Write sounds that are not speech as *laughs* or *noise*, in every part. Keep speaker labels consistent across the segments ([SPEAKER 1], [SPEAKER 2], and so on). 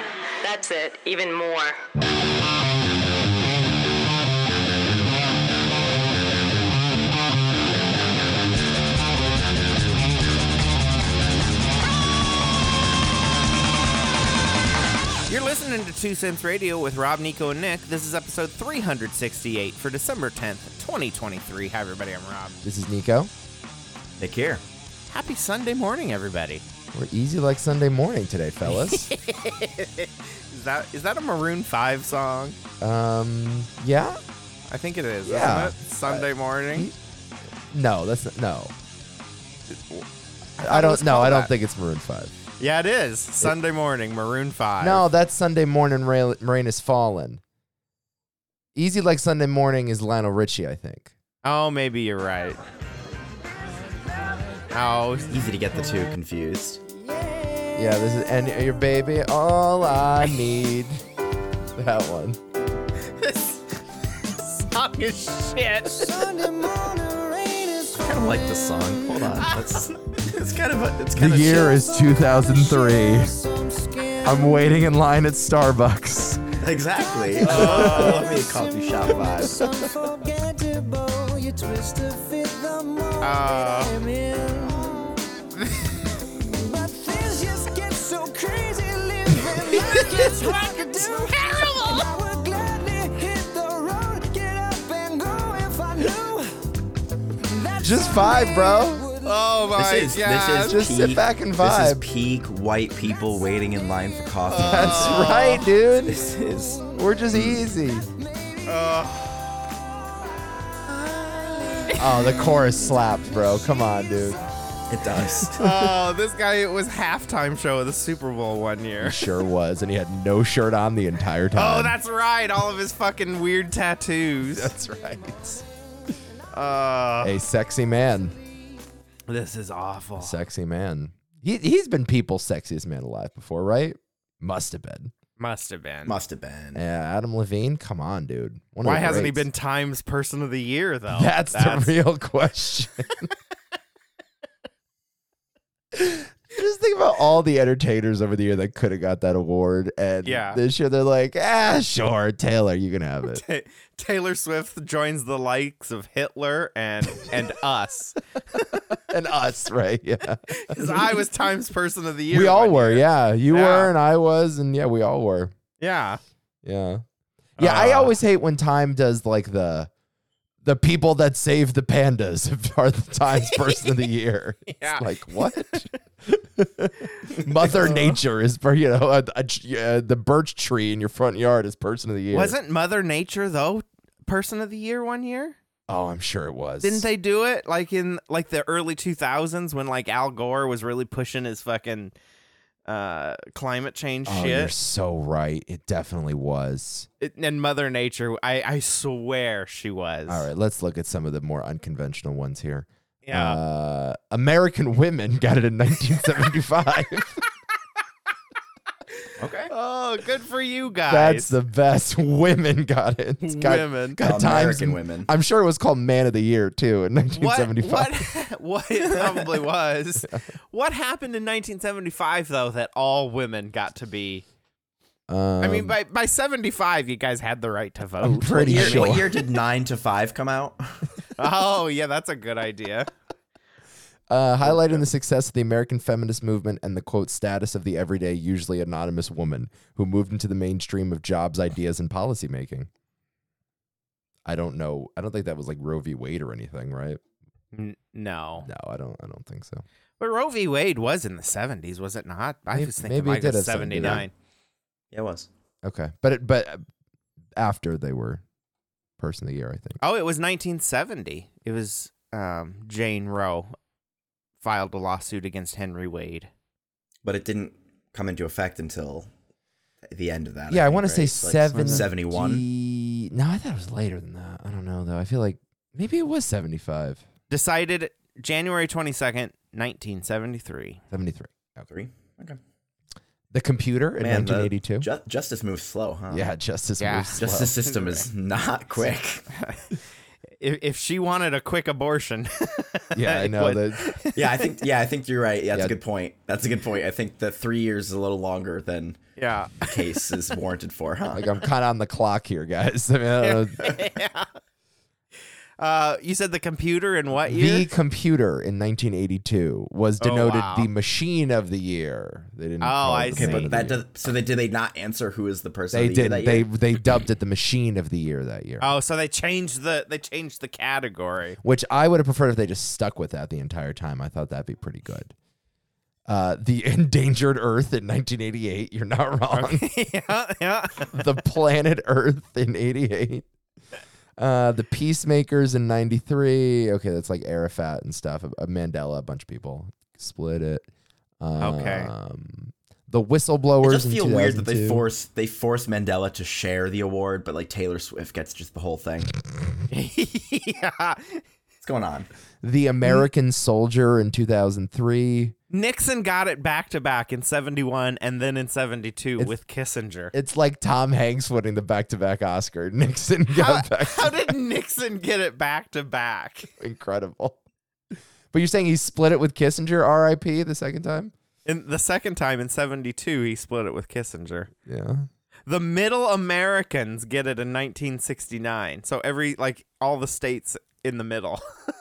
[SPEAKER 1] enhance it even more.
[SPEAKER 2] You're listening to Two Cents Radio with Rob, Nico, and Nick. This is episode 368 for December 10th, 2023. Hi, everybody. I'm Rob.
[SPEAKER 3] This is Nico.
[SPEAKER 4] Nick here.
[SPEAKER 2] Happy Sunday morning, everybody.
[SPEAKER 3] We're easy like Sunday morning today,
[SPEAKER 4] *laughs*
[SPEAKER 3] fellas.
[SPEAKER 2] Is that is that a Maroon 5 song?
[SPEAKER 3] um, yeah?
[SPEAKER 2] I think it is,
[SPEAKER 3] Yeah.
[SPEAKER 2] isn't it? Sunday morning.
[SPEAKER 3] No, that's not, no. I don't no, I don't think it's Maroon 5.
[SPEAKER 2] Yeah, it is. Sunday morning, Maroon 5.
[SPEAKER 3] No, that's Sunday morning Ra- rain has fallen. Easy like Sunday morning is Lionel Richie, I think.
[SPEAKER 2] Oh, maybe you're right. Oh,
[SPEAKER 4] Easy to get the two confused.
[SPEAKER 3] Yeah, this is and your baby all I need. that one.
[SPEAKER 2] this song is shit.
[SPEAKER 4] I kind of like this song. Hold on.
[SPEAKER 2] *laughs*
[SPEAKER 4] That's, it's kind of a, it's kind
[SPEAKER 3] the
[SPEAKER 4] of
[SPEAKER 3] year is 2003. I'm waiting in line at Starbucks.
[SPEAKER 4] exactly. Oh, let me coffee shop vibe.
[SPEAKER 2] Uh,
[SPEAKER 3] Just vibe, bro.
[SPEAKER 2] oh my
[SPEAKER 4] This is
[SPEAKER 2] god.
[SPEAKER 4] this is
[SPEAKER 3] Just sit
[SPEAKER 4] peak-
[SPEAKER 3] back and
[SPEAKER 4] This is
[SPEAKER 3] vibe.
[SPEAKER 4] peak white people waiting in line for coffee.
[SPEAKER 3] That's right, dude.
[SPEAKER 4] this is
[SPEAKER 3] We're just easy.
[SPEAKER 2] Uh,
[SPEAKER 3] Oh, the chorus slapped, bro. Come on, dude.
[SPEAKER 4] *laughs* it does.
[SPEAKER 2] oh, this guy was halftime show of the Super Bowl one year.
[SPEAKER 3] Sure was, and he had no shirt on the entire time.
[SPEAKER 2] Oh, that's right. All of his fucking weird
[SPEAKER 4] *laughs*
[SPEAKER 2] tattoos.
[SPEAKER 3] *laughs* that's right.
[SPEAKER 2] Uh,
[SPEAKER 3] A sexy man.
[SPEAKER 2] this is awful.
[SPEAKER 3] Sexy man. He he's been people's sexiest man alive before, right? Must have been.
[SPEAKER 2] Must have been.
[SPEAKER 4] Must have been.
[SPEAKER 3] Yeah, Adam Levine. Come on, dude. One of
[SPEAKER 2] Why
[SPEAKER 3] the
[SPEAKER 2] hasn't he
[SPEAKER 3] greats.
[SPEAKER 2] been Times Person of the Year though?
[SPEAKER 3] That's, the real question. Just think about all the entertainers over the year that could have got that award, and
[SPEAKER 2] Yeah.
[SPEAKER 3] this year they're like, ah, sure, Taylor, you can
[SPEAKER 2] *laughs*
[SPEAKER 3] have it.
[SPEAKER 2] Ta- Taylor Swift joins the likes of Hitler and
[SPEAKER 4] *laughs*
[SPEAKER 2] and us.
[SPEAKER 3] and us, right? Yeah,
[SPEAKER 2] 'Cause I was Times Person of the Year.
[SPEAKER 3] we all
[SPEAKER 2] one
[SPEAKER 3] were.
[SPEAKER 2] year.
[SPEAKER 3] Yeah, you
[SPEAKER 2] Yeah.
[SPEAKER 3] were, and I was, and yeah, we all were.
[SPEAKER 2] Yeah.
[SPEAKER 3] Yeah, yeah. I
[SPEAKER 2] Uh,
[SPEAKER 3] always hate when time does like the the people that saved the pandas *laughs* are the Times
[SPEAKER 2] *laughs*
[SPEAKER 3] Person of the Year. It's
[SPEAKER 2] Yeah. Uh-huh.
[SPEAKER 3] like
[SPEAKER 2] *laughs*
[SPEAKER 3] what? Mother Nature is, per- you know, a, a, tr- uh, the birch tree in your front yard is Person of the Year.
[SPEAKER 2] Wasn't Mother Nature though Person of the Year one year?
[SPEAKER 3] Oh, I'm sure it was.
[SPEAKER 2] Didn't they do it like in like the early 2000s when like Al Gore was really pushing his fucking uh climate change
[SPEAKER 3] Oh, you're
[SPEAKER 2] shit
[SPEAKER 3] so right. It definitely was.
[SPEAKER 2] It- and Mother Nature I I swear she was.
[SPEAKER 3] All right, let's look at some of the more unconventional ones here.
[SPEAKER 2] Yeah.
[SPEAKER 3] Uh, American women got
[SPEAKER 2] *laughs*
[SPEAKER 3] it in 1975.
[SPEAKER 4] Okay.
[SPEAKER 2] oh, good for you guys.
[SPEAKER 3] That's the best. *laughs* Women got it. It's got,
[SPEAKER 2] Women.
[SPEAKER 3] got times.
[SPEAKER 4] American women.
[SPEAKER 3] I'm sure it was called Man of the Year too in
[SPEAKER 2] what,
[SPEAKER 3] 1975.
[SPEAKER 2] what, *laughs* what it probably
[SPEAKER 3] *laughs*
[SPEAKER 2] was. What happened in 1975, though, that all women got to be? I mean,
[SPEAKER 3] Um,
[SPEAKER 2] by, by 75, you guys had the right to vote.
[SPEAKER 3] I'm pretty
[SPEAKER 4] Year-
[SPEAKER 3] sure.
[SPEAKER 4] What year did Nine to Five come out?
[SPEAKER 2] *laughs* oh, yeah, that's a good idea.
[SPEAKER 3] Uh, highlighting the success of the American feminist movement and the quote status of the everyday, usually anonymous woman who moved into the mainstream of jobs, ideas, and policymaking. I don't know. I don't think that was like Roe v. Wade or anything, right?
[SPEAKER 2] N- no.
[SPEAKER 3] No, I don't. I don't think so.
[SPEAKER 2] But Roe v. Wade was in the 70s, was it not? I
[SPEAKER 3] Maybe-
[SPEAKER 2] was thinking
[SPEAKER 3] maybe it
[SPEAKER 2] like
[SPEAKER 3] did
[SPEAKER 2] a
[SPEAKER 3] have something to do with it.
[SPEAKER 2] 79.
[SPEAKER 4] *laughs* Yeah, it was.
[SPEAKER 3] Okay, but it, but uh, after they were person of the year, I think.
[SPEAKER 2] Oh, it was 1970. It was um, Jane Roe filed a lawsuit against Henry Wade.
[SPEAKER 4] But it didn't come into effect until the end of that.
[SPEAKER 3] yeah, I
[SPEAKER 4] think,
[SPEAKER 3] want
[SPEAKER 4] right?
[SPEAKER 3] to say
[SPEAKER 4] It's like
[SPEAKER 3] seven
[SPEAKER 4] 71.
[SPEAKER 3] No, I thought it was later than that. I don't know though. I feel like maybe it was 75,
[SPEAKER 2] Decided January 22nd, 1973.
[SPEAKER 3] 73.
[SPEAKER 4] Three. Okay.
[SPEAKER 3] The computer in
[SPEAKER 4] Man, the
[SPEAKER 3] 1982.
[SPEAKER 4] ju- justice moves slow, huh?
[SPEAKER 3] yeah, justice
[SPEAKER 2] Yeah.
[SPEAKER 3] *laughs* moves slow. *laughs*
[SPEAKER 4] Justice system is not quick.
[SPEAKER 2] if, if she wanted a quick
[SPEAKER 3] *laughs*
[SPEAKER 2] abortion, *laughs*
[SPEAKER 3] Yeah,
[SPEAKER 4] *laughs*
[SPEAKER 3] I
[SPEAKER 2] It
[SPEAKER 3] know
[SPEAKER 2] would.
[SPEAKER 3] that.
[SPEAKER 4] Yeah, I think. Yeah, I think you're right. Yeah, that's
[SPEAKER 3] Yeah.
[SPEAKER 4] a good point. That's a good point. I think the three years is a little longer than
[SPEAKER 2] yeah.
[SPEAKER 4] the case is warranted for, huh?
[SPEAKER 3] Like I'm kind of on the clock here, guys. *laughs* I mean, I don't
[SPEAKER 4] *laughs*
[SPEAKER 3] know.
[SPEAKER 2] *laughs* Uh, you said the computer and what year?
[SPEAKER 3] the computer in 1982 was denoted
[SPEAKER 2] Oh, wow.
[SPEAKER 3] the machine of the year. They didn't.
[SPEAKER 2] Oh,
[SPEAKER 3] call it
[SPEAKER 2] I
[SPEAKER 3] the
[SPEAKER 2] see.
[SPEAKER 4] okay,
[SPEAKER 3] machine
[SPEAKER 4] but
[SPEAKER 3] of the
[SPEAKER 4] that
[SPEAKER 3] year.
[SPEAKER 4] does. So they did they not answer who is the person?
[SPEAKER 3] They
[SPEAKER 4] of the year
[SPEAKER 3] didn't.
[SPEAKER 4] that
[SPEAKER 3] They
[SPEAKER 4] year?
[SPEAKER 3] they dubbed it the machine of the year that year.
[SPEAKER 2] oh, so they changed the they changed the category. *laughs*
[SPEAKER 3] which I would have preferred if they just stuck with that the entire time. I thought that'd be pretty good. Uh, the *laughs* endangered Earth in 1988.
[SPEAKER 2] *laughs*
[SPEAKER 3] You're not wrong.
[SPEAKER 2] yeah, yeah. *laughs*
[SPEAKER 3] the planet Earth in 88. Uh, the Peacemakers in 93. Okay, that's like Arafat and stuff. Uh, Mandela, a bunch of people split it. Um,
[SPEAKER 2] Okay.
[SPEAKER 3] The Whistleblowers
[SPEAKER 4] It just
[SPEAKER 3] in
[SPEAKER 4] feel weird that they
[SPEAKER 3] 2002.
[SPEAKER 4] force they force Mandela to share the award, but like Taylor Swift gets just the whole thing. What's
[SPEAKER 2] yeah.
[SPEAKER 4] going on?
[SPEAKER 3] The American Soldier in 2003.
[SPEAKER 2] Nixon got it back to back in 71 and then in 72
[SPEAKER 3] It's-
[SPEAKER 2] with Kissinger.
[SPEAKER 3] It's like Tom Hanks winning the back-to-back Oscar. *laughs* Nixon
[SPEAKER 2] How,
[SPEAKER 3] got back.
[SPEAKER 2] how did Nixon get it back to back?
[SPEAKER 3] Incredible. But you're saying he split it with Kissinger, R.I.P. the second time?
[SPEAKER 2] In the second time in 72 he split it with Kissinger.
[SPEAKER 3] Yeah.
[SPEAKER 2] The Middle Americans get it in 1969. So every like all the states in the middle. *laughs*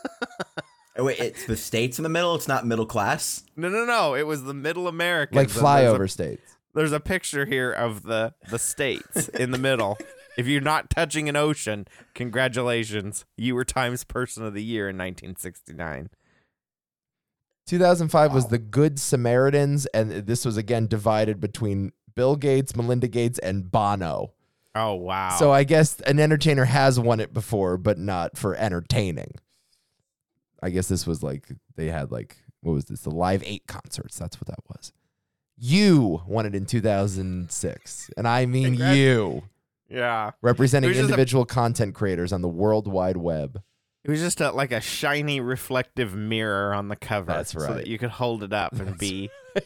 [SPEAKER 4] Oh, wait, it's the states in the middle. It's not middle class.
[SPEAKER 2] no, no, no. It was the Middle Americans.
[SPEAKER 3] Like
[SPEAKER 2] and there's a-
[SPEAKER 3] flyover states.
[SPEAKER 2] there's a picture here of the the states in the
[SPEAKER 3] *laughs*
[SPEAKER 2] middle. If you're not touching an ocean, congratulations. You were Times Person of the Year in 1969.
[SPEAKER 3] 2005 was the Good Samaritans, and this was again divided between Bill Gates, Melinda Gates, and Bono.
[SPEAKER 2] Oh wow.
[SPEAKER 3] So I guess an entertainer has won it before, but not for entertaining. I guess this was like they had like what was this? The Live Eight concerts. That's what that was. You won it in 2006, and I mean
[SPEAKER 2] Congrats.
[SPEAKER 3] you.
[SPEAKER 2] yeah.
[SPEAKER 3] representing
[SPEAKER 2] There's just a-
[SPEAKER 3] individual content creators on the World Wide Web.
[SPEAKER 2] It was just a, like a shiny reflective mirror on the cover.
[SPEAKER 3] That's
[SPEAKER 2] So
[SPEAKER 3] right.
[SPEAKER 2] that you could hold it up and be
[SPEAKER 4] Can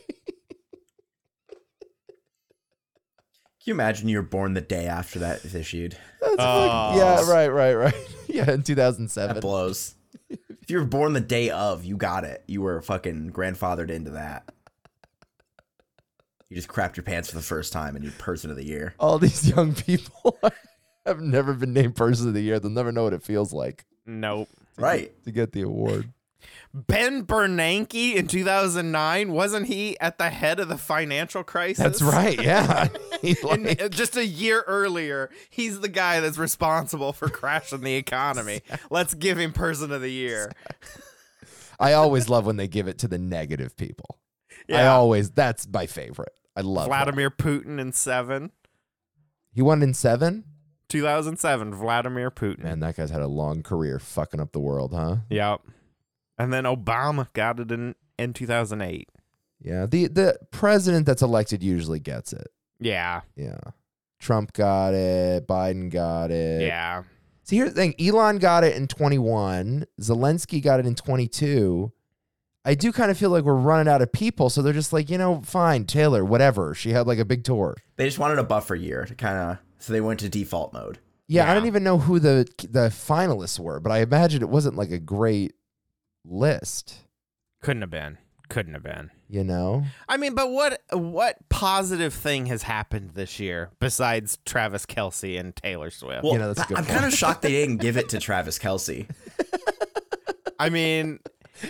[SPEAKER 4] you imagine you were born the day after that is issued?
[SPEAKER 3] *laughs* That's
[SPEAKER 2] Oh.
[SPEAKER 3] fuck- yeah, right, right, right. *laughs* yeah, in 2007.
[SPEAKER 4] That blows. If you were born the day of, you got it. You were fucking grandfathered into that. You just crapped your pants for the first time and you person of the year.
[SPEAKER 3] All these young people *laughs* have never been named Person of the Year. They'll never know what it feels like
[SPEAKER 2] nope.
[SPEAKER 4] Right.
[SPEAKER 3] to get the award.
[SPEAKER 2] Ben Bernanke in 2009 wasn't he at the head of the financial crisis?
[SPEAKER 3] That's right. Yeah. *laughs* He
[SPEAKER 2] *laughs* And
[SPEAKER 3] like-
[SPEAKER 2] uh, just a year earlier, he's the guy that's responsible for crashing the economy. Let's give him person of the year.
[SPEAKER 3] I always love when they give it to the negative people. I
[SPEAKER 2] Yeah.
[SPEAKER 3] always that's my favorite. I love that.
[SPEAKER 2] Vladimir Putin in 7,
[SPEAKER 3] He won in seven.
[SPEAKER 2] 2007, Vladimir Putin.
[SPEAKER 3] Man, that guy's had a long career fucking up the world, huh?
[SPEAKER 2] Yep. And then Obama got it in in 2008.
[SPEAKER 3] Yeah. The the president that's elected usually gets it.
[SPEAKER 2] Yeah.
[SPEAKER 3] Yeah. Trump got it. Biden got it.
[SPEAKER 2] Yeah.
[SPEAKER 3] See, here's the thing Elon got it in 21. Zelensky got it in 22. I do kind of feel like we're running out of people. So they're just like, you know, fine, Taylor, whatever. She had like a big tour.
[SPEAKER 4] They just wanted a buffer year to kind of, so they went to default mode.
[SPEAKER 3] Yeah, I
[SPEAKER 2] Yeah.
[SPEAKER 3] don't even know who the the finalists were, but I imagine it wasn't like a great list,
[SPEAKER 2] Couldn't have been. Couldn't have been.
[SPEAKER 3] you know?
[SPEAKER 2] I mean, but what what positive thing has happened this year besides Travis Kelsey and Taylor Swift?
[SPEAKER 4] Well,
[SPEAKER 3] know, that's a good
[SPEAKER 4] I'm
[SPEAKER 3] point.
[SPEAKER 4] kind of shocked they didn't give
[SPEAKER 3] *laughs*
[SPEAKER 4] it to Travis Kelsey.
[SPEAKER 2] I mean,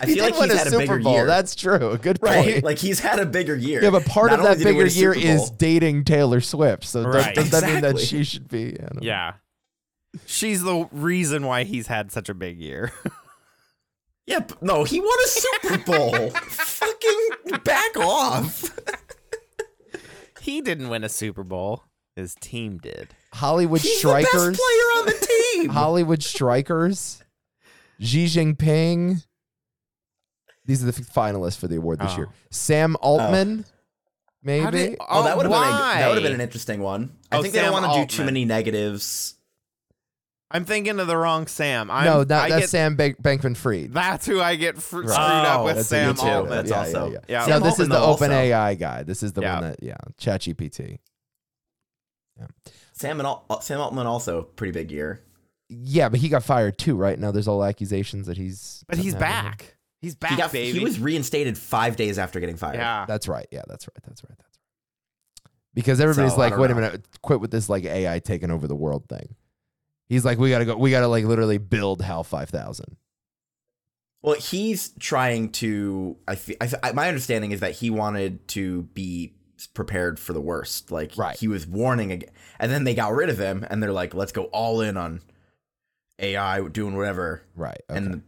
[SPEAKER 4] I feel like he's had a bigger year.
[SPEAKER 3] That's true. Good
[SPEAKER 4] right.
[SPEAKER 3] point.
[SPEAKER 4] *laughs* Like he's had a bigger year.
[SPEAKER 3] yeah, but part
[SPEAKER 4] Not
[SPEAKER 3] of
[SPEAKER 4] only
[SPEAKER 3] that
[SPEAKER 4] did he
[SPEAKER 3] bigger
[SPEAKER 4] win a Super
[SPEAKER 3] year is
[SPEAKER 4] Bowl,
[SPEAKER 3] dating Taylor Swift. So does-
[SPEAKER 2] Right.
[SPEAKER 3] does that mean that
[SPEAKER 4] Exactly.
[SPEAKER 3] she should be? I don't know.
[SPEAKER 2] yeah. She's the reason why he's had such a big year. *laughs*
[SPEAKER 4] Yeah, but- no, he won
[SPEAKER 3] *laughs*
[SPEAKER 4] a Super Bowl. Fucking back off.
[SPEAKER 2] he didn't win a Super Bowl. His team did.
[SPEAKER 3] Hollywood
[SPEAKER 4] He's
[SPEAKER 3] strikers.
[SPEAKER 4] the best player on the team.
[SPEAKER 3] Hollywood strikers, Xi Jinping. These are the f- finalists for the award this
[SPEAKER 2] Oh.
[SPEAKER 3] year. Sam Altman,
[SPEAKER 2] How
[SPEAKER 3] maybe.
[SPEAKER 2] did-
[SPEAKER 4] Oh, that would have been
[SPEAKER 2] why?
[SPEAKER 4] a, that would have been an interesting one.
[SPEAKER 2] Oh,
[SPEAKER 4] I think they
[SPEAKER 2] Sam
[SPEAKER 4] don't want to do too
[SPEAKER 2] Altman.
[SPEAKER 4] many negatives.
[SPEAKER 2] I'm thinking of the wrong Sam. I'm,
[SPEAKER 3] no, that,
[SPEAKER 2] I
[SPEAKER 3] that's
[SPEAKER 2] get,
[SPEAKER 3] Sam Ban- Bankman Fried.
[SPEAKER 2] That's who I get fr- screwed
[SPEAKER 4] Oh,
[SPEAKER 2] up with
[SPEAKER 4] that's
[SPEAKER 3] a
[SPEAKER 2] Sam
[SPEAKER 3] good shout.
[SPEAKER 2] Altman.
[SPEAKER 4] That's
[SPEAKER 3] Yeah,
[SPEAKER 4] also
[SPEAKER 3] yeah,
[SPEAKER 2] yeah.
[SPEAKER 3] no,
[SPEAKER 4] Sam
[SPEAKER 3] this is
[SPEAKER 4] Altman,
[SPEAKER 3] the
[SPEAKER 4] though, also.
[SPEAKER 3] open AI guy. This is the
[SPEAKER 2] Yeah.
[SPEAKER 3] one that, yeah, ChatGPT.
[SPEAKER 4] uh, Sam and Al- Sam Altman also pretty big year.
[SPEAKER 3] yeah, but he got fired too, right? Now there's all accusations that he's.
[SPEAKER 2] But he's
[SPEAKER 3] now they're-
[SPEAKER 2] back. He's
[SPEAKER 4] He,
[SPEAKER 2] back,
[SPEAKER 4] got,
[SPEAKER 2] baby.
[SPEAKER 4] he was reinstated five days after getting fired.
[SPEAKER 2] yeah.
[SPEAKER 3] That's right. Yeah, that's right. That's right. That's right. Because everybody's
[SPEAKER 4] So, I
[SPEAKER 3] like,
[SPEAKER 4] don't
[SPEAKER 3] wait a
[SPEAKER 4] know.
[SPEAKER 3] minute, quit with this like AI taking over the world thing. He's like, we gotta go. We gotta like literally build HAL 5000.
[SPEAKER 4] Well, he's trying to. I, fe- I, fe- I my understanding is that he wanted to be prepared for the worst. Like
[SPEAKER 3] Right.
[SPEAKER 4] he was warning, ag- and then they got rid of him, and they're like, "Let's go all in on AI doing whatever."
[SPEAKER 3] Right. Okay.
[SPEAKER 4] And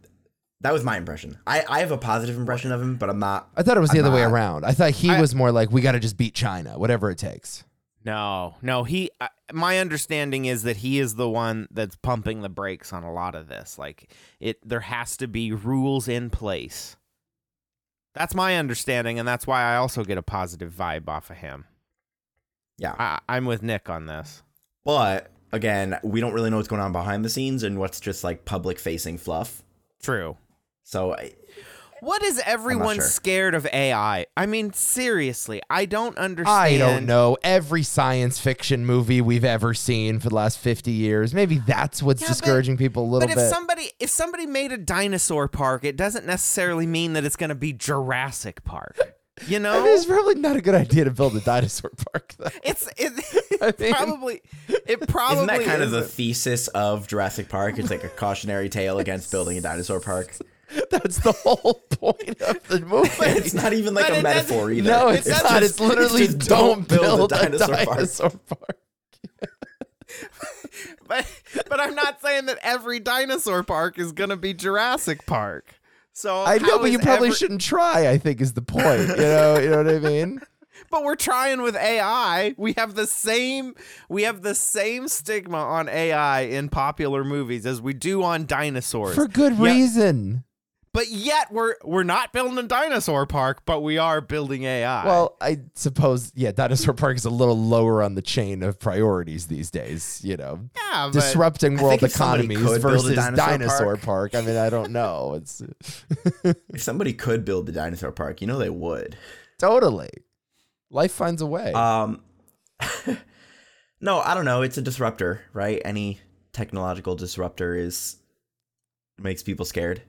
[SPEAKER 4] that was my impression. I, I have a positive impression of him, but I'm not.
[SPEAKER 3] I thought it was the
[SPEAKER 4] I'm
[SPEAKER 3] other way
[SPEAKER 4] not-
[SPEAKER 3] around. I thought he
[SPEAKER 2] I-
[SPEAKER 3] was more like, we gotta just beat China, whatever it takes.
[SPEAKER 2] No, no. He, I my understanding is that he is the one that's pumping the brakes on a lot of this. Like it, there has to be rules in place. That's my understanding, and that's why I also get a positive vibe off of him.
[SPEAKER 4] Yeah.
[SPEAKER 2] I, I'm with Nick on this.
[SPEAKER 4] But again, we don't really know what's going on behind the scenes and what's just like public facing fluff.
[SPEAKER 2] True.
[SPEAKER 4] So I,
[SPEAKER 2] What is everyone
[SPEAKER 4] sure.
[SPEAKER 2] scared of AI? I mean, seriously, I don't understand.
[SPEAKER 3] I don't know. Every science fiction movie we've ever seen for the last 50 years, maybe that's what's
[SPEAKER 2] Yeah, but-
[SPEAKER 3] discouraging people a little
[SPEAKER 2] But if
[SPEAKER 3] bit.
[SPEAKER 2] somebody if somebody made a dinosaur park, it doesn't necessarily mean that it's going to be Jurassic Park. You know,
[SPEAKER 3] I mean, it's probably not a good idea to build a dinosaur *laughs* park. Though.
[SPEAKER 2] It's it, *laughs*
[SPEAKER 3] I mean-
[SPEAKER 2] probably it probably
[SPEAKER 4] isn't that kind of the
[SPEAKER 2] isn't.
[SPEAKER 4] thesis of Jurassic Park? It's like a cautionary tale against building a dinosaur park.
[SPEAKER 3] That's the whole point of the
[SPEAKER 4] But
[SPEAKER 3] movie.
[SPEAKER 4] *laughs* it's not even like
[SPEAKER 2] But
[SPEAKER 4] a
[SPEAKER 2] it
[SPEAKER 4] metaphor
[SPEAKER 2] doesn't-
[SPEAKER 4] either.
[SPEAKER 3] No, it's,
[SPEAKER 2] It's
[SPEAKER 3] not.
[SPEAKER 2] just-
[SPEAKER 3] it's literally
[SPEAKER 4] it's just
[SPEAKER 3] don't, build, a dinosaur,
[SPEAKER 4] park.
[SPEAKER 3] park.
[SPEAKER 2] *laughs* but but I'm not saying that every dinosaur park is gonna be Jurassic Park. So
[SPEAKER 3] I know,
[SPEAKER 2] how
[SPEAKER 3] but you
[SPEAKER 2] is
[SPEAKER 3] probably
[SPEAKER 2] every-
[SPEAKER 3] shouldn't try. I think is the point. *laughs* You know, you know what I mean.
[SPEAKER 2] But we're trying with AI. We have the same we have the same stigma on AI in popular movies as we do on dinosaurs.
[SPEAKER 3] For good
[SPEAKER 2] Yeah.
[SPEAKER 3] reason.
[SPEAKER 2] but yet we're we're not building a dinosaur park, but we are building AI.
[SPEAKER 3] Well, I suppose yeah, dinosaur park is a little lower on the chain of priorities these days. You know,
[SPEAKER 2] yeah, but
[SPEAKER 3] disrupting
[SPEAKER 4] I
[SPEAKER 3] world
[SPEAKER 4] think if somebody
[SPEAKER 3] economies
[SPEAKER 4] could build
[SPEAKER 3] versus
[SPEAKER 4] a
[SPEAKER 3] dinosaur,
[SPEAKER 4] dinosaur
[SPEAKER 3] park. I mean, I don't know. It's *laughs*
[SPEAKER 4] If somebody could build the dinosaur park, you know they would.
[SPEAKER 3] totally life finds a way.
[SPEAKER 4] Um, *laughs* no, I don't know. It's a disruptor, right? Any technological disruptor is makes people scared.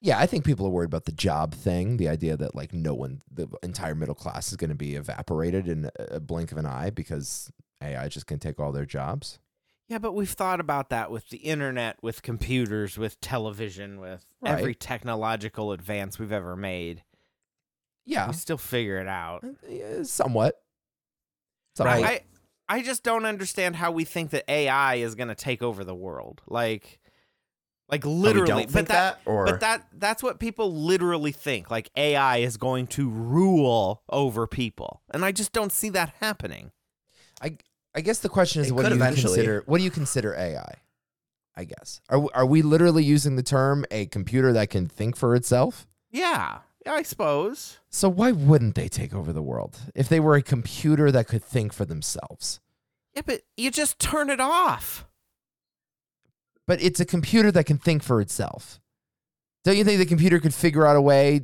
[SPEAKER 3] Yeah, I think people are worried about the job thing, the idea that like no one, the entire middle class is going to be evaporated in a blink of an eye because AI just can take all their jobs.
[SPEAKER 2] Yeah, but we've thought about that with the internet, with computers, with television, with
[SPEAKER 3] Right.
[SPEAKER 2] every technological advance we've ever made.
[SPEAKER 3] Yeah,
[SPEAKER 4] Uh-huh.
[SPEAKER 2] We still figure it out.
[SPEAKER 3] Yeah, somewhat. Somewhat.
[SPEAKER 4] Right.
[SPEAKER 2] I I just don't understand how we think that AI is going to take over the world. Like like
[SPEAKER 4] But Oh, we
[SPEAKER 2] literally,
[SPEAKER 4] don't think
[SPEAKER 2] but that,
[SPEAKER 4] that, or
[SPEAKER 2] but that that's what people literally think. Like AI is going to rule over people. And I just don't see that happening.
[SPEAKER 3] I I guess the question is
[SPEAKER 4] It
[SPEAKER 3] what
[SPEAKER 4] could
[SPEAKER 3] do you
[SPEAKER 4] eventually.
[SPEAKER 3] consider what do you consider AI? I guess. Are we, are we literally using the term a computer that can think for itself?
[SPEAKER 2] Yeah, I suppose.
[SPEAKER 3] So why wouldn't they take over the world if they were a computer that could think for themselves?
[SPEAKER 2] Yeah, but you just turn it off.
[SPEAKER 3] But it's a computer that can think for itself. Don't you think the computer could figure out a way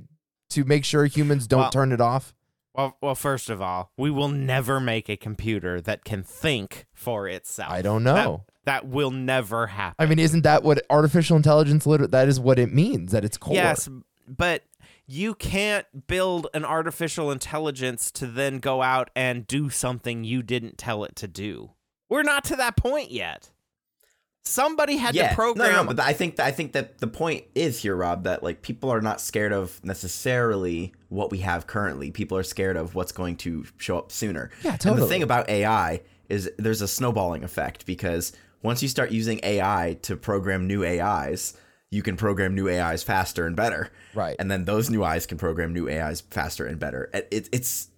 [SPEAKER 3] to make sure humans don't
[SPEAKER 2] Well-
[SPEAKER 3] turn it off?
[SPEAKER 2] Well, well, first of all, we will never make a computer that can think for itself.
[SPEAKER 3] I don't
[SPEAKER 2] That-
[SPEAKER 3] know.
[SPEAKER 2] That, will never happen.
[SPEAKER 3] I mean, isn't that what artificial intelligence liter- that is what it means at its core?
[SPEAKER 2] yes, but you can't build an artificial intelligence to then go out and do something you didn't tell it to do. We're not to that point yet. Somebody had
[SPEAKER 4] yeah,
[SPEAKER 2] to
[SPEAKER 4] No, no,
[SPEAKER 2] program.
[SPEAKER 4] no, but I think that, I think that the point is here, Rob, that like people are not scared of necessarily what we have currently. People are scared of what's going to show up sooner.
[SPEAKER 3] Yeah,
[SPEAKER 4] And the
[SPEAKER 3] totally.
[SPEAKER 4] thing about AI is there's a snowballing effect because once you start using AI to program new AIs, you can program new AIs faster and better.
[SPEAKER 3] Right.
[SPEAKER 4] And then those new AIs can program new AIs faster and better. It, it, it's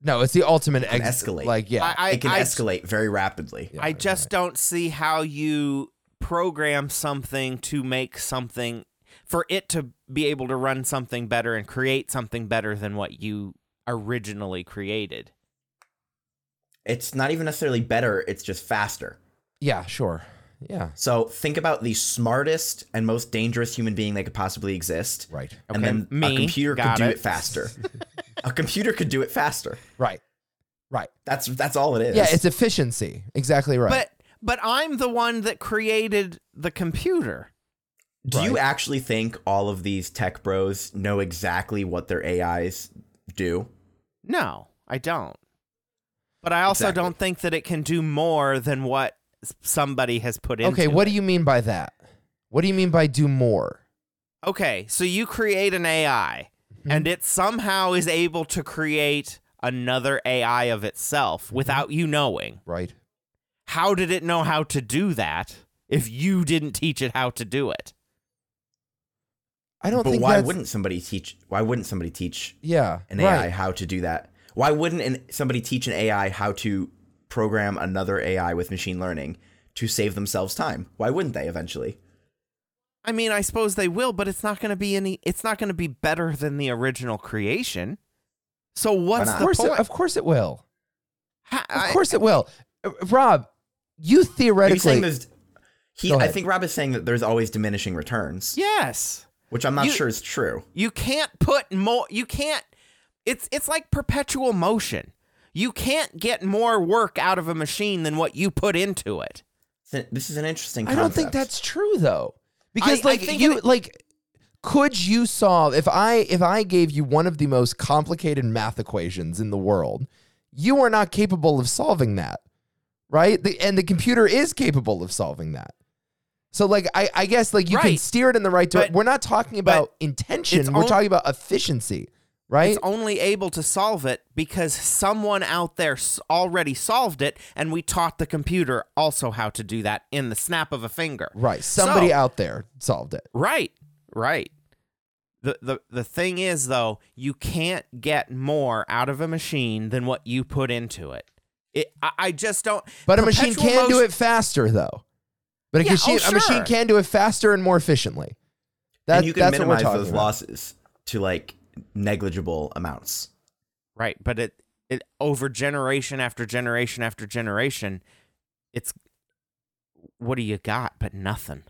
[SPEAKER 3] No, it's the ultimate
[SPEAKER 4] can
[SPEAKER 3] ex-
[SPEAKER 4] escalate.
[SPEAKER 3] Like, yeah.
[SPEAKER 2] I, I,
[SPEAKER 4] it can
[SPEAKER 2] I-
[SPEAKER 4] escalate very rapidly.
[SPEAKER 3] Yeah,
[SPEAKER 2] I just don't see how you program something to make something for it to be able to run something better and create something better than what you originally created.
[SPEAKER 4] It's not even necessarily better, it's just faster.
[SPEAKER 3] Yeah, sure. Yeah.
[SPEAKER 4] So think about the smartest and most dangerous human being that could possibly exist.
[SPEAKER 3] Right.
[SPEAKER 4] And
[SPEAKER 2] Okay,
[SPEAKER 4] then
[SPEAKER 2] me,
[SPEAKER 4] a computer could
[SPEAKER 2] got
[SPEAKER 4] do
[SPEAKER 2] it.
[SPEAKER 3] *laughs*
[SPEAKER 4] it faster. a computer could do it faster.
[SPEAKER 3] Right. Right.
[SPEAKER 4] That's that's all it is.
[SPEAKER 3] Yeah, it's efficiency. Exactly right.
[SPEAKER 2] But But I'm the one that created the computer.
[SPEAKER 4] Do you
[SPEAKER 3] Right.
[SPEAKER 4] actually think all of these tech bros know exactly what their AIs do?
[SPEAKER 2] No, I don't. But I also
[SPEAKER 4] Exactly.
[SPEAKER 2] don't think that it can do more than what s- somebody has put into.
[SPEAKER 3] Okay, what
[SPEAKER 2] it.
[SPEAKER 3] do you mean by that? What do you mean by do more?
[SPEAKER 2] Okay, so you create an AI,
[SPEAKER 3] Mm-hmm.
[SPEAKER 2] and it somehow is able to create another AI of
[SPEAKER 3] Mm-hmm.
[SPEAKER 2] itself without you knowing.
[SPEAKER 3] Right.
[SPEAKER 2] How did it know how to do that if you didn't teach it how to do it?
[SPEAKER 3] I don't
[SPEAKER 4] but
[SPEAKER 3] think
[SPEAKER 4] why
[SPEAKER 3] that's,
[SPEAKER 4] wouldn't somebody teach? Why wouldn't somebody teach
[SPEAKER 3] yeah
[SPEAKER 4] an
[SPEAKER 3] right.
[SPEAKER 4] AI how to do that? Why wouldn't an, somebody teach an AI how to program another AI with machine learning to save themselves time? Why wouldn't they eventually?
[SPEAKER 2] I mean, I suppose they will, but it's not going to be any. It's not going to be better than the original creation. So what's
[SPEAKER 4] not?
[SPEAKER 3] Of
[SPEAKER 2] the
[SPEAKER 3] course,
[SPEAKER 2] point?
[SPEAKER 3] it, of course it will.
[SPEAKER 2] Ha-
[SPEAKER 3] Of
[SPEAKER 2] I-
[SPEAKER 3] course it will. Uh, Rob, you
[SPEAKER 4] Are you saying
[SPEAKER 3] theoretically
[SPEAKER 4] there's? He,
[SPEAKER 3] Go
[SPEAKER 4] I
[SPEAKER 3] ahead.
[SPEAKER 4] think Rob is saying that there's always diminishing returns,
[SPEAKER 2] yes.
[SPEAKER 4] which I'm not
[SPEAKER 2] You-
[SPEAKER 4] sure is true.
[SPEAKER 2] You can't put more you can't it's it's like perpetual motion. You can't get more work out of a machine than what you put into it.
[SPEAKER 4] Th- This is an interesting.
[SPEAKER 3] I
[SPEAKER 4] Concept.
[SPEAKER 3] don't think that's true though. Because
[SPEAKER 2] I
[SPEAKER 3] like
[SPEAKER 2] think
[SPEAKER 3] you
[SPEAKER 2] it-
[SPEAKER 3] like could you solve if I if I gave you one of the most complicated math equations in the world, you are not capable of solving that. Right? The, and the computer is capable of solving that. So like I, I guess like you can
[SPEAKER 2] Right.
[SPEAKER 3] steer it in the right direction.
[SPEAKER 2] But-
[SPEAKER 3] We're not talking about intention.
[SPEAKER 2] it's
[SPEAKER 3] We're
[SPEAKER 2] on-
[SPEAKER 3] talking about efficiency, right?
[SPEAKER 2] It's only able to solve it because someone out there s- already solved it and we taught the computer also how to do that in the snap of a finger.
[SPEAKER 3] Right. Somebody
[SPEAKER 2] So-
[SPEAKER 3] out there solved it.
[SPEAKER 2] Right. Right. The, the the thing is though, you can't get more out of a machine than what you put into it. It I, I just don't
[SPEAKER 3] But a machine
[SPEAKER 2] perpetual
[SPEAKER 3] can do
[SPEAKER 2] motion-
[SPEAKER 3] it faster though. But a,
[SPEAKER 2] Yeah,
[SPEAKER 3] machine,
[SPEAKER 2] oh,
[SPEAKER 3] a machine
[SPEAKER 2] sure.
[SPEAKER 3] can do it faster and more efficiently. That,
[SPEAKER 4] and you can
[SPEAKER 3] that's
[SPEAKER 4] minimize
[SPEAKER 3] what we're
[SPEAKER 4] those
[SPEAKER 3] talking about.
[SPEAKER 4] losses to like negligible amounts.
[SPEAKER 2] Right, but it it over generation after generation after generation, it's what do you got but nothing.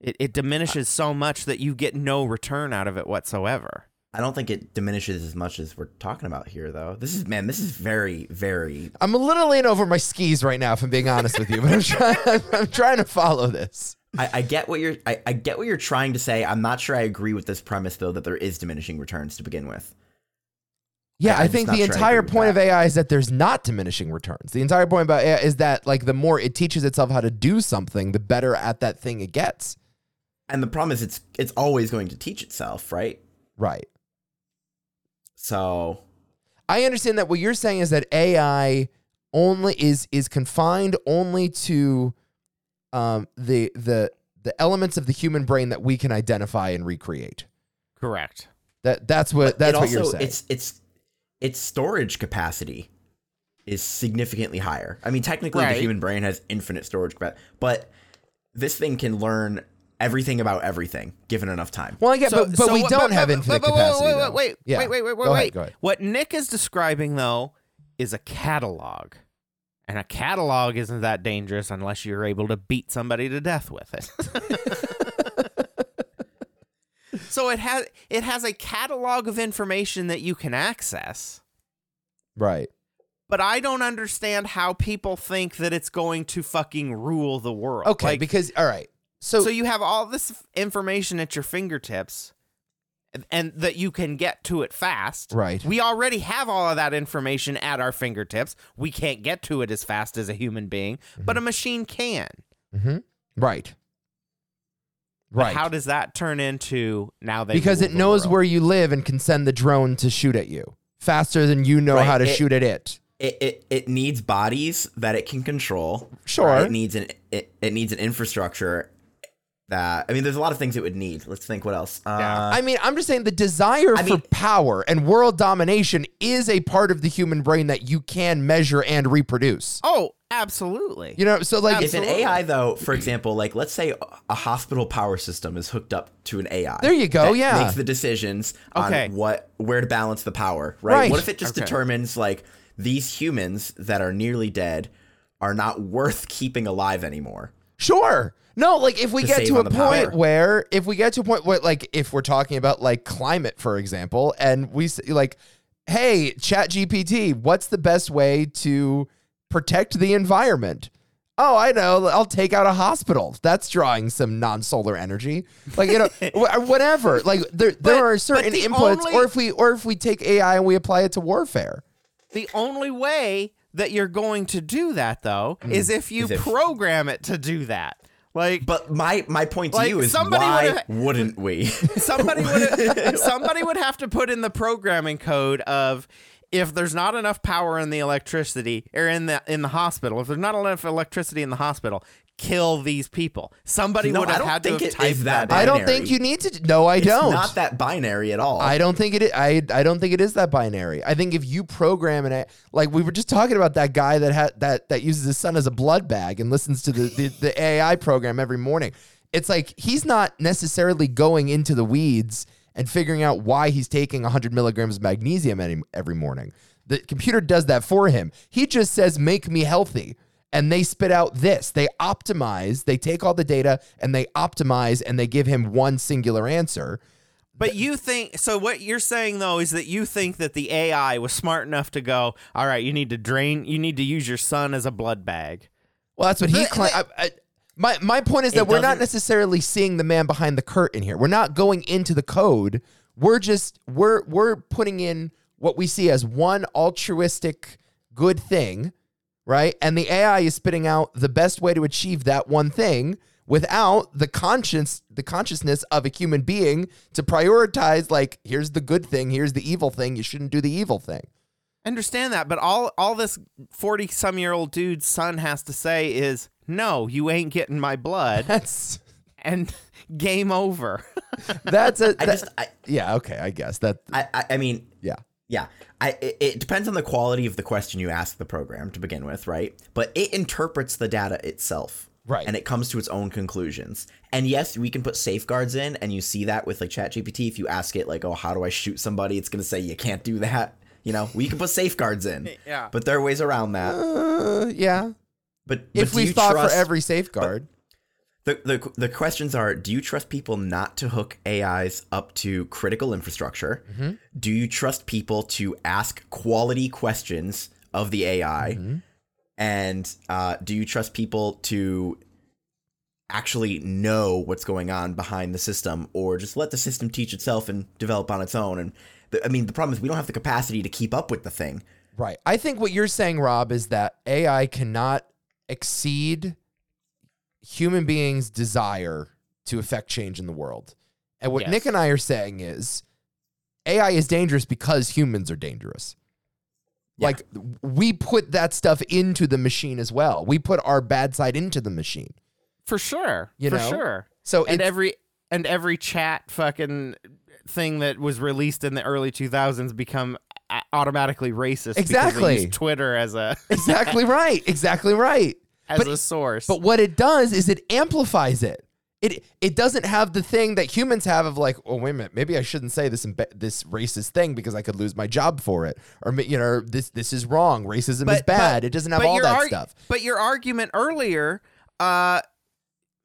[SPEAKER 2] It it diminishes so much that you get no return out of it whatsoever.
[SPEAKER 4] I don't think it diminishes as much as we're talking about here, though. This is man, this is very, very.
[SPEAKER 3] I'm a little lean over my skis right now, if I'm being honest with you, but I'm trying, *laughs* I'm trying to follow this.
[SPEAKER 4] I, I get what you're. I, I get what you're trying to say. I'm not sure I agree with this premise, though, that there is diminishing returns to begin with.
[SPEAKER 3] Yeah,
[SPEAKER 4] I-
[SPEAKER 3] I
[SPEAKER 4] I'm
[SPEAKER 3] think
[SPEAKER 4] just
[SPEAKER 3] the
[SPEAKER 4] not sure I
[SPEAKER 3] entire
[SPEAKER 4] agree with
[SPEAKER 3] point of
[SPEAKER 4] that.
[SPEAKER 3] AI is that there's not diminishing returns. The entire point about AI is that like the more it teaches itself how to do something, the better at that thing it gets.
[SPEAKER 4] And the problem is, it's it's always going to teach itself, right?
[SPEAKER 3] Right.
[SPEAKER 4] So
[SPEAKER 3] I understand that what you're saying is that AI only is is confined only to um, the the the elements of the human brain that we can identify and recreate.
[SPEAKER 2] Correct.
[SPEAKER 3] That that's what that's
[SPEAKER 4] it
[SPEAKER 3] what
[SPEAKER 4] also,
[SPEAKER 3] you're saying.
[SPEAKER 4] It's it's its storage capacity is significantly higher. I mean, technically,
[SPEAKER 2] Right.
[SPEAKER 4] the human brain has infinite storage capacity, but this thing can learn everything about everything given enough time.
[SPEAKER 3] well, I get,
[SPEAKER 2] So-
[SPEAKER 3] but, but
[SPEAKER 2] so
[SPEAKER 3] we
[SPEAKER 2] what-
[SPEAKER 3] don't have
[SPEAKER 2] but-
[SPEAKER 3] infinite
[SPEAKER 2] but- but-
[SPEAKER 3] capacity.
[SPEAKER 2] Wait,
[SPEAKER 3] though.
[SPEAKER 2] wait, wait,
[SPEAKER 3] Yeah.
[SPEAKER 2] wait, wait, wait, wait,
[SPEAKER 3] Go ahead,
[SPEAKER 2] wait.
[SPEAKER 3] go ahead.
[SPEAKER 2] What Nick is describing though is a catalog, and a catalog isn't that dangerous unless you're able to beat somebody to death with it. *laughs* so it has it has a catalog of information that you can access,
[SPEAKER 3] Right.
[SPEAKER 2] but I don't understand how people think that it's going to fucking rule the world.
[SPEAKER 3] Okay.
[SPEAKER 2] Like,
[SPEAKER 3] because all right. So,
[SPEAKER 2] so you have all this f- information at your fingertips and- and that you can get to it fast.
[SPEAKER 3] Right.
[SPEAKER 2] We already have all of that information at our fingertips. We can't get to it as fast as a human being, but
[SPEAKER 3] Mm-hmm.
[SPEAKER 2] a machine can.
[SPEAKER 3] Mhm. right.
[SPEAKER 2] But
[SPEAKER 3] Right.
[SPEAKER 2] How does that turn into now they
[SPEAKER 3] because
[SPEAKER 2] rule
[SPEAKER 3] it
[SPEAKER 2] the
[SPEAKER 3] knows
[SPEAKER 2] world?
[SPEAKER 3] where you live and can send the drone to shoot at you faster than you know
[SPEAKER 4] Right,
[SPEAKER 3] how to
[SPEAKER 4] it-
[SPEAKER 3] shoot at it.
[SPEAKER 4] it, it, it needs bodies that it can control.
[SPEAKER 3] Sure.
[SPEAKER 4] It needs an it, it needs an infrastructure that I mean there's a lot of things it would need. Let's think what else. Uh,
[SPEAKER 3] I mean, I'm just saying the desire
[SPEAKER 4] I
[SPEAKER 3] for
[SPEAKER 4] mean-
[SPEAKER 3] power and world domination is a part of the human brain that you can measure and reproduce.
[SPEAKER 2] Oh, absolutely.
[SPEAKER 3] You know, so like,
[SPEAKER 4] if an
[SPEAKER 2] Absolutely.
[SPEAKER 4] AI though, for example, like let's say a hospital power system is hooked up to an AI.
[SPEAKER 3] There you go,
[SPEAKER 4] that
[SPEAKER 3] yeah.
[SPEAKER 4] Makes the decisions
[SPEAKER 2] Okay.
[SPEAKER 4] on what where to balance the power, right?
[SPEAKER 3] Right.
[SPEAKER 4] What if it just
[SPEAKER 2] Okay.
[SPEAKER 4] determines like these humans that are nearly dead are not worth keeping alive anymore?
[SPEAKER 3] sure. No, like if we
[SPEAKER 4] To
[SPEAKER 3] get
[SPEAKER 4] save
[SPEAKER 3] to a
[SPEAKER 4] on the
[SPEAKER 3] point
[SPEAKER 4] power.
[SPEAKER 3] where, if we get to a point where, like, if we're talking about like climate, for example, and we s- like, hey, Chat GPT, what's the best way to protect the environment. Oh, I know. I'll take out a hospital. That's drawing some non-solar energy. Like you
[SPEAKER 4] *laughs*
[SPEAKER 3] know, wh- whatever. Like there, there
[SPEAKER 2] But-
[SPEAKER 3] are
[SPEAKER 2] but
[SPEAKER 3] certain
[SPEAKER 2] the
[SPEAKER 3] inputs,
[SPEAKER 2] only-
[SPEAKER 3] or if we, or if we take AI and we apply it to warfare.
[SPEAKER 2] The only way that you're going to do that though
[SPEAKER 3] Mm-hmm.
[SPEAKER 2] is if you
[SPEAKER 4] Is if-
[SPEAKER 2] program it to do that. Like
[SPEAKER 4] But my my point to
[SPEAKER 2] Like,
[SPEAKER 4] you is
[SPEAKER 2] somebody
[SPEAKER 4] why
[SPEAKER 2] would've-
[SPEAKER 4] wouldn't we?
[SPEAKER 2] somebody
[SPEAKER 4] *laughs*
[SPEAKER 2] would somebody would have to put in the programming code of if there's not enough power in the electricity or in the in the hospital, if there's not enough electricity in the hospital, kill these people. Somebody
[SPEAKER 4] No,
[SPEAKER 2] would
[SPEAKER 4] I
[SPEAKER 2] have
[SPEAKER 4] don't
[SPEAKER 2] had to
[SPEAKER 4] think
[SPEAKER 2] have
[SPEAKER 4] it
[SPEAKER 2] typed
[SPEAKER 4] is
[SPEAKER 2] that.
[SPEAKER 4] that
[SPEAKER 2] in.
[SPEAKER 3] I don't
[SPEAKER 4] Binary.
[SPEAKER 3] think you need to. No, I *laughs* don't.
[SPEAKER 4] It's not that binary at all.
[SPEAKER 3] I don't think it. I I don't think it is that binary. I think if you program and like we were just talking about that guy that had that that uses his son as a blood bag and listens to the, the the AI program every morning. It's like he's not necessarily going into the weeds and figuring out why he's taking 100 milligrams of magnesium any, every morning. The computer does that for him. He just says, "Make me healthy." And they spit out this. They optimize. They take all the data and they optimize and they give him one singular answer.
[SPEAKER 2] But you think so? What you're saying though is that you think that the AI was smart enough to go, all right, you need to drain, you need to use your son as a blood bag.
[SPEAKER 3] Well, that's what he
[SPEAKER 4] But-
[SPEAKER 3] claimed. My my point is that
[SPEAKER 4] It
[SPEAKER 3] we're not
[SPEAKER 4] doesn't-
[SPEAKER 3] necessarily seeing the man behind the curtain here. We're not going into the code. We're just we're we're putting in what we see as one altruistic good thing, right? And the AI is spitting out the best way to achieve that one thing without the conscience the consciousness of a human being to prioritize like here's the good thing, here's the evil thing, you shouldn't do the evil thing.
[SPEAKER 2] I understand that, but all all this forty some year old dude's son has to say is, no, you ain't getting my blood,
[SPEAKER 3] That's *laughs*
[SPEAKER 2] and game over.
[SPEAKER 3] that's a that-
[SPEAKER 4] I just I,
[SPEAKER 3] yeah, okay, I guess that
[SPEAKER 4] I I- I mean
[SPEAKER 3] yeah.
[SPEAKER 4] yeah. I it, it depends on the quality of the question you ask the program to begin with, right? But it interprets the data itself.
[SPEAKER 3] Right.
[SPEAKER 4] And it comes to its own conclusions. And yes, we can put safeguards in and you see that with like ChatGPT if you ask it like, "Oh, how do I shoot somebody?" it's going to say you can't do that. You know, we can put safeguards in.
[SPEAKER 2] Yeah.
[SPEAKER 4] But there are ways around that.
[SPEAKER 3] Uh, yeah.
[SPEAKER 4] But
[SPEAKER 3] If
[SPEAKER 4] but do
[SPEAKER 3] we
[SPEAKER 4] you
[SPEAKER 3] thought
[SPEAKER 4] trust-
[SPEAKER 3] for every safeguard,
[SPEAKER 4] The, the, the questions are do you trust people not to hook AIs up to critical infrastructure?
[SPEAKER 2] Mm-hmm.
[SPEAKER 4] Do you trust people to ask quality questions of the AI?
[SPEAKER 2] Mm-hmm.
[SPEAKER 4] And uh, do you trust people to actually know what's going on behind the system or just let the system teach itself and develop on its own? And the, I mean, the problem is we don't have the capacity to keep up with the thing.
[SPEAKER 3] right. I think what you're saying, Rob, is that AI cannot exceed human beings' desire to affect change in the world. And what
[SPEAKER 2] Yes.
[SPEAKER 3] Nick and I are saying is AI is dangerous because humans are dangerous.
[SPEAKER 4] Yeah.
[SPEAKER 3] Like we put that stuff into the machine as well. We put our bad side into the machine.
[SPEAKER 2] For sure.
[SPEAKER 3] You
[SPEAKER 2] for
[SPEAKER 3] know?
[SPEAKER 2] sure.
[SPEAKER 3] So
[SPEAKER 2] And
[SPEAKER 3] it's-
[SPEAKER 2] every and every chat fucking thing that was released in the early 2000s become a- automatically racist because
[SPEAKER 3] Exactly.
[SPEAKER 2] they use Twitter as a
[SPEAKER 3] *laughs* exactly right. Exactly right.
[SPEAKER 2] as
[SPEAKER 3] But-
[SPEAKER 2] a source.
[SPEAKER 3] But what it does is it amplifies it. It it doesn't have the thing that humans have of like, oh wait a minute, maybe I shouldn't say this embe- this racist thing because I could lose my job for it, or ma- you know, or this this is wrong, racism is bad. it doesn't have
[SPEAKER 2] but
[SPEAKER 3] all
[SPEAKER 2] your
[SPEAKER 3] that
[SPEAKER 2] arg-
[SPEAKER 3] stuff.
[SPEAKER 2] But your argument earlier uh,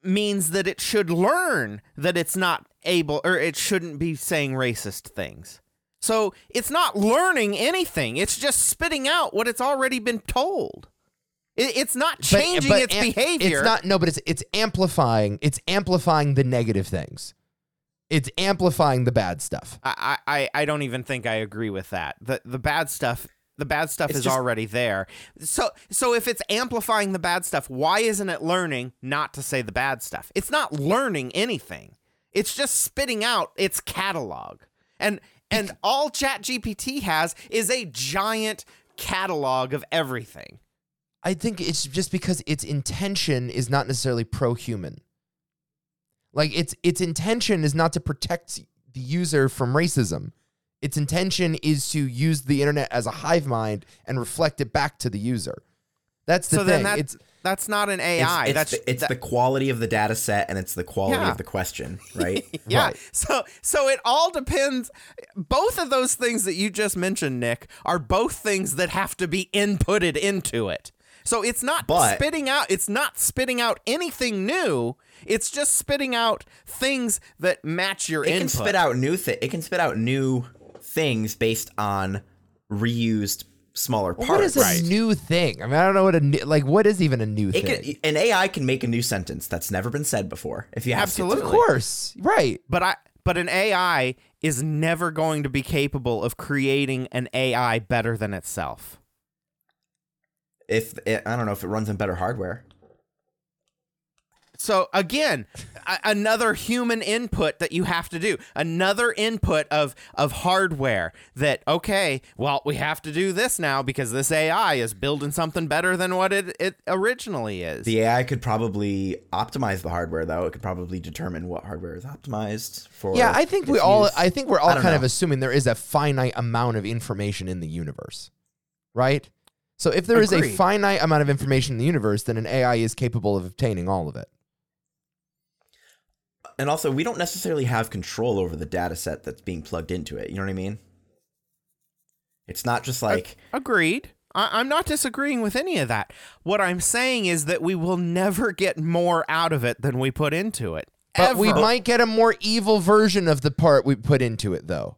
[SPEAKER 2] means that it should learn that it's not able or it shouldn't be saying racist things. So it's not learning anything. It's just spitting out what it's already been told. It, it's not
[SPEAKER 3] But-
[SPEAKER 2] changing
[SPEAKER 3] but
[SPEAKER 2] its
[SPEAKER 3] am-
[SPEAKER 2] behavior.
[SPEAKER 3] It's not no, but it's it's amplifying. It's amplifying the negative things. It's amplifying the bad stuff.
[SPEAKER 2] I, I, I don't even think I agree with that. The the bad stuff the bad stuff
[SPEAKER 4] It's
[SPEAKER 2] is
[SPEAKER 4] just-
[SPEAKER 2] already there. So so if it's amplifying the bad stuff, why isn't it learning not to say the bad stuff? It's not learning anything. It's just spitting out its catalog. And and all ChatGPT has is a giant catalog of everything.
[SPEAKER 3] I think it's just because its intention is not necessarily pro-human. Like its its intention is not to protect the user from racism. Its intention is to use the internet as a hive mind and reflect it back to the user. That's the
[SPEAKER 2] so
[SPEAKER 3] thing.
[SPEAKER 2] then that,
[SPEAKER 3] it's
[SPEAKER 2] that's not an
[SPEAKER 4] It's,
[SPEAKER 2] AI.
[SPEAKER 4] it's
[SPEAKER 2] that's
[SPEAKER 4] the, it's
[SPEAKER 2] that-
[SPEAKER 4] the quality of the data set and it's the quality
[SPEAKER 2] Yeah.
[SPEAKER 4] of the question,
[SPEAKER 2] *laughs*
[SPEAKER 4] right?
[SPEAKER 2] Yeah.
[SPEAKER 3] Right.
[SPEAKER 2] So so it all depends both of those things that you just mentioned Nick are both things that have to be inputted into it. So it's not
[SPEAKER 4] But-
[SPEAKER 2] spitting out it's not spitting out anything new. It's just spitting out things that match your
[SPEAKER 4] it
[SPEAKER 2] input.
[SPEAKER 4] can spit out new thi- it can spit out new things based on reused smaller
[SPEAKER 3] Well,
[SPEAKER 4] parts.
[SPEAKER 3] what is a
[SPEAKER 2] Right.
[SPEAKER 3] new thing? I mean, I don't know what a new, like. What is even a new
[SPEAKER 4] It
[SPEAKER 3] thing?
[SPEAKER 4] can, an AI can make a new sentence that's never been said before. If you have
[SPEAKER 2] Absolutely.
[SPEAKER 4] to,
[SPEAKER 3] of course, right?
[SPEAKER 2] But I but an AI is never going to be capable of creating an AI better than itself.
[SPEAKER 4] if eh, I don't know if it runs on better hardware.
[SPEAKER 2] So again, a- another human input that you have to do, another input of of hardware that okay, well we have to do this now because this AI is building something better than what it, it originally is.
[SPEAKER 4] The AI could probably optimize the hardware, though. It could probably determine what hardware is optimized for.
[SPEAKER 3] Yeah, I think we
[SPEAKER 4] its
[SPEAKER 3] all.
[SPEAKER 4] use.
[SPEAKER 3] I think we're all
[SPEAKER 4] don't
[SPEAKER 3] kind of
[SPEAKER 4] know.
[SPEAKER 3] assuming there is a finite amount of information in the universe, right? So if there is a
[SPEAKER 2] Agreed.
[SPEAKER 3] finite amount of information in the universe, then an AI is capable of obtaining all of it.
[SPEAKER 4] and also we don't necessarily have control over the data set that's being plugged into it. You know what I mean? It's not just like
[SPEAKER 2] Agreed. I, I'm not disagreeing with any of that. What I'm saying is that we will never get more out of it than we put into it.
[SPEAKER 3] But
[SPEAKER 2] Ever.
[SPEAKER 3] we might get a more evil version of the part we put into it, though.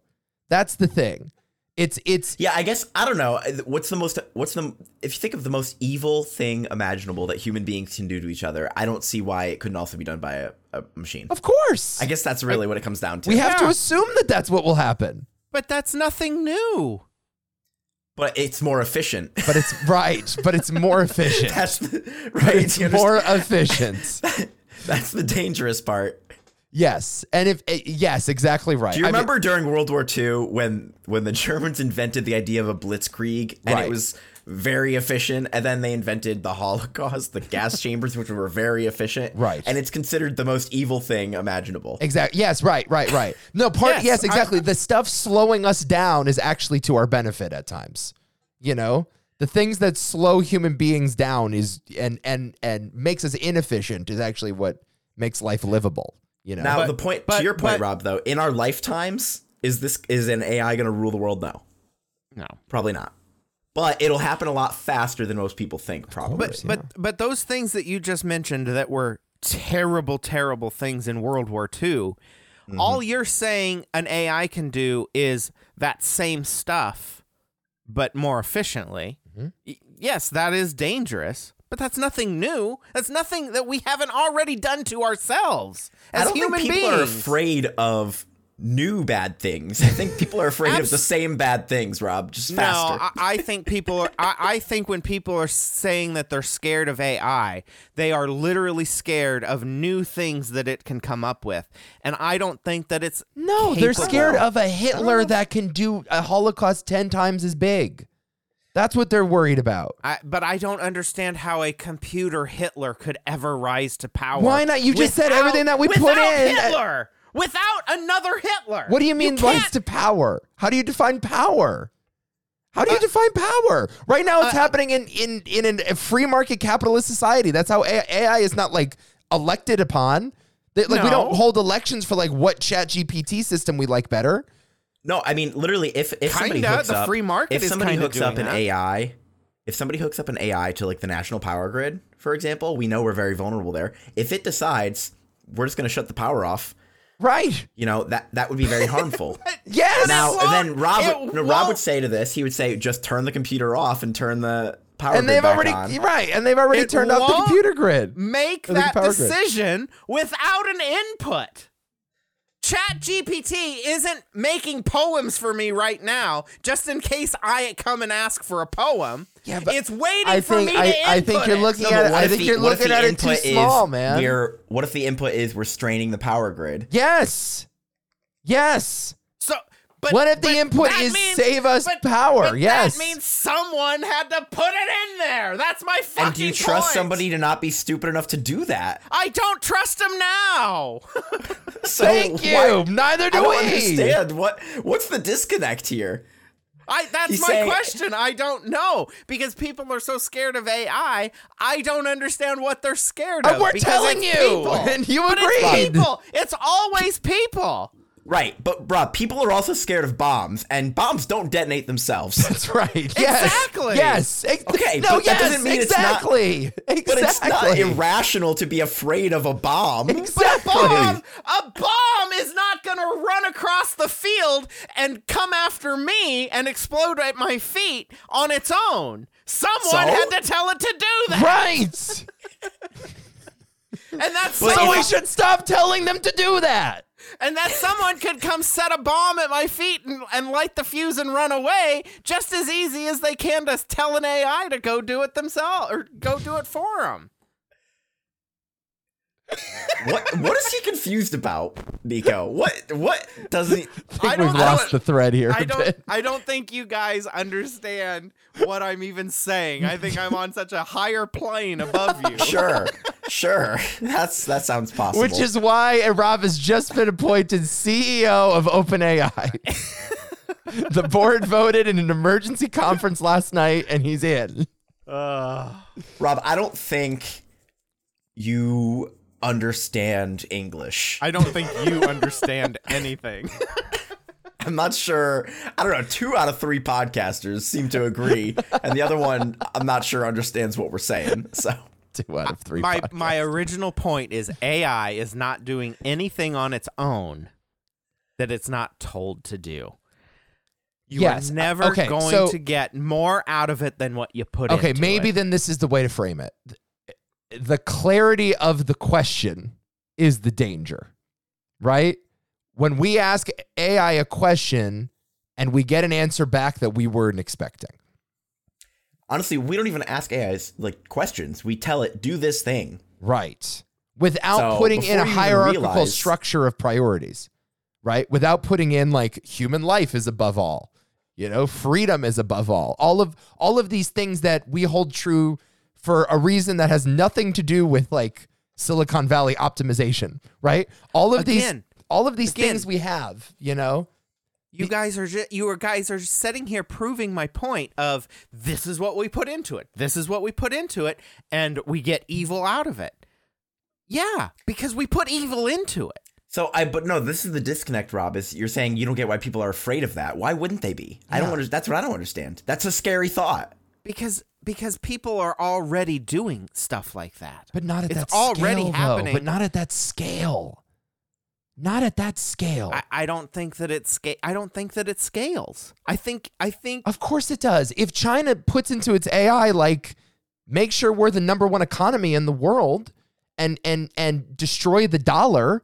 [SPEAKER 3] That's the thing. It's it's
[SPEAKER 4] yeah, I guess I don't know. Uh, What's the most what's the if you think of the most evil thing imaginable that human beings can do to each other, I don't see why it couldn't also be done by a, a machine.
[SPEAKER 3] of course.
[SPEAKER 4] I guess that's really what it comes down to.
[SPEAKER 3] we have to
[SPEAKER 2] Yeah.
[SPEAKER 3] assume that that's what will happen.
[SPEAKER 2] But that's nothing new.
[SPEAKER 4] but it's more efficient. *laughs*
[SPEAKER 3] But it's right. But it's more efficient.
[SPEAKER 4] that's the,
[SPEAKER 3] But
[SPEAKER 4] right.
[SPEAKER 3] it's
[SPEAKER 4] you understand?
[SPEAKER 3] more efficient.
[SPEAKER 4] *laughs* That's the dangerous part.
[SPEAKER 3] Yes, and if eh, yes, exactly right.
[SPEAKER 4] Do you
[SPEAKER 3] I mean-
[SPEAKER 4] remember during World War II when when the Germans invented the idea of a blitzkrieg and
[SPEAKER 3] Right.
[SPEAKER 4] it was very efficient, and then they invented the Holocaust,
[SPEAKER 3] *laughs*
[SPEAKER 4] the gas chambers, which were very efficient.
[SPEAKER 3] Right.
[SPEAKER 4] And it's considered the most evil thing imaginable.
[SPEAKER 3] Exactly. Yes. Right. Right. Right. No. Part. yes.
[SPEAKER 2] Yes, I-
[SPEAKER 3] exactly. the stuff slowing us down is actually to our benefit at times. You know, the things that slow human beings down is and and and makes us inefficient is actually what makes life livable. You know.
[SPEAKER 4] Now
[SPEAKER 2] But-
[SPEAKER 4] the point
[SPEAKER 2] but-
[SPEAKER 4] to your point,
[SPEAKER 2] but-
[SPEAKER 4] Rob, though, in our lifetimes, is this is an AI gonna rule the world? No.
[SPEAKER 2] No.
[SPEAKER 4] Probably not. But it'll happen a lot faster than most people think, probably.
[SPEAKER 3] course,
[SPEAKER 2] But but but those things that you just mentioned that were terrible, terrible things in World War II,
[SPEAKER 4] Mm-hmm.
[SPEAKER 2] all you're saying an AI can do is that same stuff, but more efficiently.
[SPEAKER 4] Mm-hmm.
[SPEAKER 2] Y- Yes, that is dangerous, but that's nothing new. That's nothing that we haven't already done to ourselves
[SPEAKER 4] I
[SPEAKER 2] as
[SPEAKER 4] don't
[SPEAKER 2] human
[SPEAKER 4] think people
[SPEAKER 2] beings.
[SPEAKER 4] are afraid of new bad things. I think people are afraid of the
[SPEAKER 2] Abs-
[SPEAKER 4] same bad things, Rob, just faster.
[SPEAKER 2] No, I, I think people are. I, I think when people are saying that they're scared of AI, they are literally scared of new things that it can come up with. And I don't think that it's.
[SPEAKER 3] no, they're
[SPEAKER 2] capable. Oh.
[SPEAKER 3] scared of a Hitler that can do a Holocaust ten times as big. That's what they're worried about.
[SPEAKER 2] I, but I don't understand how a computer Hitler could ever rise to power.
[SPEAKER 3] Why not? You just said
[SPEAKER 2] without-
[SPEAKER 3] everything that we put
[SPEAKER 2] without
[SPEAKER 3] in.
[SPEAKER 2] Hitler, without another Hitler.
[SPEAKER 3] What do you mean
[SPEAKER 2] can't-
[SPEAKER 3] rise to power? How do you define power? How
[SPEAKER 2] Uh,
[SPEAKER 3] do you define power? Right now, it's happening in in in an- a free market capitalist society. That's how AI, AI is not like elected upon. They- like we don't
[SPEAKER 2] No.
[SPEAKER 3] hold elections for like what Chat GPT system we like better.
[SPEAKER 4] No, I mean literally, if if somebody
[SPEAKER 2] Kinda,
[SPEAKER 4] hooks
[SPEAKER 2] the
[SPEAKER 4] up,
[SPEAKER 2] free market
[SPEAKER 4] if
[SPEAKER 2] is
[SPEAKER 4] somebody
[SPEAKER 2] kinda
[SPEAKER 4] hooks up
[SPEAKER 2] doing
[SPEAKER 4] an
[SPEAKER 2] that.
[SPEAKER 4] AI, if somebody hooks up an AI to like the national power grid, for example, we know we're very vulnerable there. If it decides we're just going to shut the power off,
[SPEAKER 3] Right?
[SPEAKER 4] you know that that would be very
[SPEAKER 3] *laughs*
[SPEAKER 4] harmful.
[SPEAKER 3] Yes.
[SPEAKER 4] now
[SPEAKER 2] won't.
[SPEAKER 4] then, Rob,
[SPEAKER 2] It
[SPEAKER 4] would- no, Rob
[SPEAKER 2] won't.
[SPEAKER 4] would say to this, he would say, just turn the computer off and turn the power
[SPEAKER 3] and
[SPEAKER 4] grid
[SPEAKER 3] they've
[SPEAKER 4] back
[SPEAKER 3] already
[SPEAKER 4] on.
[SPEAKER 3] right, and they've already
[SPEAKER 2] It
[SPEAKER 3] turned off the
[SPEAKER 2] won't-
[SPEAKER 3] computer grid.
[SPEAKER 2] make
[SPEAKER 3] Or the
[SPEAKER 2] that
[SPEAKER 3] power grid.
[SPEAKER 2] decision without an input. Chat GPT isn't making poems for me right now, just in case I come and ask for a poem.
[SPEAKER 3] Yeah, but
[SPEAKER 2] it's waiting
[SPEAKER 3] I
[SPEAKER 2] for
[SPEAKER 3] think
[SPEAKER 2] me to
[SPEAKER 3] I, I
[SPEAKER 2] input
[SPEAKER 3] think you're
[SPEAKER 2] it.
[SPEAKER 3] looking
[SPEAKER 4] No,
[SPEAKER 3] at
[SPEAKER 4] but
[SPEAKER 3] it.
[SPEAKER 4] what
[SPEAKER 3] I
[SPEAKER 4] if
[SPEAKER 3] think
[SPEAKER 4] the-
[SPEAKER 3] you're
[SPEAKER 4] what if
[SPEAKER 3] looking
[SPEAKER 4] the
[SPEAKER 3] at it too
[SPEAKER 4] input is
[SPEAKER 3] small, man.
[SPEAKER 4] We're what if the input is we're straining the power grid?
[SPEAKER 3] Yes. Yes.
[SPEAKER 2] So, but
[SPEAKER 3] What if the
[SPEAKER 2] but
[SPEAKER 3] input
[SPEAKER 2] that
[SPEAKER 3] is
[SPEAKER 2] means-
[SPEAKER 3] save us
[SPEAKER 2] but-
[SPEAKER 3] power?
[SPEAKER 2] But
[SPEAKER 3] Yes.
[SPEAKER 2] that means someone had to put it in there. That's my fucking.
[SPEAKER 4] And do you trust
[SPEAKER 2] point.
[SPEAKER 4] somebody to not be stupid enough to do that?
[SPEAKER 2] I don't trust him now. *laughs*
[SPEAKER 4] So
[SPEAKER 3] Thank you.
[SPEAKER 4] why-
[SPEAKER 3] Neither do
[SPEAKER 4] I
[SPEAKER 3] we.
[SPEAKER 4] don't understand what what's the disconnect here.
[SPEAKER 2] I that's
[SPEAKER 4] He's
[SPEAKER 2] my
[SPEAKER 4] saying-
[SPEAKER 2] question. I don't know because people are so scared of AI. I don't understand what they're scared
[SPEAKER 3] And
[SPEAKER 2] of.
[SPEAKER 3] Oh, we're
[SPEAKER 2] because
[SPEAKER 3] telling
[SPEAKER 2] it's
[SPEAKER 3] *laughs* you,
[SPEAKER 2] people.
[SPEAKER 3] and you
[SPEAKER 2] but
[SPEAKER 3] agreed.
[SPEAKER 2] It's people. It's always people.
[SPEAKER 4] Right, but bruh, people are also scared of bombs, and bombs don't detonate themselves. *laughs*
[SPEAKER 3] That's right. Yes.
[SPEAKER 2] Exactly.
[SPEAKER 3] Yes. Ex-
[SPEAKER 4] Okay,
[SPEAKER 3] No. yes.
[SPEAKER 4] but that doesn't mean it's not-
[SPEAKER 3] exactly. Exactly.
[SPEAKER 4] But it's not irrational to be afraid of a bomb.
[SPEAKER 2] But a
[SPEAKER 3] Exactly.
[SPEAKER 2] bomb, a bomb is not going to run across the field and come after me and explode at my feet on its own. Someone
[SPEAKER 4] So?
[SPEAKER 2] had to tell it to do that,
[SPEAKER 3] Right.
[SPEAKER 2] and that
[SPEAKER 3] so we
[SPEAKER 2] someone,
[SPEAKER 3] should stop telling them to do that.
[SPEAKER 2] and that someone could come set a bomb at my feet and, and light the fuse and run away just as easy as they can to tell an AI to go do it themselves or go do it for *laughs* them.
[SPEAKER 4] What what is he confused about, Nico? What what doesn't
[SPEAKER 3] I think
[SPEAKER 2] I
[SPEAKER 3] we've
[SPEAKER 2] don't- I
[SPEAKER 3] lost the
[SPEAKER 2] don't-
[SPEAKER 3] thread here.
[SPEAKER 2] I
[SPEAKER 3] a
[SPEAKER 2] don't.
[SPEAKER 3] bit.
[SPEAKER 2] I don't think you guys understand what I'm even saying. I think I'm on such a higher plane above you.
[SPEAKER 4] Sure. Sure. That's that sounds possible.
[SPEAKER 3] Which is why Rob has just been appointed CEO of OpenAI. *laughs* the board voted in an emergency conference last night, and he's in.
[SPEAKER 4] Rob, I don't think you understand English.
[SPEAKER 2] *laughs* I don't think you understand anything.
[SPEAKER 4] I'm not sure. I don't know. Two out of three podcasters seem to agree, and the other one I'm not sure understands what we're saying. So
[SPEAKER 3] Two out of three.
[SPEAKER 2] My
[SPEAKER 3] podcasts.
[SPEAKER 2] my original point is AI is not doing anything on its own that it's not told to do. You
[SPEAKER 3] Yes,
[SPEAKER 2] are
[SPEAKER 3] uh,
[SPEAKER 2] never
[SPEAKER 3] okay,
[SPEAKER 2] going
[SPEAKER 3] so-
[SPEAKER 2] to get more out of it than what you put
[SPEAKER 3] okay,
[SPEAKER 2] into
[SPEAKER 3] maybe
[SPEAKER 2] it.
[SPEAKER 3] then this is the way to frame it. The clarity of the question is the danger, right? When we ask AI a question and we get an answer back that we weren't expecting.
[SPEAKER 4] honestly, we don't even ask AIs like questions. We tell it do this thing.
[SPEAKER 3] Right. Without
[SPEAKER 4] So,
[SPEAKER 3] putting in a
[SPEAKER 4] before you even
[SPEAKER 3] hierarchical
[SPEAKER 4] realize-
[SPEAKER 3] structure of priorities, right? Without putting in like human life is above all, you know, freedom is above all. All of all of these things that we hold true for a reason that has nothing to do with like Silicon Valley optimization, right? All of
[SPEAKER 2] Again.
[SPEAKER 3] these all of these
[SPEAKER 2] Again.
[SPEAKER 3] things we have, you know.
[SPEAKER 2] You guys are just, you are guys are sitting here proving my point of this is what we put into it. This is what we put into it and we get evil out of it. Yeah, because we put evil into it.
[SPEAKER 4] So I, but no, this is the disconnect, Rob. Is you're saying you don't get why people are afraid of that? Why wouldn't they be? I don't.
[SPEAKER 3] Yeah.
[SPEAKER 4] Under, that's what I don't understand. That's a scary thought.
[SPEAKER 2] Because because people are already doing stuff like that.
[SPEAKER 3] But not at
[SPEAKER 2] It's
[SPEAKER 3] that
[SPEAKER 2] already
[SPEAKER 3] scale, though.
[SPEAKER 2] happening.
[SPEAKER 3] But not at that scale. Not at that scale.
[SPEAKER 2] I, I don't think that it sca- I don't think that it scales. I think I think
[SPEAKER 3] Of course it does. If China puts into its AI like make sure we're the number one economy in the world and and and destroy the dollar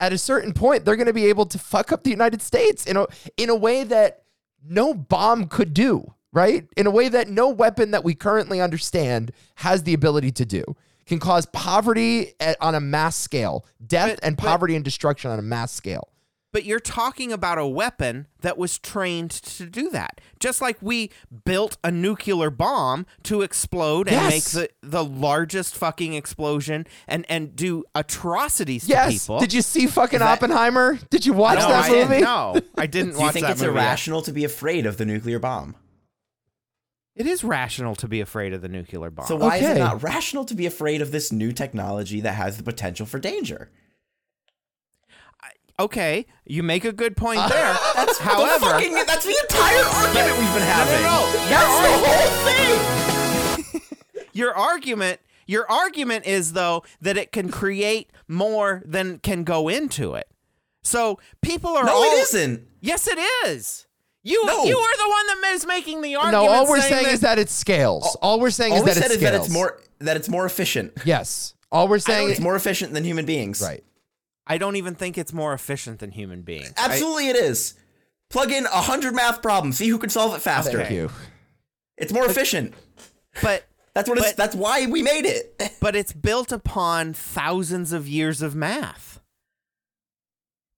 [SPEAKER 3] at a certain point they're going to be able to fuck up the United States in a in a way that no bomb could do, right? In a way that no weapon that we currently understand has the ability to do. Can cause poverty at, on a mass scale, death
[SPEAKER 2] But-
[SPEAKER 3] and
[SPEAKER 2] but-
[SPEAKER 3] poverty and destruction on a mass scale.
[SPEAKER 2] But you're talking about a weapon that was trained to do that. Just like we built a nuclear bomb to explode and
[SPEAKER 3] Yes.
[SPEAKER 2] make the, the largest fucking explosion and, and do atrocities to
[SPEAKER 3] Yes.
[SPEAKER 2] people.
[SPEAKER 3] Did you see fucking Oppenheimer? Did you watch
[SPEAKER 2] no,
[SPEAKER 3] that
[SPEAKER 2] I
[SPEAKER 3] movie?
[SPEAKER 2] Didn't, no, I didn't
[SPEAKER 4] *laughs* Do you
[SPEAKER 2] watch
[SPEAKER 4] think
[SPEAKER 2] that
[SPEAKER 4] it's
[SPEAKER 2] movie.
[SPEAKER 4] irrational to be afraid of the nuclear bomb?
[SPEAKER 2] It is rational to be afraid of the nuclear bomb.
[SPEAKER 4] So why is
[SPEAKER 3] Okay.
[SPEAKER 4] it not rational to be afraid of this new technology that has the potential for danger?
[SPEAKER 2] okay, you make a good
[SPEAKER 4] *laughs*
[SPEAKER 2] point there. That's
[SPEAKER 4] The
[SPEAKER 2] however.
[SPEAKER 4] fucking- that's the entire argument we've been having.
[SPEAKER 2] no, no.
[SPEAKER 4] That's the whole thing.
[SPEAKER 2] *laughs* your argument your argument is though that it can create more than can go into it so people are
[SPEAKER 4] No,
[SPEAKER 2] all
[SPEAKER 4] it isn't.
[SPEAKER 2] yes it is you
[SPEAKER 4] No.
[SPEAKER 2] you are the one that is making the argument
[SPEAKER 3] No, all we're saying,
[SPEAKER 2] is
[SPEAKER 3] is that it scales. All we're saying
[SPEAKER 4] All
[SPEAKER 3] is
[SPEAKER 4] we
[SPEAKER 3] that it
[SPEAKER 4] said
[SPEAKER 3] scales.
[SPEAKER 4] is that it's more that it's more efficient.
[SPEAKER 3] Yes. All we're saying
[SPEAKER 4] It's more efficient than human beings.
[SPEAKER 3] right.
[SPEAKER 2] i don't even think it's more efficient than human beings I-
[SPEAKER 4] Absolutely, it is. Plug in a hundred math problems. See who can solve it faster.
[SPEAKER 3] Thank you.
[SPEAKER 4] It's more efficient.
[SPEAKER 2] but
[SPEAKER 4] That's what. It's,
[SPEAKER 2] But-
[SPEAKER 4] that's why we made it. *laughs*
[SPEAKER 2] but it's built upon thousands of years of math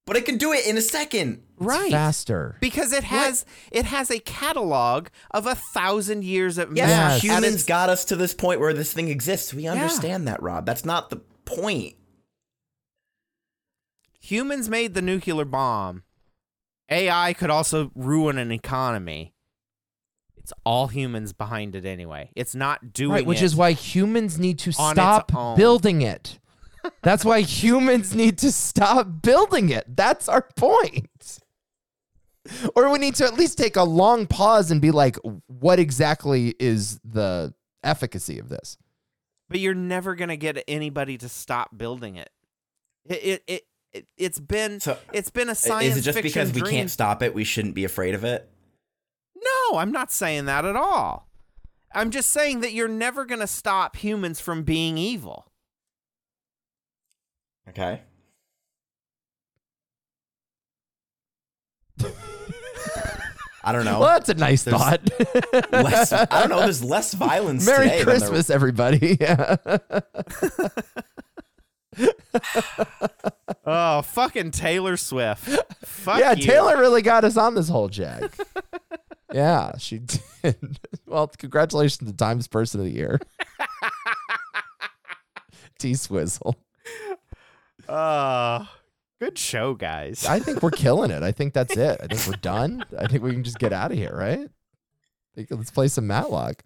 [SPEAKER 4] But it can do it in a second.
[SPEAKER 2] right
[SPEAKER 3] Faster.
[SPEAKER 2] because it has it has a catalog of a thousand years of
[SPEAKER 4] Yes,
[SPEAKER 2] math
[SPEAKER 3] Yes.
[SPEAKER 2] and
[SPEAKER 4] humans
[SPEAKER 2] it's-
[SPEAKER 4] got us to this point where this thing exists. We understand that, Rob. That's not the point.
[SPEAKER 2] humans made the nuclear bomb. AI could also ruin an economy. It's all humans behind it anyway. It's not doing
[SPEAKER 3] Right, which
[SPEAKER 2] it.
[SPEAKER 3] is why humans need to
[SPEAKER 2] on its
[SPEAKER 3] stop
[SPEAKER 2] own.
[SPEAKER 3] building it. That's why humans need to stop building it. That's our point. Or we need to at least take a long pause and be like, what exactly is the efficacy of this?
[SPEAKER 2] But you're never gonna get anybody to stop building it. It it it, it has been
[SPEAKER 4] So,
[SPEAKER 2] it's been a
[SPEAKER 4] i-
[SPEAKER 2] science
[SPEAKER 4] is it just
[SPEAKER 2] fiction
[SPEAKER 4] because we
[SPEAKER 2] dream.
[SPEAKER 4] can't stop it? We shouldn't be afraid of it.
[SPEAKER 2] No, I'm not saying that at all. I'm just saying that you're never gonna stop humans from being evil. *laughs*
[SPEAKER 4] Okay. I don't know.
[SPEAKER 3] Well, that's a nice
[SPEAKER 4] There's-
[SPEAKER 3] thought.
[SPEAKER 4] *laughs* Less, I don't know. There's less violence.
[SPEAKER 3] Merry
[SPEAKER 4] today than there-
[SPEAKER 3] Christmas, everybody. *laughs* Yeah.
[SPEAKER 2] Oh, fucking Taylor Swift. Fuck
[SPEAKER 3] yeah,
[SPEAKER 2] you.
[SPEAKER 3] Taylor really got us on this
[SPEAKER 2] *laughs*
[SPEAKER 3] whole jag. yeah, she did. *laughs* Well, congratulations to Times Person of
[SPEAKER 2] *laughs*
[SPEAKER 3] the Year. T Swizzle.
[SPEAKER 2] Uh, good show, guys.
[SPEAKER 3] I think we're killing it. I think that's it. I think we're done. I think we can just get out of here, right? Think- Let's play some Matlock.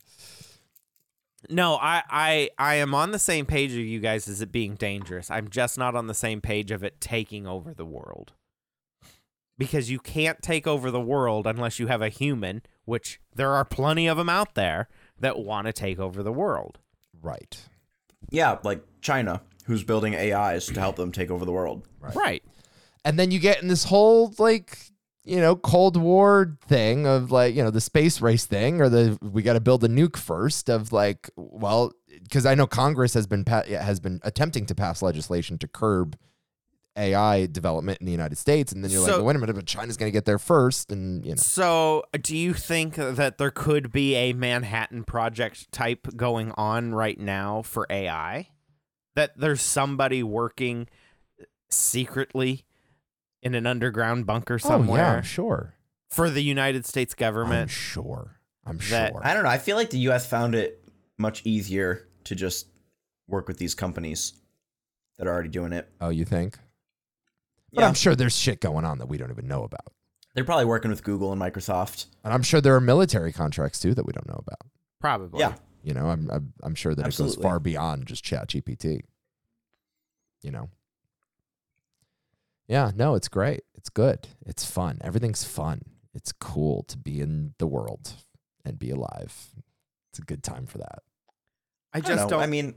[SPEAKER 2] No, I, I I am on the same page of you guys as it being dangerous. I'm just not on the same page of it taking over the world. Because you can't take over the world unless you have a human, which there are plenty of them out there that want to take over the world.
[SPEAKER 3] Right.
[SPEAKER 4] Yeah, like China, who's building AIs to help them take over the world.
[SPEAKER 3] Right.
[SPEAKER 2] Right.
[SPEAKER 3] And then you get in this whole like you know Cold War thing of like you know the space race thing or the we got to build a nuke first of like well because I know Congress has been pa- yeah, has been attempting to pass legislation to curb AI development in the United States and then you're like
[SPEAKER 2] So-
[SPEAKER 3] well, wait a minute but China's going to get there first and you know
[SPEAKER 2] So, do you think that there could be a Manhattan Project type going on right now for AI? That there's somebody working secretly in an underground bunker
[SPEAKER 3] oh yeah
[SPEAKER 2] somewhere
[SPEAKER 3] I'm sure
[SPEAKER 2] for the United States
[SPEAKER 3] I'm
[SPEAKER 2] government?
[SPEAKER 3] sure I'm
[SPEAKER 2] that-
[SPEAKER 3] sure
[SPEAKER 4] I don't know. I feel like the U.S. found it much easier to just work with these companies that are already doing it.
[SPEAKER 3] oh you think but
[SPEAKER 4] Yeah,
[SPEAKER 3] I'm sure there's shit going on that we don't even know about
[SPEAKER 4] they're probably working with Google and Microsoft.
[SPEAKER 3] and I'm sure there are military contracts too that we don't know about.
[SPEAKER 2] Probably.
[SPEAKER 4] Yeah,
[SPEAKER 3] You know, I'm I'm, I'm sure that it goes
[SPEAKER 4] Absolutely.
[SPEAKER 3] far beyond just Chat GPT. You know. Yeah, no, it's great. It's good. It's fun. Everything's fun. It's cool to be in the world and be alive. It's a good time for that.
[SPEAKER 2] I
[SPEAKER 4] I
[SPEAKER 2] just don't.
[SPEAKER 4] know. I mean,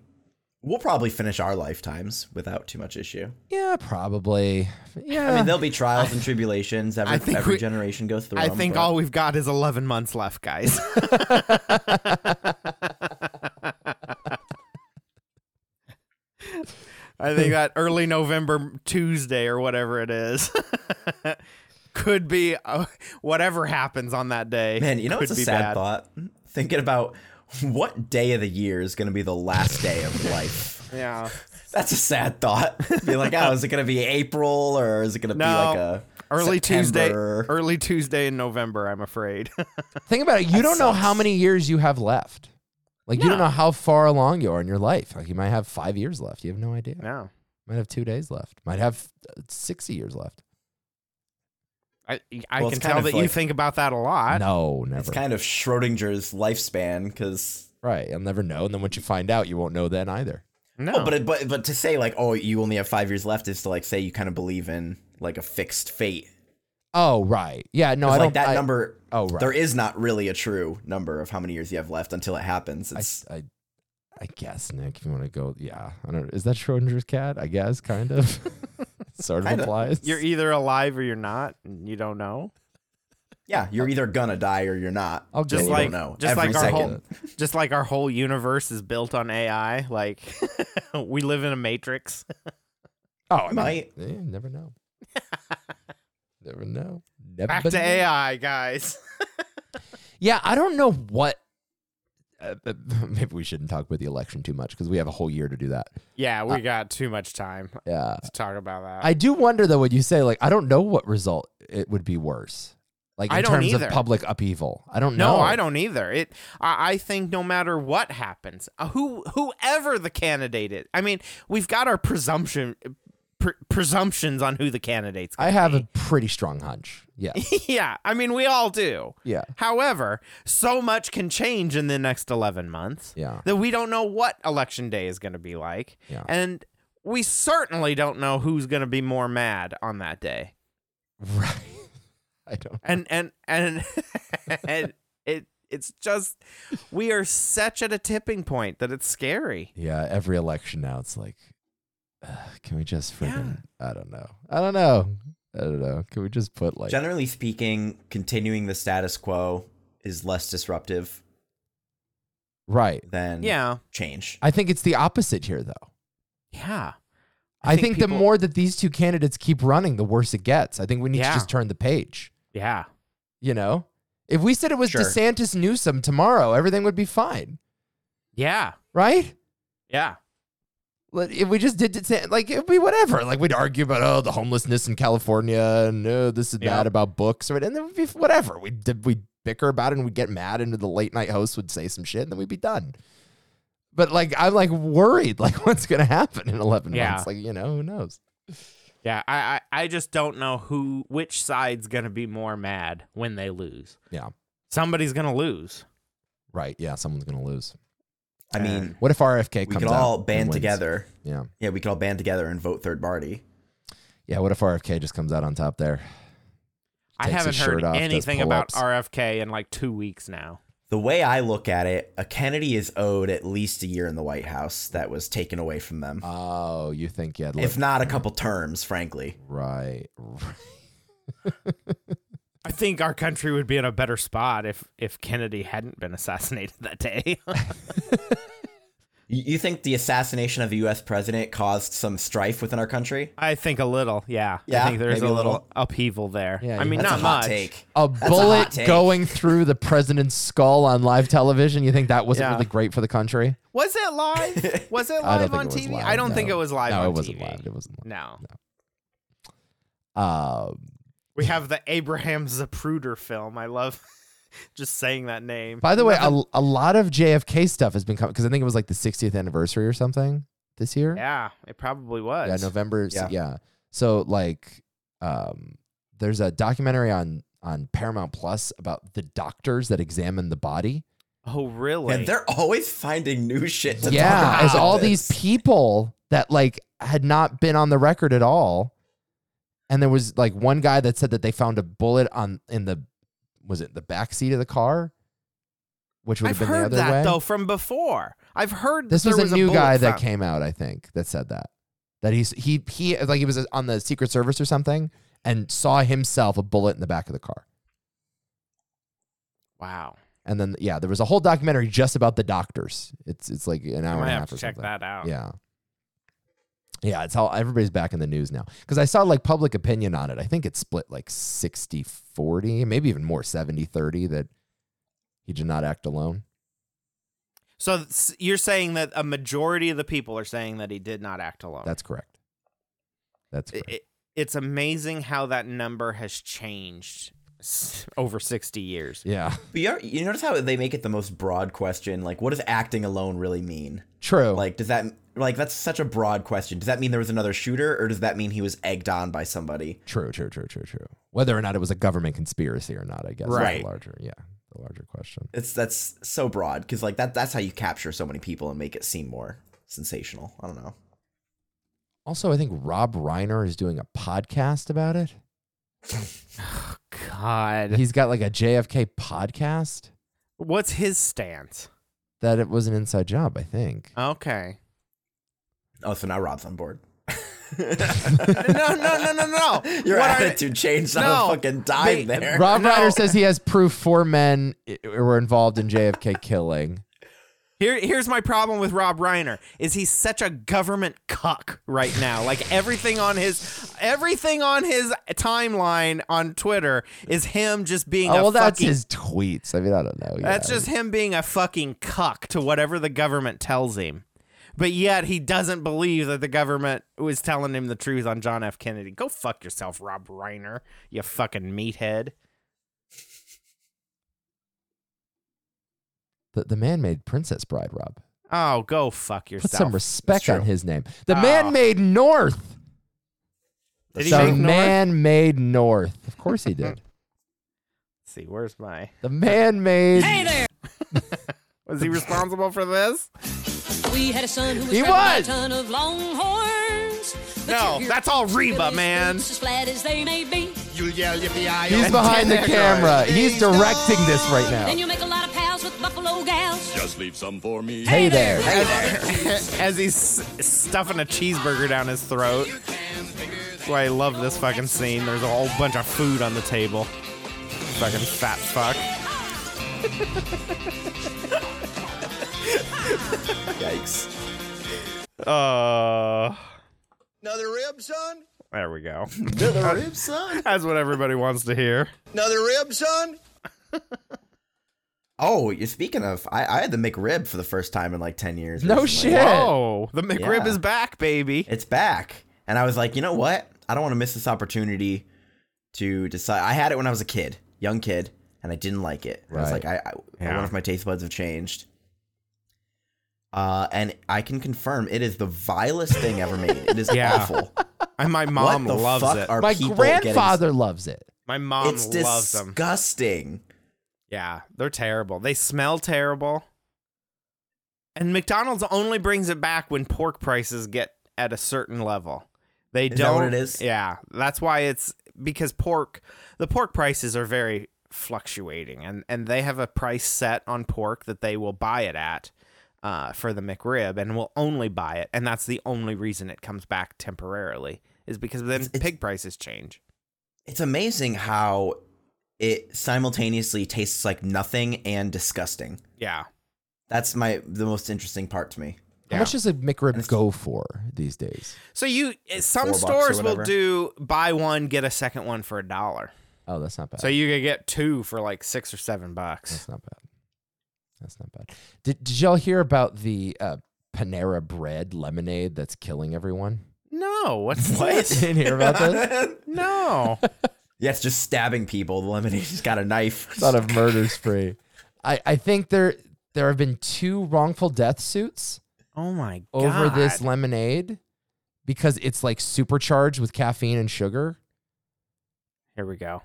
[SPEAKER 4] we'll probably finish our lifetimes without too much issue.
[SPEAKER 3] Yeah, probably. Yeah.
[SPEAKER 4] *laughs* I mean, there'll be trials and tribulations. Every,
[SPEAKER 2] Uh, I think
[SPEAKER 4] every
[SPEAKER 2] we-
[SPEAKER 4] generation goes through.
[SPEAKER 2] I
[SPEAKER 4] them,
[SPEAKER 2] think
[SPEAKER 4] but-
[SPEAKER 2] all we've got is 11 months left, guys. *laughs* I think that early November Tuesday or whatever it is *laughs* could be uh, whatever happens on that day.
[SPEAKER 4] Man, you know
[SPEAKER 2] could
[SPEAKER 4] it's a
[SPEAKER 2] be
[SPEAKER 4] sad
[SPEAKER 2] bad.
[SPEAKER 4] thought. Thinking about what day of the year is going to be the last day of life.
[SPEAKER 2] Yeah.
[SPEAKER 4] That's a sad thought. Be like, oh, is it going to be April or is it going to be
[SPEAKER 2] No.
[SPEAKER 4] like a
[SPEAKER 2] Early Tuesday,
[SPEAKER 4] September?
[SPEAKER 2] early Tuesday in November, I'm afraid. *laughs*
[SPEAKER 3] Think about it. You
[SPEAKER 4] That
[SPEAKER 3] don't know how
[SPEAKER 4] sucks.
[SPEAKER 3] many years you have left. Like you don't
[SPEAKER 2] No.
[SPEAKER 3] know how far along you are in your life. Like you might have five years left. You have no idea.
[SPEAKER 2] yeah.
[SPEAKER 3] Might have two days left. Might have uh, sixty years left.
[SPEAKER 2] I, I
[SPEAKER 4] Well, it's
[SPEAKER 2] can
[SPEAKER 4] kind
[SPEAKER 2] tell
[SPEAKER 4] of
[SPEAKER 2] that you
[SPEAKER 4] like-
[SPEAKER 2] think about that a lot.
[SPEAKER 3] no, never.
[SPEAKER 4] It's kind of Schrodinger's lifespan because.
[SPEAKER 3] Right. You'll never know. And then once you find out, you won't know then either.
[SPEAKER 2] No,
[SPEAKER 4] Oh, but but but to say like oh you only have five years left is to like say you kind of believe in like a fixed fate.
[SPEAKER 3] Oh, right. Yeah. No,
[SPEAKER 4] 'Cause,
[SPEAKER 3] I don't.
[SPEAKER 4] like that
[SPEAKER 3] I,
[SPEAKER 4] number,
[SPEAKER 3] Oh, right.
[SPEAKER 4] there is not really a true number of how many years you have left until it happens.
[SPEAKER 3] I,
[SPEAKER 4] It's,
[SPEAKER 3] I, I guess, Nick, if you want to go. Yeah. I don't Is that Schrodinger's cat? I guess, kind of. *laughs* sort of
[SPEAKER 4] Kinda.
[SPEAKER 3] applies.
[SPEAKER 2] you're either alive or you're not. and You don't know.
[SPEAKER 4] yeah, you're either gonna die or you're not.
[SPEAKER 3] I'll go
[SPEAKER 2] just
[SPEAKER 3] with
[SPEAKER 2] like
[SPEAKER 4] you don't know.
[SPEAKER 2] just
[SPEAKER 4] Every
[SPEAKER 2] like our whole
[SPEAKER 4] second.
[SPEAKER 2] *laughs* just like our whole universe is built on AI. Like *laughs* we live in a matrix.
[SPEAKER 3] Oh, I mean,
[SPEAKER 4] might.
[SPEAKER 3] yeah, you never
[SPEAKER 4] *laughs*
[SPEAKER 3] know. never know. Never
[SPEAKER 2] Back to
[SPEAKER 3] know.
[SPEAKER 2] AI, guys.
[SPEAKER 3] Yeah. I don't know what. Uh, *laughs* uh, maybe we shouldn't talk about the election too much because we have a whole year to do that.
[SPEAKER 2] *laughs* Yeah, we got too much time
[SPEAKER 3] Yeah.
[SPEAKER 2] to talk about that.
[SPEAKER 3] I do wonder though when you say like I don't know what result it would be worse. Like in
[SPEAKER 2] I don't
[SPEAKER 3] terms of
[SPEAKER 2] either.
[SPEAKER 3] public upheaval. I don't
[SPEAKER 2] no,
[SPEAKER 3] know.
[SPEAKER 2] I don't either. It. I, I think no matter what happens, uh, who whoever the candidate is, I mean, we've got our presumption pre- presumptions on who the candidate's.
[SPEAKER 3] I
[SPEAKER 2] gonna *laughs*
[SPEAKER 3] have
[SPEAKER 2] be.
[SPEAKER 3] a pretty strong hunch.
[SPEAKER 2] *laughs*
[SPEAKER 3] Yeah.
[SPEAKER 2] yeah, I mean, we all do.
[SPEAKER 3] Yeah.
[SPEAKER 2] However, so much can change in the next 11 months
[SPEAKER 3] Yeah.
[SPEAKER 2] that we don't know what election day is going to be like.
[SPEAKER 3] Yeah.
[SPEAKER 2] And w- we certainly don't know who's going to be more mad on that day.
[SPEAKER 3] Right. *laughs* I don't.
[SPEAKER 2] And and and, *laughs* and it it's just we are such at a tipping point that it's scary.
[SPEAKER 3] Yeah, every election now it's like, uh, can we just freaking? I don't know. I don't know. I don't know. Can we just put like?
[SPEAKER 4] Generally speaking, continuing the status quo is less disruptive
[SPEAKER 3] right.
[SPEAKER 4] than
[SPEAKER 2] Yeah.
[SPEAKER 4] change.
[SPEAKER 3] I think it's the opposite here, though.
[SPEAKER 2] Yeah.
[SPEAKER 3] I, think, the
[SPEAKER 2] people-
[SPEAKER 3] more that these two candidates keep running, the worse it gets. I think we need
[SPEAKER 2] Yeah.
[SPEAKER 3] to just turn the page.
[SPEAKER 2] Yeah.
[SPEAKER 3] You know, if we said it was
[SPEAKER 4] Sure.
[SPEAKER 3] DeSantis Newsom tomorrow, everything would be fine,
[SPEAKER 2] Yeah.
[SPEAKER 3] right?
[SPEAKER 2] Yeah.
[SPEAKER 3] Like, If we just did DeSantis, like it'd be whatever. Like we'd argue about oh the homelessness in California and oh this is
[SPEAKER 2] Yeah.
[SPEAKER 3] bad about books, right? And then we'd be whatever. We would we would bicker about it and we'd get mad, and the late night host would say some shit, and then we'd be done. But like I'm like worried, *laughs* like what's gonna happen in 11
[SPEAKER 2] Yeah.
[SPEAKER 3] months? Like you know who knows.
[SPEAKER 2] Yeah. I, I I just don't know who which side's going to be more mad when they lose.
[SPEAKER 3] Yeah.
[SPEAKER 2] Somebody's going to lose.
[SPEAKER 3] Right. Yeah. Someone's going to lose.
[SPEAKER 4] I mean,
[SPEAKER 3] What if RFK
[SPEAKER 4] we
[SPEAKER 3] comes
[SPEAKER 4] could
[SPEAKER 3] out
[SPEAKER 4] all
[SPEAKER 3] and
[SPEAKER 4] band
[SPEAKER 3] wins?
[SPEAKER 4] together.
[SPEAKER 3] Yeah.
[SPEAKER 4] Yeah, we could all band together and vote third party.
[SPEAKER 3] Yeah. What if RFK just comes out on top there?
[SPEAKER 2] I
[SPEAKER 3] Takes his
[SPEAKER 2] haven't
[SPEAKER 3] shirt
[SPEAKER 2] heard
[SPEAKER 3] off, does
[SPEAKER 2] anything about
[SPEAKER 3] pull-ups.
[SPEAKER 2] RFK in like 2 weeks now.
[SPEAKER 4] The way I look at it, a Kennedy is owed at least a year in the White House that was taken away from them.
[SPEAKER 3] Oh, you think yeah?
[SPEAKER 4] if not a couple terms, frankly.
[SPEAKER 3] *laughs* right, right.
[SPEAKER 2] I think our country would be in a better spot if if Kennedy hadn't been assassinated that day. *laughs*
[SPEAKER 4] You you think the assassination of the U.S. president caused some strife within our country?
[SPEAKER 2] I think a little, yeah.
[SPEAKER 4] Yeah,
[SPEAKER 2] I think there's a
[SPEAKER 4] maybe a
[SPEAKER 2] little,
[SPEAKER 4] little.
[SPEAKER 2] upheaval there.
[SPEAKER 3] Yeah,
[SPEAKER 2] I mean,
[SPEAKER 3] yeah.
[SPEAKER 4] That's
[SPEAKER 2] not
[SPEAKER 4] a hot
[SPEAKER 2] much.
[SPEAKER 4] take.
[SPEAKER 3] A
[SPEAKER 4] a hot
[SPEAKER 3] bullet
[SPEAKER 4] take.
[SPEAKER 3] going through the president's skull on live television. You think that wasn't
[SPEAKER 2] Yeah.
[SPEAKER 3] really great for the country?
[SPEAKER 2] Was it
[SPEAKER 3] *laughs*
[SPEAKER 2] live? Was it
[SPEAKER 3] I don't
[SPEAKER 2] live
[SPEAKER 3] think
[SPEAKER 2] on
[SPEAKER 3] it was
[SPEAKER 2] TV?
[SPEAKER 3] live,
[SPEAKER 2] I don't think
[SPEAKER 3] no.
[SPEAKER 2] it was live
[SPEAKER 3] no,
[SPEAKER 2] on
[SPEAKER 3] it wasn't
[SPEAKER 2] TV.
[SPEAKER 3] live. It wasn't. Live.
[SPEAKER 2] No.
[SPEAKER 3] Um,
[SPEAKER 2] We have the Abraham Zapruder film. I love *laughs* just saying that name.
[SPEAKER 3] by the way,
[SPEAKER 2] *laughs*
[SPEAKER 3] a, a lot of JFK stuff has been coming because I think it was like the 60th anniversary or something this year.
[SPEAKER 2] Yeah, it probably was.
[SPEAKER 3] Yeah, November. s- Yeah.
[SPEAKER 4] Yeah.
[SPEAKER 3] So like, um, there's a documentary on on Paramount Plus about the doctors that examine the body.
[SPEAKER 2] Oh, really?
[SPEAKER 4] *laughs* And they're always finding new shit to talk
[SPEAKER 3] yeah,
[SPEAKER 4] about.
[SPEAKER 3] as all
[SPEAKER 4] this.
[SPEAKER 3] these people that like had not been on the record at all, and there was like one guy that said that they found a bullet on in the was it the back seat of the car, which would
[SPEAKER 2] I've
[SPEAKER 3] have been the
[SPEAKER 2] heard
[SPEAKER 3] other
[SPEAKER 2] that
[SPEAKER 3] way.
[SPEAKER 2] though from before. I've heard
[SPEAKER 3] This
[SPEAKER 2] that
[SPEAKER 3] was
[SPEAKER 2] there
[SPEAKER 3] a new
[SPEAKER 2] bullet
[SPEAKER 3] guy that
[SPEAKER 2] found-
[SPEAKER 3] came out, I think, that said that. That he's he he like he was on the Secret Service or something and saw himself a bullet in the back of the car.
[SPEAKER 2] Wow,
[SPEAKER 3] And then yeah, there was a whole documentary just about the doctors. It's it's like an
[SPEAKER 2] I
[SPEAKER 3] hour
[SPEAKER 2] might
[SPEAKER 3] and a
[SPEAKER 2] have
[SPEAKER 3] half
[SPEAKER 2] to
[SPEAKER 3] or
[SPEAKER 2] check
[SPEAKER 3] something.
[SPEAKER 2] that out.
[SPEAKER 3] Yeah. Yeah, it's how everybody's back in the news now. Because I saw like public opinion on it. I think it's split like 60 40, maybe even more 70 30 that he did not act alone.
[SPEAKER 2] So s- you're saying that a majority of the people are saying that he did not act alone.
[SPEAKER 3] That's correct. That's
[SPEAKER 2] I-
[SPEAKER 3] correct.
[SPEAKER 2] i- it's amazing how that number has changed s- over 60 years.
[SPEAKER 3] yeah. *laughs*
[SPEAKER 4] But you, you notice how they make it the most broad question? Like, what does acting alone really mean?
[SPEAKER 3] True.
[SPEAKER 4] Like, does that like that's such a broad question? Does that mean there was another shooter, or does that mean he was egged on by somebody?
[SPEAKER 3] True, true, true, true, true. Whether or not it was a government conspiracy or not, I guess. is
[SPEAKER 2] Right.
[SPEAKER 3] The larger, yeah, the larger question.
[SPEAKER 4] It's that's so broad because like that that's how you capture so many people and make it seem more sensational. I don't know.
[SPEAKER 3] Also, I think Rob Reiner is doing a podcast about it.
[SPEAKER 2] God.
[SPEAKER 3] He's got like a JFK podcast
[SPEAKER 2] What's his stance?
[SPEAKER 3] that it was an inside job, I think.
[SPEAKER 2] Okay.
[SPEAKER 4] Oh, so now Rob's on board. no,
[SPEAKER 2] No, no, no, no, no.
[SPEAKER 3] *laughs*
[SPEAKER 4] Your
[SPEAKER 2] What are-
[SPEAKER 4] attitude changed on
[SPEAKER 2] No.
[SPEAKER 4] a fucking dime
[SPEAKER 2] Wait,
[SPEAKER 4] there.
[SPEAKER 3] Rob
[SPEAKER 2] No.
[SPEAKER 3] Reiner says he has proof four men i- were involved in
[SPEAKER 2] *laughs*
[SPEAKER 3] JFK killing.
[SPEAKER 2] Here, here's my problem with Rob Reiner is he's such a government cuck right now. Like everything on his, everything on his timeline on Twitter is him just being.
[SPEAKER 3] Oh,
[SPEAKER 2] a
[SPEAKER 3] well, that's
[SPEAKER 2] fucking,
[SPEAKER 3] his tweets. I mean, I don't know.
[SPEAKER 2] That's
[SPEAKER 3] yeah.
[SPEAKER 2] just him being a fucking cuck to whatever the government tells him. But yet he doesn't believe that the government was telling him the truth on John F. Kennedy. Go fuck yourself, Rob Reiner, you fucking meathead.
[SPEAKER 3] the, the man made Princess Bride, Rob.
[SPEAKER 2] Oh, go fuck
[SPEAKER 3] Put
[SPEAKER 2] yourself.
[SPEAKER 3] some respect on
[SPEAKER 4] true.
[SPEAKER 3] his name. The
[SPEAKER 2] Oh.
[SPEAKER 3] man made North.
[SPEAKER 2] Did he
[SPEAKER 3] the
[SPEAKER 2] make North?
[SPEAKER 3] man made North. Of course
[SPEAKER 2] *laughs*
[SPEAKER 3] he did.
[SPEAKER 2] Let's see, where's my?
[SPEAKER 3] The man made. Hey there.
[SPEAKER 2] Was he responsible for this?
[SPEAKER 1] We had a son who was
[SPEAKER 3] He
[SPEAKER 1] driven by a
[SPEAKER 3] was.
[SPEAKER 1] ton of longhorns.
[SPEAKER 2] No, that's all Reba,
[SPEAKER 1] *laughs*
[SPEAKER 2] man.
[SPEAKER 1] As flat as they may be,
[SPEAKER 5] You'll yell if the eye
[SPEAKER 3] He's
[SPEAKER 5] opens.
[SPEAKER 3] behind the
[SPEAKER 4] Antenna
[SPEAKER 3] camera. He's
[SPEAKER 5] He's
[SPEAKER 3] directing this right now.
[SPEAKER 1] and you'll make a lot of pals with Buffalo gals.
[SPEAKER 6] Just leave some for me.
[SPEAKER 3] Hey there.
[SPEAKER 2] As he's s- stuffing a cheeseburger down his throat. That's why I love this fucking scene. There's a whole bunch of food on the table. Fucking fat fuck.
[SPEAKER 4] *laughs* Yikes.
[SPEAKER 2] Uh,
[SPEAKER 5] Another rib, son?
[SPEAKER 2] there we go. *laughs*
[SPEAKER 4] Another rib, son.
[SPEAKER 2] That's what everybody wants to hear.
[SPEAKER 5] Another rib, son?
[SPEAKER 4] Oh, you're speaking of, I, I had the McRib for the first time in like 10 years.
[SPEAKER 3] No
[SPEAKER 4] recently.
[SPEAKER 3] shit.
[SPEAKER 2] Oh, the McRib
[SPEAKER 4] Yeah.
[SPEAKER 2] is back, baby.
[SPEAKER 4] It's back. And I was like, you know what? I don't want to miss this opportunity to decide. I had it when I was a kid, young kid, and I didn't like it. I
[SPEAKER 3] Right.
[SPEAKER 4] was like, I, I, I
[SPEAKER 2] Yeah.
[SPEAKER 4] wonder if my taste buds have changed. Uh, and I can confirm it is the vilest thing ever made. It is
[SPEAKER 2] *laughs* Yeah.
[SPEAKER 4] awful.
[SPEAKER 2] And my mom
[SPEAKER 4] what the
[SPEAKER 2] loves
[SPEAKER 4] fuck
[SPEAKER 2] it.
[SPEAKER 4] are
[SPEAKER 3] My
[SPEAKER 4] people
[SPEAKER 3] grandfather loves it.
[SPEAKER 2] my mom
[SPEAKER 4] Getting, it's
[SPEAKER 2] loves them.
[SPEAKER 4] disgusting.
[SPEAKER 2] Yeah, they're terrible. They smell terrible. And McDonald's only brings it back when pork prices get at a certain level. They
[SPEAKER 4] Is that
[SPEAKER 2] don't.
[SPEAKER 4] what it is?
[SPEAKER 2] Yeah, that's why it's because pork. The pork prices are very fluctuating, and and they have a price set on pork that they will buy it at. Uh, for the McRib, and will only buy it, and that's the only reason it comes back temporarily, is because then
[SPEAKER 4] It's- it's-
[SPEAKER 2] pig prices change.
[SPEAKER 4] It's amazing how it simultaneously tastes like nothing and disgusting.
[SPEAKER 2] Yeah,
[SPEAKER 4] That's my the most interesting part to me.
[SPEAKER 2] Yeah.
[SPEAKER 3] How much does a McRib
[SPEAKER 4] it's-
[SPEAKER 3] go for these days?
[SPEAKER 2] So you eh, some
[SPEAKER 4] Four bucks or
[SPEAKER 2] stores will
[SPEAKER 4] whatever.
[SPEAKER 2] do buy one get a second one for a dollar.
[SPEAKER 3] Oh, that's not bad.
[SPEAKER 2] So you could get two for like six or seven bucks.
[SPEAKER 3] that's not bad. That's not bad. Did, did y'all hear about the uh, Panera Bread lemonade that's killing everyone?
[SPEAKER 2] No, what's this?
[SPEAKER 3] *laughs* Didn't hear about this?
[SPEAKER 4] *laughs*
[SPEAKER 3] *laughs*
[SPEAKER 2] No,
[SPEAKER 4] Yeah, it's just stabbing people. The lemonade's got a knife.
[SPEAKER 3] thought of murder spree. *laughs* I, I think there there have been two wrongful death suits
[SPEAKER 2] oh my god!
[SPEAKER 3] over this lemonade because it's like supercharged with caffeine and sugar.
[SPEAKER 2] Here we go.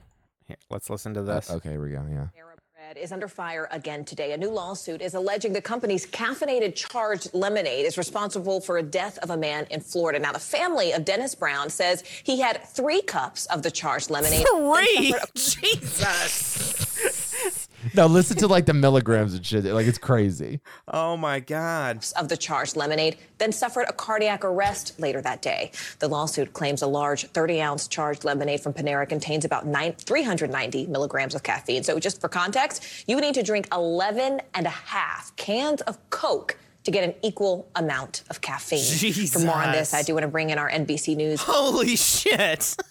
[SPEAKER 2] Here, let's listen to this.
[SPEAKER 3] Okay, here we go. Yeah.
[SPEAKER 7] Panera Bread is under fire again today. A new lawsuit is alleging the company's caffeinated charged lemonade is responsible for a death of a man in Florida. Now, the family of Dennis Brown says he had three cups of the charged lemonade.
[SPEAKER 2] Three, Jesus!
[SPEAKER 3] Now listen to like the milligrams and shit. Like it's crazy.
[SPEAKER 2] oh my god!
[SPEAKER 7] Of the charged lemonade, then suffered a cardiac arrest later that day. The lawsuit claims a large 30 ounce charged lemonade from Panera contains about nine, 390 milligrams of caffeine. So, just for context, you would need to drink 11 and a half cans of Coke to get an equal amount of caffeine. For more on
[SPEAKER 2] Jesus.
[SPEAKER 7] this, I do want to bring in our NBC News
[SPEAKER 2] Holy shit!
[SPEAKER 3] *laughs*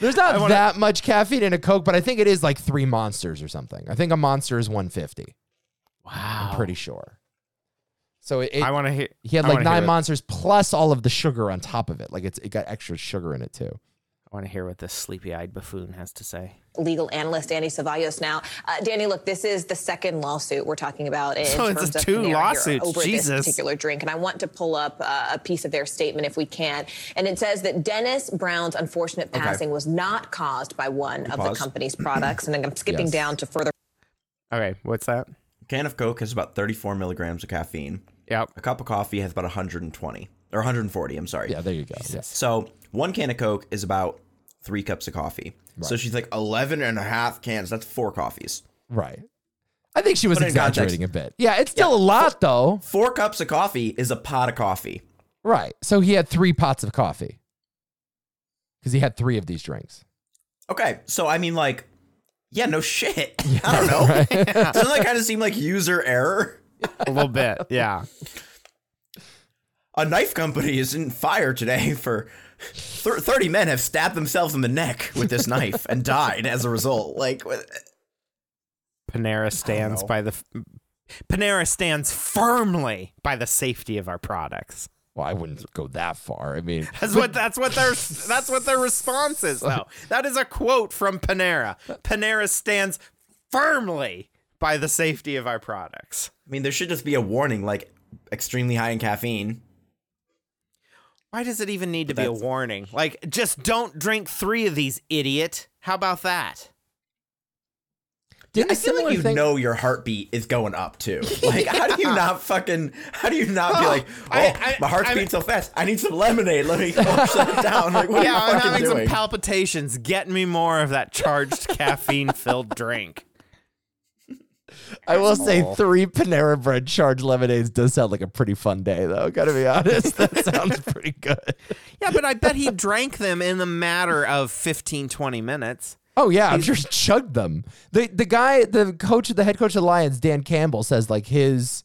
[SPEAKER 3] There's not that much caffeine in a Coke, but I think it is like three monsters or something. I think a monster is 150.
[SPEAKER 2] Wow.
[SPEAKER 3] I'm pretty sure. So it, it-
[SPEAKER 2] I want to hear.
[SPEAKER 3] he had
[SPEAKER 2] I
[SPEAKER 3] like
[SPEAKER 2] wanna hear
[SPEAKER 3] nine
[SPEAKER 2] what-
[SPEAKER 3] monsters plus all of the sugar on top of it. Like it's it got extra sugar in it too.
[SPEAKER 2] I want to hear what this sleepy-eyed buffoon has to say.
[SPEAKER 7] legal analyst Danny Ceballos now. Uh, Danny, look, this is the second lawsuit we're talking about in
[SPEAKER 2] So it's
[SPEAKER 7] terms
[SPEAKER 2] a
[SPEAKER 7] of
[SPEAKER 2] two
[SPEAKER 7] Panera here
[SPEAKER 2] lawsuits,
[SPEAKER 7] over
[SPEAKER 2] Jesus.
[SPEAKER 7] this particular drink. And I want to pull up uh, a piece of their statement if we can. And it says that Dennis Brown's unfortunate passing was not caused by one of
[SPEAKER 4] pause?
[SPEAKER 7] the company's products. And I'm skipping
[SPEAKER 3] Yes.
[SPEAKER 7] down to further
[SPEAKER 2] Okay, what's that?
[SPEAKER 4] *laughs* can of Coke has about 34 milligrams of caffeine.
[SPEAKER 2] Yep.
[SPEAKER 4] A cup of coffee has about 120 or 140. I'm sorry.
[SPEAKER 3] Yeah, there you go. Yeah.
[SPEAKER 4] So one can of Coke is about three cups of coffee. So she's like 11 and a half cans. That's four coffees.
[SPEAKER 3] Right. I think she was
[SPEAKER 4] Put it in context.
[SPEAKER 3] exaggerating a bit. Yeah, it's still a lot though.
[SPEAKER 4] Four cups of coffee is a pot of coffee.
[SPEAKER 3] Right. So he had three pots of coffee because he had three of these drinks.
[SPEAKER 4] Okay. So, I mean, like, yeah, no shit. *laughs*
[SPEAKER 3] *laughs*
[SPEAKER 4] I don't know. Doesn't that kind of seem like user error?
[SPEAKER 2] A little
[SPEAKER 3] *laughs*
[SPEAKER 2] bit. Yeah.
[SPEAKER 4] A knife company is in fire today for thir- 30 men have stabbed themselves in the neck with this knife and died as a result. Like, wh-
[SPEAKER 2] Panera stands
[SPEAKER 4] know.
[SPEAKER 2] by the f- Panera stands firmly by the safety of our products.
[SPEAKER 3] Well, I wouldn't go that far. I mean,
[SPEAKER 2] That's what that's what their that's what their response is though. That is a quote from Panera. Panera stands firmly by the safety of our products.
[SPEAKER 4] I mean, there should just be a warning like extremely high in caffeine.
[SPEAKER 2] Why does it even need to be a warning? Like just don't drink 3 of these, idiot. How about that?
[SPEAKER 3] Didn't
[SPEAKER 4] I
[SPEAKER 3] a
[SPEAKER 4] feel
[SPEAKER 3] similar
[SPEAKER 4] like you
[SPEAKER 3] thing-
[SPEAKER 4] know your heartbeat is going
[SPEAKER 2] *laughs*
[SPEAKER 4] up too. Like, how do you not fucking? How do you not be like, oh,
[SPEAKER 2] I- I-
[SPEAKER 4] my heart's
[SPEAKER 2] I'm-
[SPEAKER 4] beating so fast. I need some lemonade. Let me go *laughs* shut it down. Like, what
[SPEAKER 2] yeah,
[SPEAKER 4] are you
[SPEAKER 2] I'm
[SPEAKER 4] fucking
[SPEAKER 2] having
[SPEAKER 4] doing?
[SPEAKER 2] some palpitations. Get me more of that *laughs* charged caffeine-filled drink.
[SPEAKER 3] I will say three Panera Bread charged lemonades does sound like a pretty fun day, though. Gotta be honest, *laughs* that sounds pretty good.
[SPEAKER 2] Yeah, but I bet he drank them in the matter of 15, 20 minutes.
[SPEAKER 3] Oh yeah, I'm sure he chugged them. the The guy, the coach, the head coach of the Lions, Dan Campbell, says like his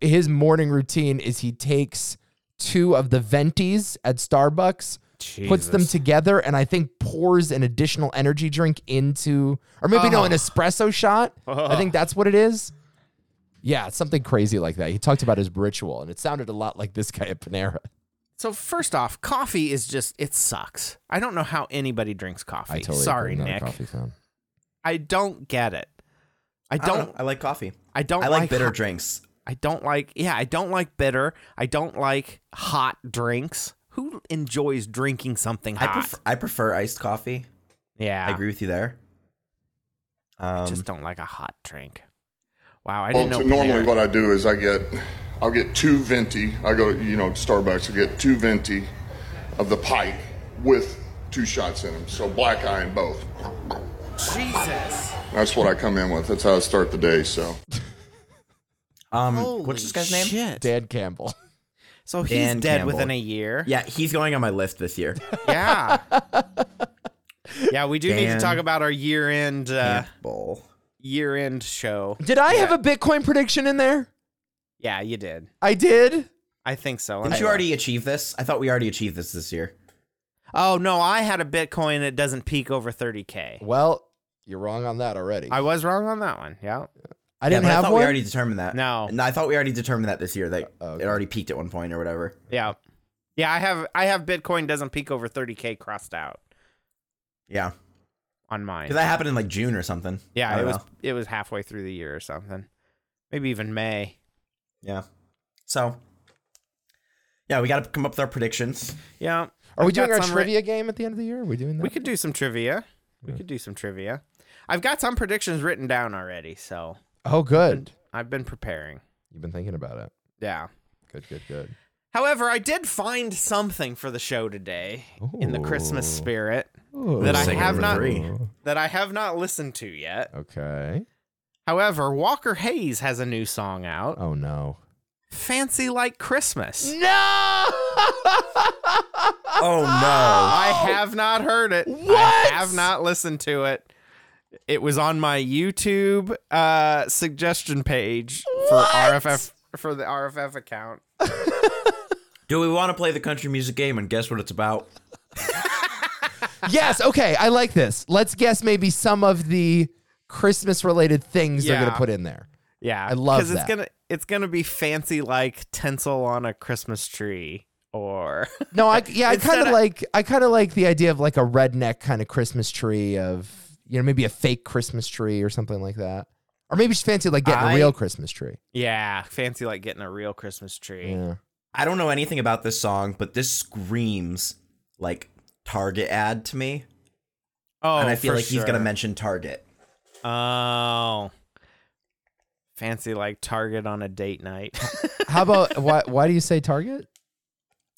[SPEAKER 3] his morning routine is he takes two of the ventis at Starbucks, puts them
[SPEAKER 2] Jesus.
[SPEAKER 3] together, and I think pours an additional energy drink into, or maybe no, an espresso shot. I think that's what it is. Yeah, it's something crazy like that. He talked about his ritual, and it sounded a lot like this guy at Panera.
[SPEAKER 2] So first off, coffee is just it sucks. I don't know how anybody drinks coffee.
[SPEAKER 3] I totally
[SPEAKER 2] Sorry,
[SPEAKER 3] agree, not a
[SPEAKER 2] Nick.
[SPEAKER 3] coffee fan.
[SPEAKER 2] I don't get it. I
[SPEAKER 4] I don't.
[SPEAKER 2] don't
[SPEAKER 4] know. I like coffee.
[SPEAKER 2] I don't
[SPEAKER 4] I like,
[SPEAKER 2] like
[SPEAKER 4] bitter
[SPEAKER 2] hot-
[SPEAKER 4] drinks.
[SPEAKER 2] I don't like yeah, I don't like bitter. I don't like hot drinks. Who enjoys drinking something
[SPEAKER 4] I
[SPEAKER 2] hot?
[SPEAKER 4] prefer, I prefer iced coffee.
[SPEAKER 2] yeah.
[SPEAKER 4] I agree with you there. Um,
[SPEAKER 2] Just don't like a hot drink. Wow, I
[SPEAKER 6] Well,
[SPEAKER 2] didn't know.
[SPEAKER 6] t- normally
[SPEAKER 2] Panera-
[SPEAKER 6] what I do is I get, I'll get two venti. I go, to, you know, Starbucks. I get two venti of the pike with two shots in them. So black eye in both.
[SPEAKER 2] Jesus.
[SPEAKER 6] That's what I come in with. That's how I start the day. So
[SPEAKER 4] um,
[SPEAKER 2] Holy
[SPEAKER 4] what's this guy's name?
[SPEAKER 2] Shit.
[SPEAKER 3] Dan Campbell.
[SPEAKER 2] So he's
[SPEAKER 4] Dan
[SPEAKER 2] dead
[SPEAKER 4] Campbell.
[SPEAKER 2] within a year.
[SPEAKER 4] Yeah, he's going on my list this
[SPEAKER 3] *laughs*
[SPEAKER 4] year. *laughs*
[SPEAKER 2] Yeah. yeah, we do need to
[SPEAKER 4] Dan
[SPEAKER 2] talk about our year-end uh,
[SPEAKER 4] Campbell.
[SPEAKER 2] year-end show.
[SPEAKER 3] *laughs* Did I have a Bitcoin prediction in there?
[SPEAKER 2] Yeah, you did.
[SPEAKER 3] I did.
[SPEAKER 2] I think so.
[SPEAKER 4] Didn't you already achieve this? I thought we already achieved this this year.
[SPEAKER 2] Oh no, I had a Bitcoin that doesn't peak over 30k.
[SPEAKER 3] Well, you're wrong on that already.
[SPEAKER 2] I
[SPEAKER 3] I,
[SPEAKER 2] was wrong on that one. Yeah.
[SPEAKER 4] Yeah,
[SPEAKER 3] didn't
[SPEAKER 4] but I
[SPEAKER 3] have
[SPEAKER 4] thought
[SPEAKER 3] one. Uh,
[SPEAKER 4] we already determined that.
[SPEAKER 2] No.
[SPEAKER 4] I thought we already determined that this year. That
[SPEAKER 3] okay.
[SPEAKER 4] it already peaked at one point or whatever.
[SPEAKER 2] Yeah. Yeah, I have I have Bitcoin doesn't peak over 30k crossed out
[SPEAKER 4] Yeah,
[SPEAKER 2] on mine.
[SPEAKER 4] because that happened in like June or something. I
[SPEAKER 2] yeah,
[SPEAKER 4] don't
[SPEAKER 2] it was
[SPEAKER 4] know.
[SPEAKER 2] it was halfway through the year or something. Maybe even May.
[SPEAKER 4] Yeah. So. Yeah, we got to come up with our
[SPEAKER 3] *laughs*
[SPEAKER 4] predictions.
[SPEAKER 2] Yeah.
[SPEAKER 3] Are we
[SPEAKER 2] I've got
[SPEAKER 3] doing our
[SPEAKER 2] some ri-
[SPEAKER 3] trivia game at the end of the year? Are we doing that?
[SPEAKER 2] We could do some trivia. We could do some trivia. I've got some predictions written down already, so
[SPEAKER 3] oh, good.
[SPEAKER 2] I've been preparing.
[SPEAKER 3] You've been thinking about it.
[SPEAKER 2] Yeah.
[SPEAKER 3] Good, good, good.
[SPEAKER 2] However, I did find something for the show today in the Christmas spirit that I
[SPEAKER 4] Singing
[SPEAKER 2] have
[SPEAKER 4] for
[SPEAKER 2] not
[SPEAKER 4] three.
[SPEAKER 2] that I have not listened to yet.
[SPEAKER 3] Okay.
[SPEAKER 2] However, Walker Hayes has a new song out,
[SPEAKER 3] Oh no.
[SPEAKER 2] Fancy Like Christmas.
[SPEAKER 3] No.
[SPEAKER 4] Oh no!
[SPEAKER 2] I have not heard it. I
[SPEAKER 3] What?
[SPEAKER 2] have not listened to it. It was on my YouTube uh, suggestion page
[SPEAKER 3] What?
[SPEAKER 2] for RFF for the RFF account.
[SPEAKER 4] Do we want to play the country music game and guess what it's about?
[SPEAKER 3] *laughs* yes. Okay. I like this. Let's guess maybe some of the Christmas-related things they're
[SPEAKER 2] Yeah.
[SPEAKER 3] gonna put in there.
[SPEAKER 2] Yeah,
[SPEAKER 3] I love
[SPEAKER 2] because it's
[SPEAKER 3] that.
[SPEAKER 2] gonna it's gonna be fancy like tinsel on a Christmas tree or
[SPEAKER 3] No. I yeah. I
[SPEAKER 2] Instead
[SPEAKER 3] kind of
[SPEAKER 2] of-
[SPEAKER 3] like. I kind of like the idea of like a redneck kind of Christmas tree of you know maybe a fake Christmas tree or something like that. Or maybe just fancy like getting a
[SPEAKER 4] I-
[SPEAKER 3] real Christmas tree.
[SPEAKER 2] yeah, fancy like getting a real Christmas tree.
[SPEAKER 3] Yeah.
[SPEAKER 4] I don't know anything about this song, but this screams like Target ad to me,
[SPEAKER 2] Oh,
[SPEAKER 4] and I feel
[SPEAKER 2] for
[SPEAKER 4] like he's gonna
[SPEAKER 2] sure.
[SPEAKER 4] mention Target.
[SPEAKER 2] Oh, fancy like Target on a date
[SPEAKER 4] *laughs*
[SPEAKER 2] night.
[SPEAKER 3] How about why? Why do you say Target?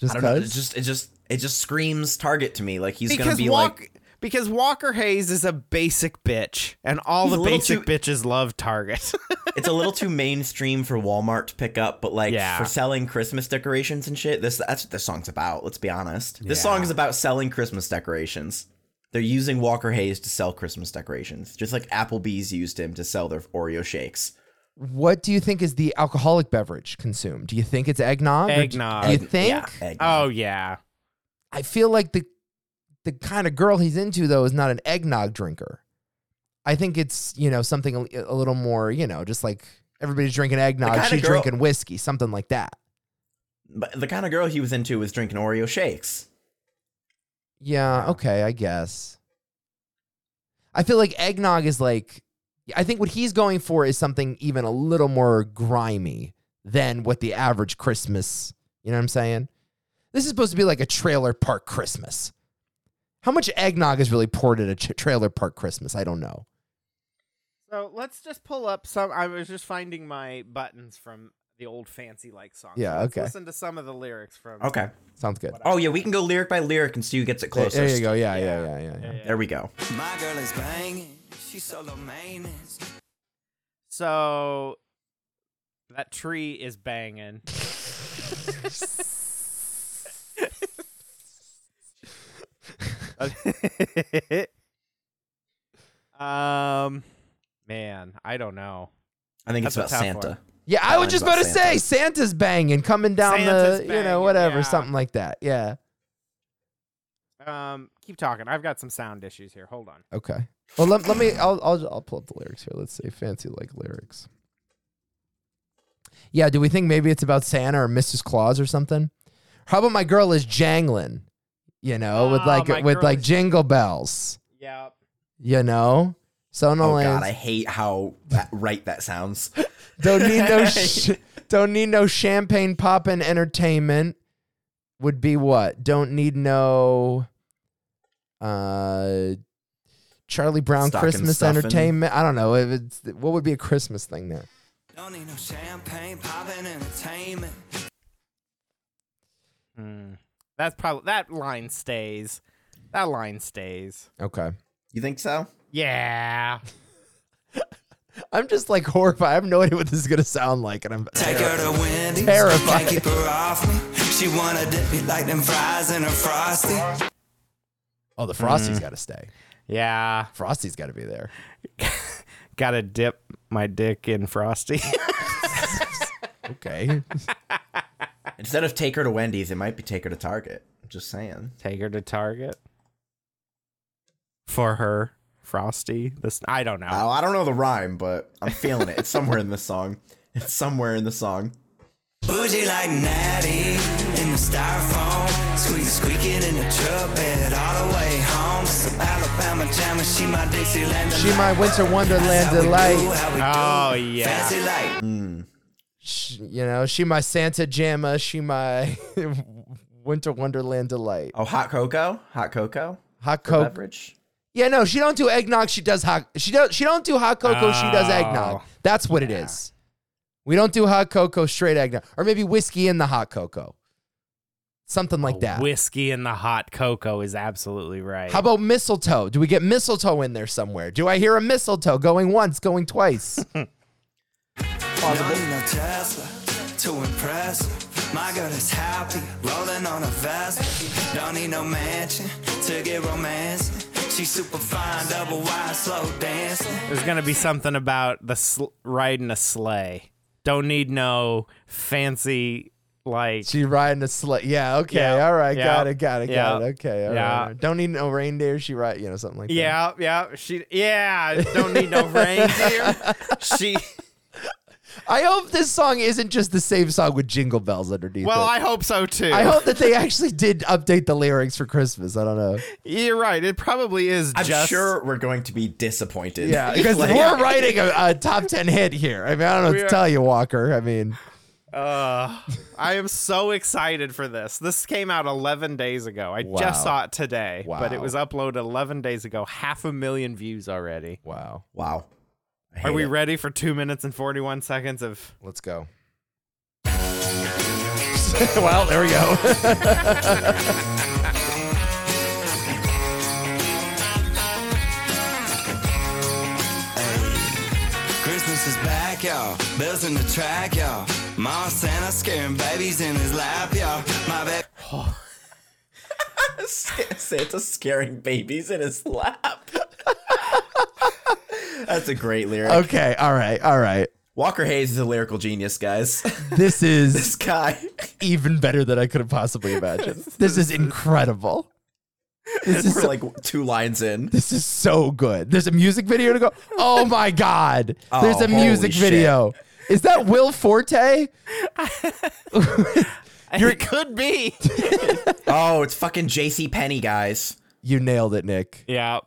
[SPEAKER 3] Just
[SPEAKER 4] I don't know. It
[SPEAKER 3] because?
[SPEAKER 4] just it just it just screams Target to me. Like he's gonna
[SPEAKER 2] because
[SPEAKER 4] be
[SPEAKER 2] Walk
[SPEAKER 4] like
[SPEAKER 2] because Walker Hayes is a basic bitch, and all
[SPEAKER 4] He's
[SPEAKER 2] the
[SPEAKER 4] a little
[SPEAKER 2] basic
[SPEAKER 4] too-
[SPEAKER 2] bitches love Target. *laughs*
[SPEAKER 4] it's a little too mainstream for Walmart to pick up, but like
[SPEAKER 2] Yeah.
[SPEAKER 4] for selling Christmas decorations and shit, this that's what this song's about. Let's be honest. This
[SPEAKER 2] Yeah.
[SPEAKER 4] song is about selling Christmas decorations. They're using Walker Hayes to sell Christmas decorations, just like Applebee's used him to sell their Oreo shakes.
[SPEAKER 3] what do you think is the alcoholic beverage consumed? Do you think it's eggnog? or do-
[SPEAKER 2] Eggnog.
[SPEAKER 3] Do you
[SPEAKER 2] Egg-
[SPEAKER 3] think?
[SPEAKER 4] Yeah, eggnog.
[SPEAKER 2] oh yeah,
[SPEAKER 3] I feel like the the kind of girl he's into though is not an eggnog drinker. I think it's you know something a, a little more you know just like everybody's drinking eggnog,
[SPEAKER 4] kinda
[SPEAKER 3] she's
[SPEAKER 4] girl-
[SPEAKER 3] drinking whiskey, something like that.
[SPEAKER 4] But the kind of girl he was into was drinking Oreo shakes.
[SPEAKER 3] Yeah. Okay. I guess. I feel like eggnog is like. I think what he's going for is something even a little more grimy than what the average Christmas. You know what I'm saying? This is supposed to be like a trailer park Christmas. How much eggnog is really poured at a ch- trailer park Christmas? I don't know.
[SPEAKER 2] So let's just pull up some. I was just finding my buttons from the old fancy like songs.
[SPEAKER 3] Yeah,
[SPEAKER 2] So let's
[SPEAKER 3] okay.
[SPEAKER 2] Listen to some of the lyrics from.
[SPEAKER 4] Okay.
[SPEAKER 3] Sounds good.
[SPEAKER 4] Oh yeah, we can go lyric by lyric and see who gets it
[SPEAKER 3] There-
[SPEAKER 4] closest.
[SPEAKER 3] There you go. Yeah, yeah, yeah, yeah. yeah.
[SPEAKER 4] There we go.
[SPEAKER 8] My girl is banging. She's so low maintenance.
[SPEAKER 2] So that tree is banging. um, man, I don't know.
[SPEAKER 4] I think it's
[SPEAKER 2] That's a
[SPEAKER 4] about
[SPEAKER 2] tough
[SPEAKER 4] Santa.
[SPEAKER 2] one.
[SPEAKER 3] Yeah, I was
[SPEAKER 4] Mine's
[SPEAKER 3] just
[SPEAKER 4] about
[SPEAKER 3] about to say
[SPEAKER 4] Santa.
[SPEAKER 3] Santa's banging, coming down
[SPEAKER 2] Santa's
[SPEAKER 3] the, you know,
[SPEAKER 2] banging,
[SPEAKER 3] whatever,
[SPEAKER 2] yeah.
[SPEAKER 3] something like that. Yeah.
[SPEAKER 2] Um, keep talking. I've got some sound issues here. Hold on.
[SPEAKER 3] Okay. Well, let, let me. I'll, I'll I'll pull up the lyrics here. Let's see. Fancy like lyrics. Yeah. Do we think maybe it's about Santa or Mrs. Claus or something? How about my girl is jangling? You know, with
[SPEAKER 2] Oh,
[SPEAKER 3] like
[SPEAKER 2] my
[SPEAKER 3] with
[SPEAKER 2] girl
[SPEAKER 3] like
[SPEAKER 2] is-
[SPEAKER 3] jingle bells.
[SPEAKER 2] Yeah.
[SPEAKER 3] You know,
[SPEAKER 4] Oh
[SPEAKER 3] Sonolens.
[SPEAKER 4] god, I hate how that, right that sounds.
[SPEAKER 3] don't need no sh- don't need no champagne poppin' entertainment. Would be what? Don't need no. Uh. Charlie Brown
[SPEAKER 4] Stocking
[SPEAKER 3] Christmas
[SPEAKER 4] stuffing.
[SPEAKER 3] entertainment. I don't know. If it's, what would be a Christmas thing there?
[SPEAKER 8] Don't need no champagne, poppin' entertainment.
[SPEAKER 2] That's probably that line stays. That line stays.
[SPEAKER 3] Okay.
[SPEAKER 4] You think so?
[SPEAKER 2] Yeah.
[SPEAKER 3] I'm just like horrified. I have no idea what this is gonna sound like, and I'm
[SPEAKER 8] Take her to Wendy's.
[SPEAKER 3] Terrifying.
[SPEAKER 8] Can't keep her off me. She wanna dip me like them fries in her frosty.
[SPEAKER 3] oh, the Frosty's got to stay.
[SPEAKER 2] Yeah.
[SPEAKER 3] Frosty's got to be there.
[SPEAKER 2] Gotta dip my dick in Frosty. *laughs*
[SPEAKER 3] Okay,
[SPEAKER 4] Instead of take her to Wendy's, it might be take her to Target. Just saying.
[SPEAKER 2] Take her to Target. For her. Frosty. This I don't know.
[SPEAKER 4] Oh, I don't know the rhyme, but I'm feeling it. It's somewhere in the song. It's somewhere in the song.
[SPEAKER 8] Bougie like Natty in the styrofoam. Squeak, squeaking in the truck bed all the way home. Some Alabama jammer, she my Dixieland.
[SPEAKER 3] she my winter wonderland delight. Ah. Mm.
[SPEAKER 2] Oh yeah.
[SPEAKER 8] Fancy light.
[SPEAKER 3] She, you know, she my Santa jamma. She my *laughs* winter wonderland delight.
[SPEAKER 4] Oh, hot cocoa? Hot cocoa?
[SPEAKER 3] Hot
[SPEAKER 4] For
[SPEAKER 3] cocoa.
[SPEAKER 4] Beverage?
[SPEAKER 3] Yeah, no, she don't do eggnog. She does hot. She don't. She don't do hot cocoa. She does eggnog.
[SPEAKER 2] Oh,
[SPEAKER 3] That's what it is. We don't do hot cocoa. Straight eggnog, or maybe whiskey in the hot cocoa. Something like that.
[SPEAKER 2] Whiskey and the hot cocoa is absolutely right.
[SPEAKER 3] How about mistletoe? Do we get mistletoe in there somewhere? Do I hear a mistletoe going once,
[SPEAKER 2] *laughs*
[SPEAKER 3] going twice?
[SPEAKER 8] No need no Tesla to impress her. My girl is happy, rolling on a vest. Don't need no mansion to get romance. She's super fine, double wide, slow dancing.
[SPEAKER 2] There's gonna be something about the sl- riding a sleigh. Don't need no fancy like.
[SPEAKER 3] she riding a sleigh. Yeah, okay.
[SPEAKER 2] Yeah,
[SPEAKER 3] All right. Got
[SPEAKER 2] yeah,
[SPEAKER 3] it. Got it. Got it.
[SPEAKER 2] yeah,
[SPEAKER 3] Okay. all right,
[SPEAKER 2] yeah.
[SPEAKER 3] all right. Don't need no reindeer. She ride, you know, something like that.
[SPEAKER 2] yeah, yeah. She yeah. Don't need no
[SPEAKER 3] *laughs*
[SPEAKER 2] reindeer. she.
[SPEAKER 3] I hope this song isn't just the same song with jingle bells underneath
[SPEAKER 2] Well,
[SPEAKER 3] it.
[SPEAKER 2] I hope so too.
[SPEAKER 3] I hope that they actually did update the lyrics for Christmas. I don't know.
[SPEAKER 2] You're right. It probably is
[SPEAKER 4] I'm
[SPEAKER 2] just.
[SPEAKER 4] sure we're going to be disappointed. *laughs*
[SPEAKER 3] Yeah, *laughs* because
[SPEAKER 4] Like-
[SPEAKER 3] we're writing a, a top 10 hit here. I mean, I don't know what to
[SPEAKER 2] are-
[SPEAKER 3] tell you, Walker. I mean,
[SPEAKER 2] Uh, I am so excited for this. This came out 11 days ago. I
[SPEAKER 3] Wow.
[SPEAKER 2] just saw it today, but it
[SPEAKER 3] Wow.
[SPEAKER 2] was uploaded 11 days ago. Half a million views already.
[SPEAKER 3] wow.
[SPEAKER 4] Wow.
[SPEAKER 2] Are
[SPEAKER 4] I hate
[SPEAKER 2] we
[SPEAKER 4] it. *laughs*
[SPEAKER 2] ready for two minutes and 41 seconds of?
[SPEAKER 3] Let's go. *laughs* well, there we go.
[SPEAKER 8] Christmas is back, y'all. Bills in the track, y'all. Ma Santa scaring babies in his lap, y'all. My baby.
[SPEAKER 4] Santa scaring babies in his lap. *laughs* That's a great lyric.
[SPEAKER 3] Okay, all right, all right.
[SPEAKER 4] Walker Hayes is a lyrical genius, guys. *laughs*
[SPEAKER 3] This
[SPEAKER 4] this
[SPEAKER 3] is
[SPEAKER 4] guy.
[SPEAKER 3] even better than I could have possibly imagined. *laughs* This is incredible. This is
[SPEAKER 4] We're
[SPEAKER 3] so,
[SPEAKER 4] like two lines in.
[SPEAKER 3] this is so good. There's a music video to go. Oh my god. There's
[SPEAKER 4] Oh,
[SPEAKER 3] a music
[SPEAKER 4] holy shit.
[SPEAKER 3] video. Is that Will Forte?
[SPEAKER 2] it could be.
[SPEAKER 4] Oh, it's fucking JC Penny, guys.
[SPEAKER 3] You nailed it, Nick.
[SPEAKER 2] yeah.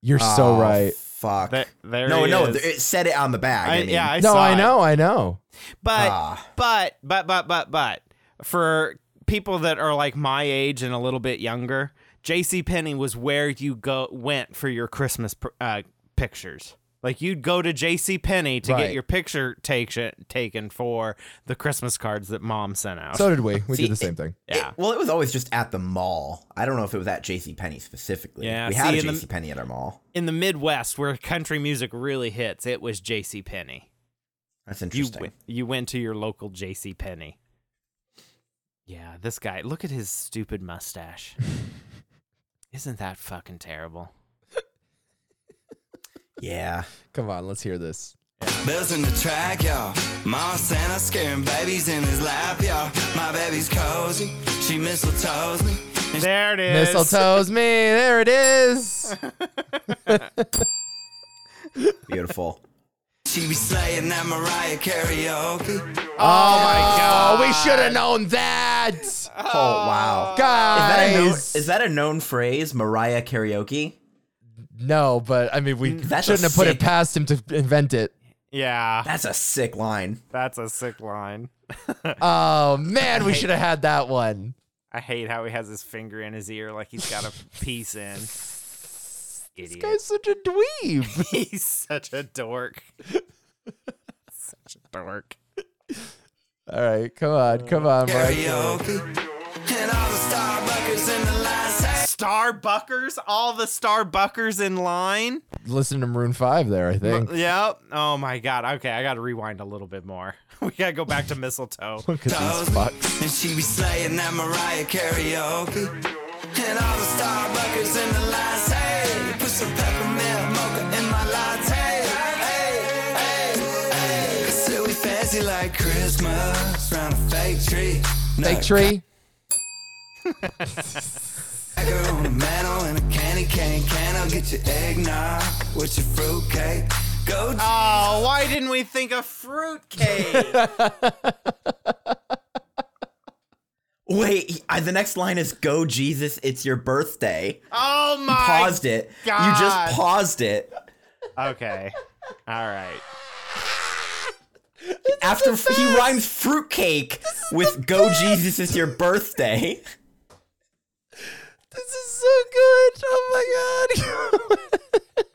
[SPEAKER 3] You're so
[SPEAKER 4] Oh,
[SPEAKER 3] right.
[SPEAKER 4] Fuck.
[SPEAKER 2] There- there
[SPEAKER 4] no,
[SPEAKER 2] he
[SPEAKER 4] no,
[SPEAKER 2] is.
[SPEAKER 4] it said it on the bag. I,
[SPEAKER 2] I,
[SPEAKER 4] mean,
[SPEAKER 2] yeah, I
[SPEAKER 3] No,
[SPEAKER 2] saw
[SPEAKER 3] I
[SPEAKER 2] it.
[SPEAKER 3] know, I know.
[SPEAKER 2] But
[SPEAKER 4] Ah.
[SPEAKER 2] but but but but but for people that are like my age and a little bit younger, J.C. Penney was where you go went for your Christmas pr- uh, pictures. Like you'd go to J.C. Penney to
[SPEAKER 3] Right.
[SPEAKER 2] get your picture taken taken for the Christmas cards that Mom sent out.
[SPEAKER 3] So did we. We
[SPEAKER 4] See,
[SPEAKER 3] did the same thing.
[SPEAKER 2] yeah.
[SPEAKER 4] Well, it was always just at the mall. I don't know if it was at JCPenney specifically.
[SPEAKER 2] Yeah,
[SPEAKER 4] we had
[SPEAKER 2] see,
[SPEAKER 4] a
[SPEAKER 2] in the-
[SPEAKER 4] JCPenney at our mall.
[SPEAKER 2] in the Midwest where country music really hits, it was J.C. Penney.
[SPEAKER 4] That's
[SPEAKER 2] You
[SPEAKER 4] interesting.
[SPEAKER 2] went, you went to your local J.C. Penney. Yeah, this guy. Look at his stupid
[SPEAKER 3] *laughs*
[SPEAKER 2] mustache. Isn't that fucking terrible?
[SPEAKER 4] Yeah.
[SPEAKER 3] Come on, let's hear this.
[SPEAKER 8] Bills in the track, y'all. Ma Santa scaring babies in his lap, y'all. My baby's cozy. She mistletoes me. And
[SPEAKER 2] There it is.
[SPEAKER 3] Mistletoes me. There it *laughs* is.
[SPEAKER 2] *laughs*
[SPEAKER 4] Beautiful.
[SPEAKER 8] she be slaying that Mariah karaoke.
[SPEAKER 3] Oh my god. We should have known that.
[SPEAKER 4] oh wow.
[SPEAKER 2] Oh,
[SPEAKER 4] Is that,
[SPEAKER 3] Guys.
[SPEAKER 4] a known, is that a known phrase, Mariah karaoke?
[SPEAKER 3] no, but I mean we
[SPEAKER 4] That's
[SPEAKER 3] shouldn't
[SPEAKER 4] a
[SPEAKER 3] have put it
[SPEAKER 4] sick-
[SPEAKER 3] past him to invent it.
[SPEAKER 2] Yeah,
[SPEAKER 4] That's a sick line.
[SPEAKER 2] that's a sick line.
[SPEAKER 3] Oh man, we should have had that one.
[SPEAKER 2] I hate how he has his finger in his ear like he's got a piece in.
[SPEAKER 3] *laughs* This
[SPEAKER 2] Idiot.
[SPEAKER 3] guy's such a dweeb.
[SPEAKER 2] *laughs*
[SPEAKER 3] *laughs*
[SPEAKER 2] he's such a dork. such a dork.
[SPEAKER 3] All right, come on, come on, Mike.
[SPEAKER 8] Karaoke. And all the Starbuckers in the line say,
[SPEAKER 2] Starbuckers, all the Starbuckers in line.
[SPEAKER 3] Listen to Maroon Five there. I think.
[SPEAKER 2] Yep. Oh my god. Okay, I gotta rewind a little bit more. *laughs* We gotta go back to mistletoe.
[SPEAKER 3] Look at these fucks.
[SPEAKER 8] And she be slaying that Mariah karaoke. And all the Starbuckers in the line say, put some peppermint mocha in my latte. Hey, hey, hey. So we fancy like Christmas round a fake tree.
[SPEAKER 3] Fake tree.
[SPEAKER 8] Cracker on a mantle and a candy cane can. I'll get your eggnog with your fruitcake. Go to
[SPEAKER 2] Oh, why didn't we think of fruitcake?
[SPEAKER 4] Wait, he- I, the next line is "Go Jesus, it's your birthday."
[SPEAKER 2] Oh my.
[SPEAKER 4] Paused it. You
[SPEAKER 2] God.
[SPEAKER 4] just paused it
[SPEAKER 2] Okay. All right.
[SPEAKER 4] after f- he rhymes fruitcake with "Go Jesus, it's your birthday." *laughs*
[SPEAKER 3] This is so good. Oh my god.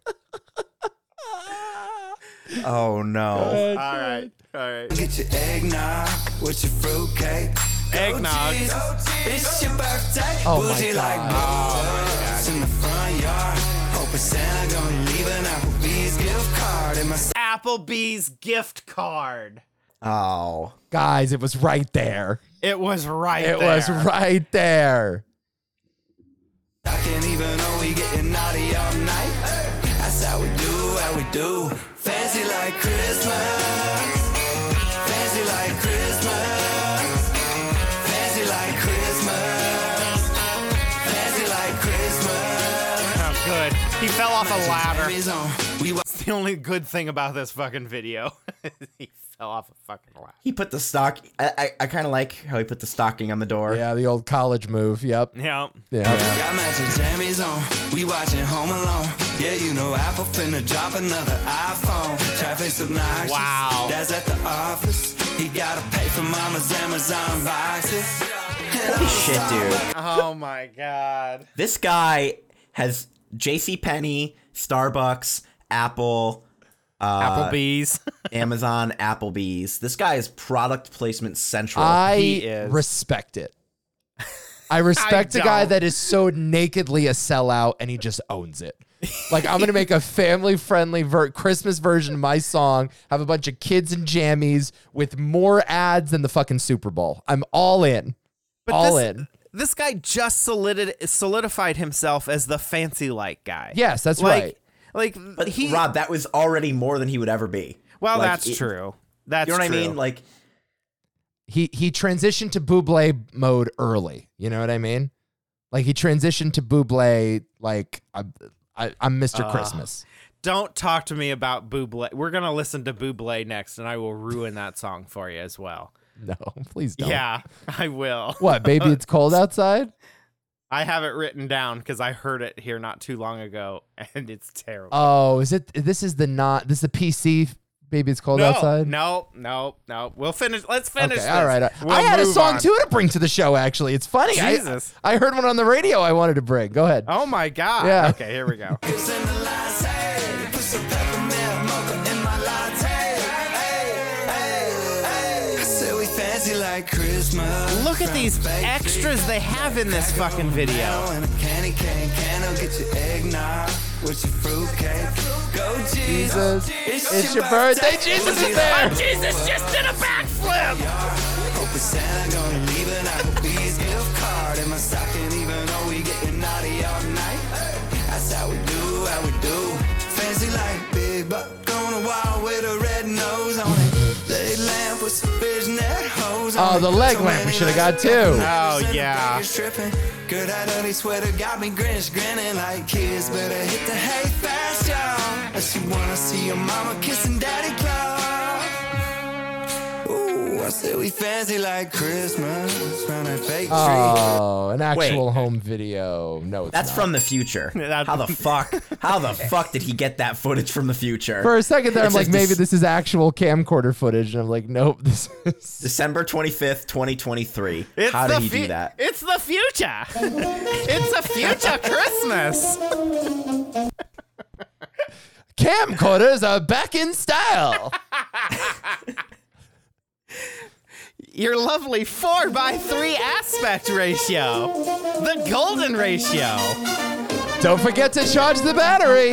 [SPEAKER 3] *laughs*
[SPEAKER 4] Oh no!
[SPEAKER 2] All right. All right.
[SPEAKER 8] get your eggnog with your fruitcake. Go
[SPEAKER 2] Eggnog.
[SPEAKER 8] cheese, It's your birthday.
[SPEAKER 3] Oh my
[SPEAKER 8] Bougie like
[SPEAKER 3] God.
[SPEAKER 8] balls in the front yard. Hoping Santa gonna leave an Applebee's gift card in my
[SPEAKER 2] Applebee's gift card.
[SPEAKER 4] Oh,
[SPEAKER 3] Guys, it was right there.
[SPEAKER 2] It was right.
[SPEAKER 3] It
[SPEAKER 2] there.
[SPEAKER 3] was right there.
[SPEAKER 8] stocking. Even though we getting naughty all night. That's how we do, how we do. Fancy like Christmas. Fancy like Christmas. Fancy like Christmas. Fancy like Christmas.
[SPEAKER 2] Oh, good. He fell off a ladder.
[SPEAKER 8] Baby's on. We wa-
[SPEAKER 2] It's the only good thing about this fucking video. *laughs* he fell off a fucking ladder.
[SPEAKER 4] he put the stock. I I, I kind of like how he put the stocking on the door.
[SPEAKER 3] Yeah, the old college move. Yep.
[SPEAKER 2] Yeah.
[SPEAKER 3] Yeah.
[SPEAKER 8] Got matching jammies on. We watching Home Alone. Yeah, you know Apple finna drop another iPhone. Traffic's obnoxious.
[SPEAKER 2] Wow.
[SPEAKER 8] Dad's at the office. He gotta pay for Mama's Amazon boxes. And
[SPEAKER 4] Holy
[SPEAKER 8] all the
[SPEAKER 4] shit, dude!
[SPEAKER 2] Oh my god.
[SPEAKER 4] This guy has J.C. Penney, Starbucks, Apple,
[SPEAKER 2] Applebee's.
[SPEAKER 4] Amazon, Applebee's. This guy is product placement central.
[SPEAKER 2] He
[SPEAKER 3] I
[SPEAKER 2] is. *laughs*
[SPEAKER 3] respect it. I respect a guy
[SPEAKER 2] don't.
[SPEAKER 3] that is so nakedly a sellout and he just owns it. Like I'm gonna make a family-friendly ver- Christmas version of my song. Have a bunch of kids in jammies with more ads than the fucking Super Bowl. I'm all in, all
[SPEAKER 2] this,
[SPEAKER 3] in.
[SPEAKER 2] This guy just solided, solidified himself as the fancy like guy.
[SPEAKER 3] Yes, that's
[SPEAKER 2] like,
[SPEAKER 3] right.
[SPEAKER 2] Like
[SPEAKER 4] But
[SPEAKER 2] he.
[SPEAKER 4] Rob, that was already more than he would ever be.
[SPEAKER 2] well,
[SPEAKER 4] Like,
[SPEAKER 2] that's
[SPEAKER 4] it-
[SPEAKER 2] true. That's
[SPEAKER 4] You know what
[SPEAKER 2] true.
[SPEAKER 4] I mean? Like,
[SPEAKER 3] He he transitioned to Buble mode early. You know what I mean? Like he transitioned to Buble. Like I, I, I'm Mr.
[SPEAKER 2] Ah.
[SPEAKER 3] Christmas. *laughs*
[SPEAKER 2] don't talk to me about Buble. We're gonna listen to Buble next, and I will ruin that song for you as well.
[SPEAKER 3] No, please don't.
[SPEAKER 2] Yeah, I will.
[SPEAKER 3] What, baby?
[SPEAKER 2] *laughs*
[SPEAKER 3] It's cold outside.
[SPEAKER 2] I have it written down because I heard it here not too long ago, and it's terrible.
[SPEAKER 3] Oh, is it? This is the not. This is the PC. Baby, it's cold
[SPEAKER 2] no,
[SPEAKER 3] outside.
[SPEAKER 2] no, no, no. We'll finish. Let's finish.
[SPEAKER 3] Oh, Okay, all right. I-
[SPEAKER 2] We'll
[SPEAKER 3] I had a
[SPEAKER 2] move
[SPEAKER 3] song
[SPEAKER 2] on.
[SPEAKER 3] too to bring to the show. Actually, it's funny. I-
[SPEAKER 2] Jesus.
[SPEAKER 3] I, heard one on the radio. I wanted to bring. Go ahead.
[SPEAKER 2] Oh my god.
[SPEAKER 3] Yeah.
[SPEAKER 2] Okay, here we go.
[SPEAKER 8] Put some peppermint Christmas.
[SPEAKER 2] Look at these extras they have in this fucking video.
[SPEAKER 8] And a candy cane can will get your eggnog with your fruitcake. Go Jesus.
[SPEAKER 3] Jesus, it's your birthday. Jesus is there.
[SPEAKER 1] Jesus just did a backflip.
[SPEAKER 8] Hope it's Santa gonna leave an Applebee's gift card in my stocking, even though we getting naughty all night. That's how we do, how we do. Fancy like big buck on a wall with a red nose on it. Leg lamp with some fishnet hose on
[SPEAKER 3] Oh,
[SPEAKER 8] it.
[SPEAKER 3] the leg
[SPEAKER 8] So
[SPEAKER 3] lamp we
[SPEAKER 8] many
[SPEAKER 3] should have got
[SPEAKER 8] lights.
[SPEAKER 3] too.
[SPEAKER 2] Oh,
[SPEAKER 8] Santa
[SPEAKER 2] yeah.
[SPEAKER 8] Claus tripping. Girl, that ugly sweater got me grinch grinning like kids. Better hit the hay fast, y'all. If you wanna see your mama kissing daddy Claus. Ooh, I said we fancy like Christmas round that fake tree.
[SPEAKER 3] Oh, an actual
[SPEAKER 4] Wait.
[SPEAKER 3] home video. No, it's
[SPEAKER 4] That's
[SPEAKER 3] not.
[SPEAKER 4] from the future.
[SPEAKER 2] *laughs* That-
[SPEAKER 4] How the fuck? How the fuck did he get that footage from the future?
[SPEAKER 3] For a second there, I'm
[SPEAKER 4] It's
[SPEAKER 3] like,
[SPEAKER 4] just
[SPEAKER 3] maybe
[SPEAKER 4] this-
[SPEAKER 3] this is actual camcorder footage, and I'm like, nope, *laughs* this is.
[SPEAKER 4] December 25th, 2023.
[SPEAKER 2] It's
[SPEAKER 4] How
[SPEAKER 2] the
[SPEAKER 4] did he do
[SPEAKER 2] fu-
[SPEAKER 4] that?
[SPEAKER 2] It's the future. it's a future Christmas.
[SPEAKER 3] Camcorders are back in style.
[SPEAKER 2] Your lovely 4 by 3 aspect ratio. The golden ratio.
[SPEAKER 3] Don't forget to charge the battery.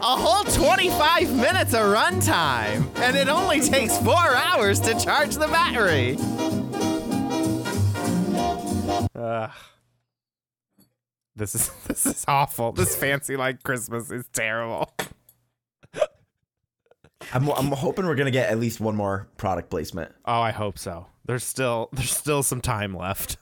[SPEAKER 2] A whole 25 minutes of runtime. And it only takes 4 hours to charge the battery. Ugh. This is *laughs* this is awful. This fancy like Christmas is terrible.
[SPEAKER 4] I'm, I'm hoping we're gonna get at least one more product placement.
[SPEAKER 2] Oh, I hope so. There's still there's still some time left.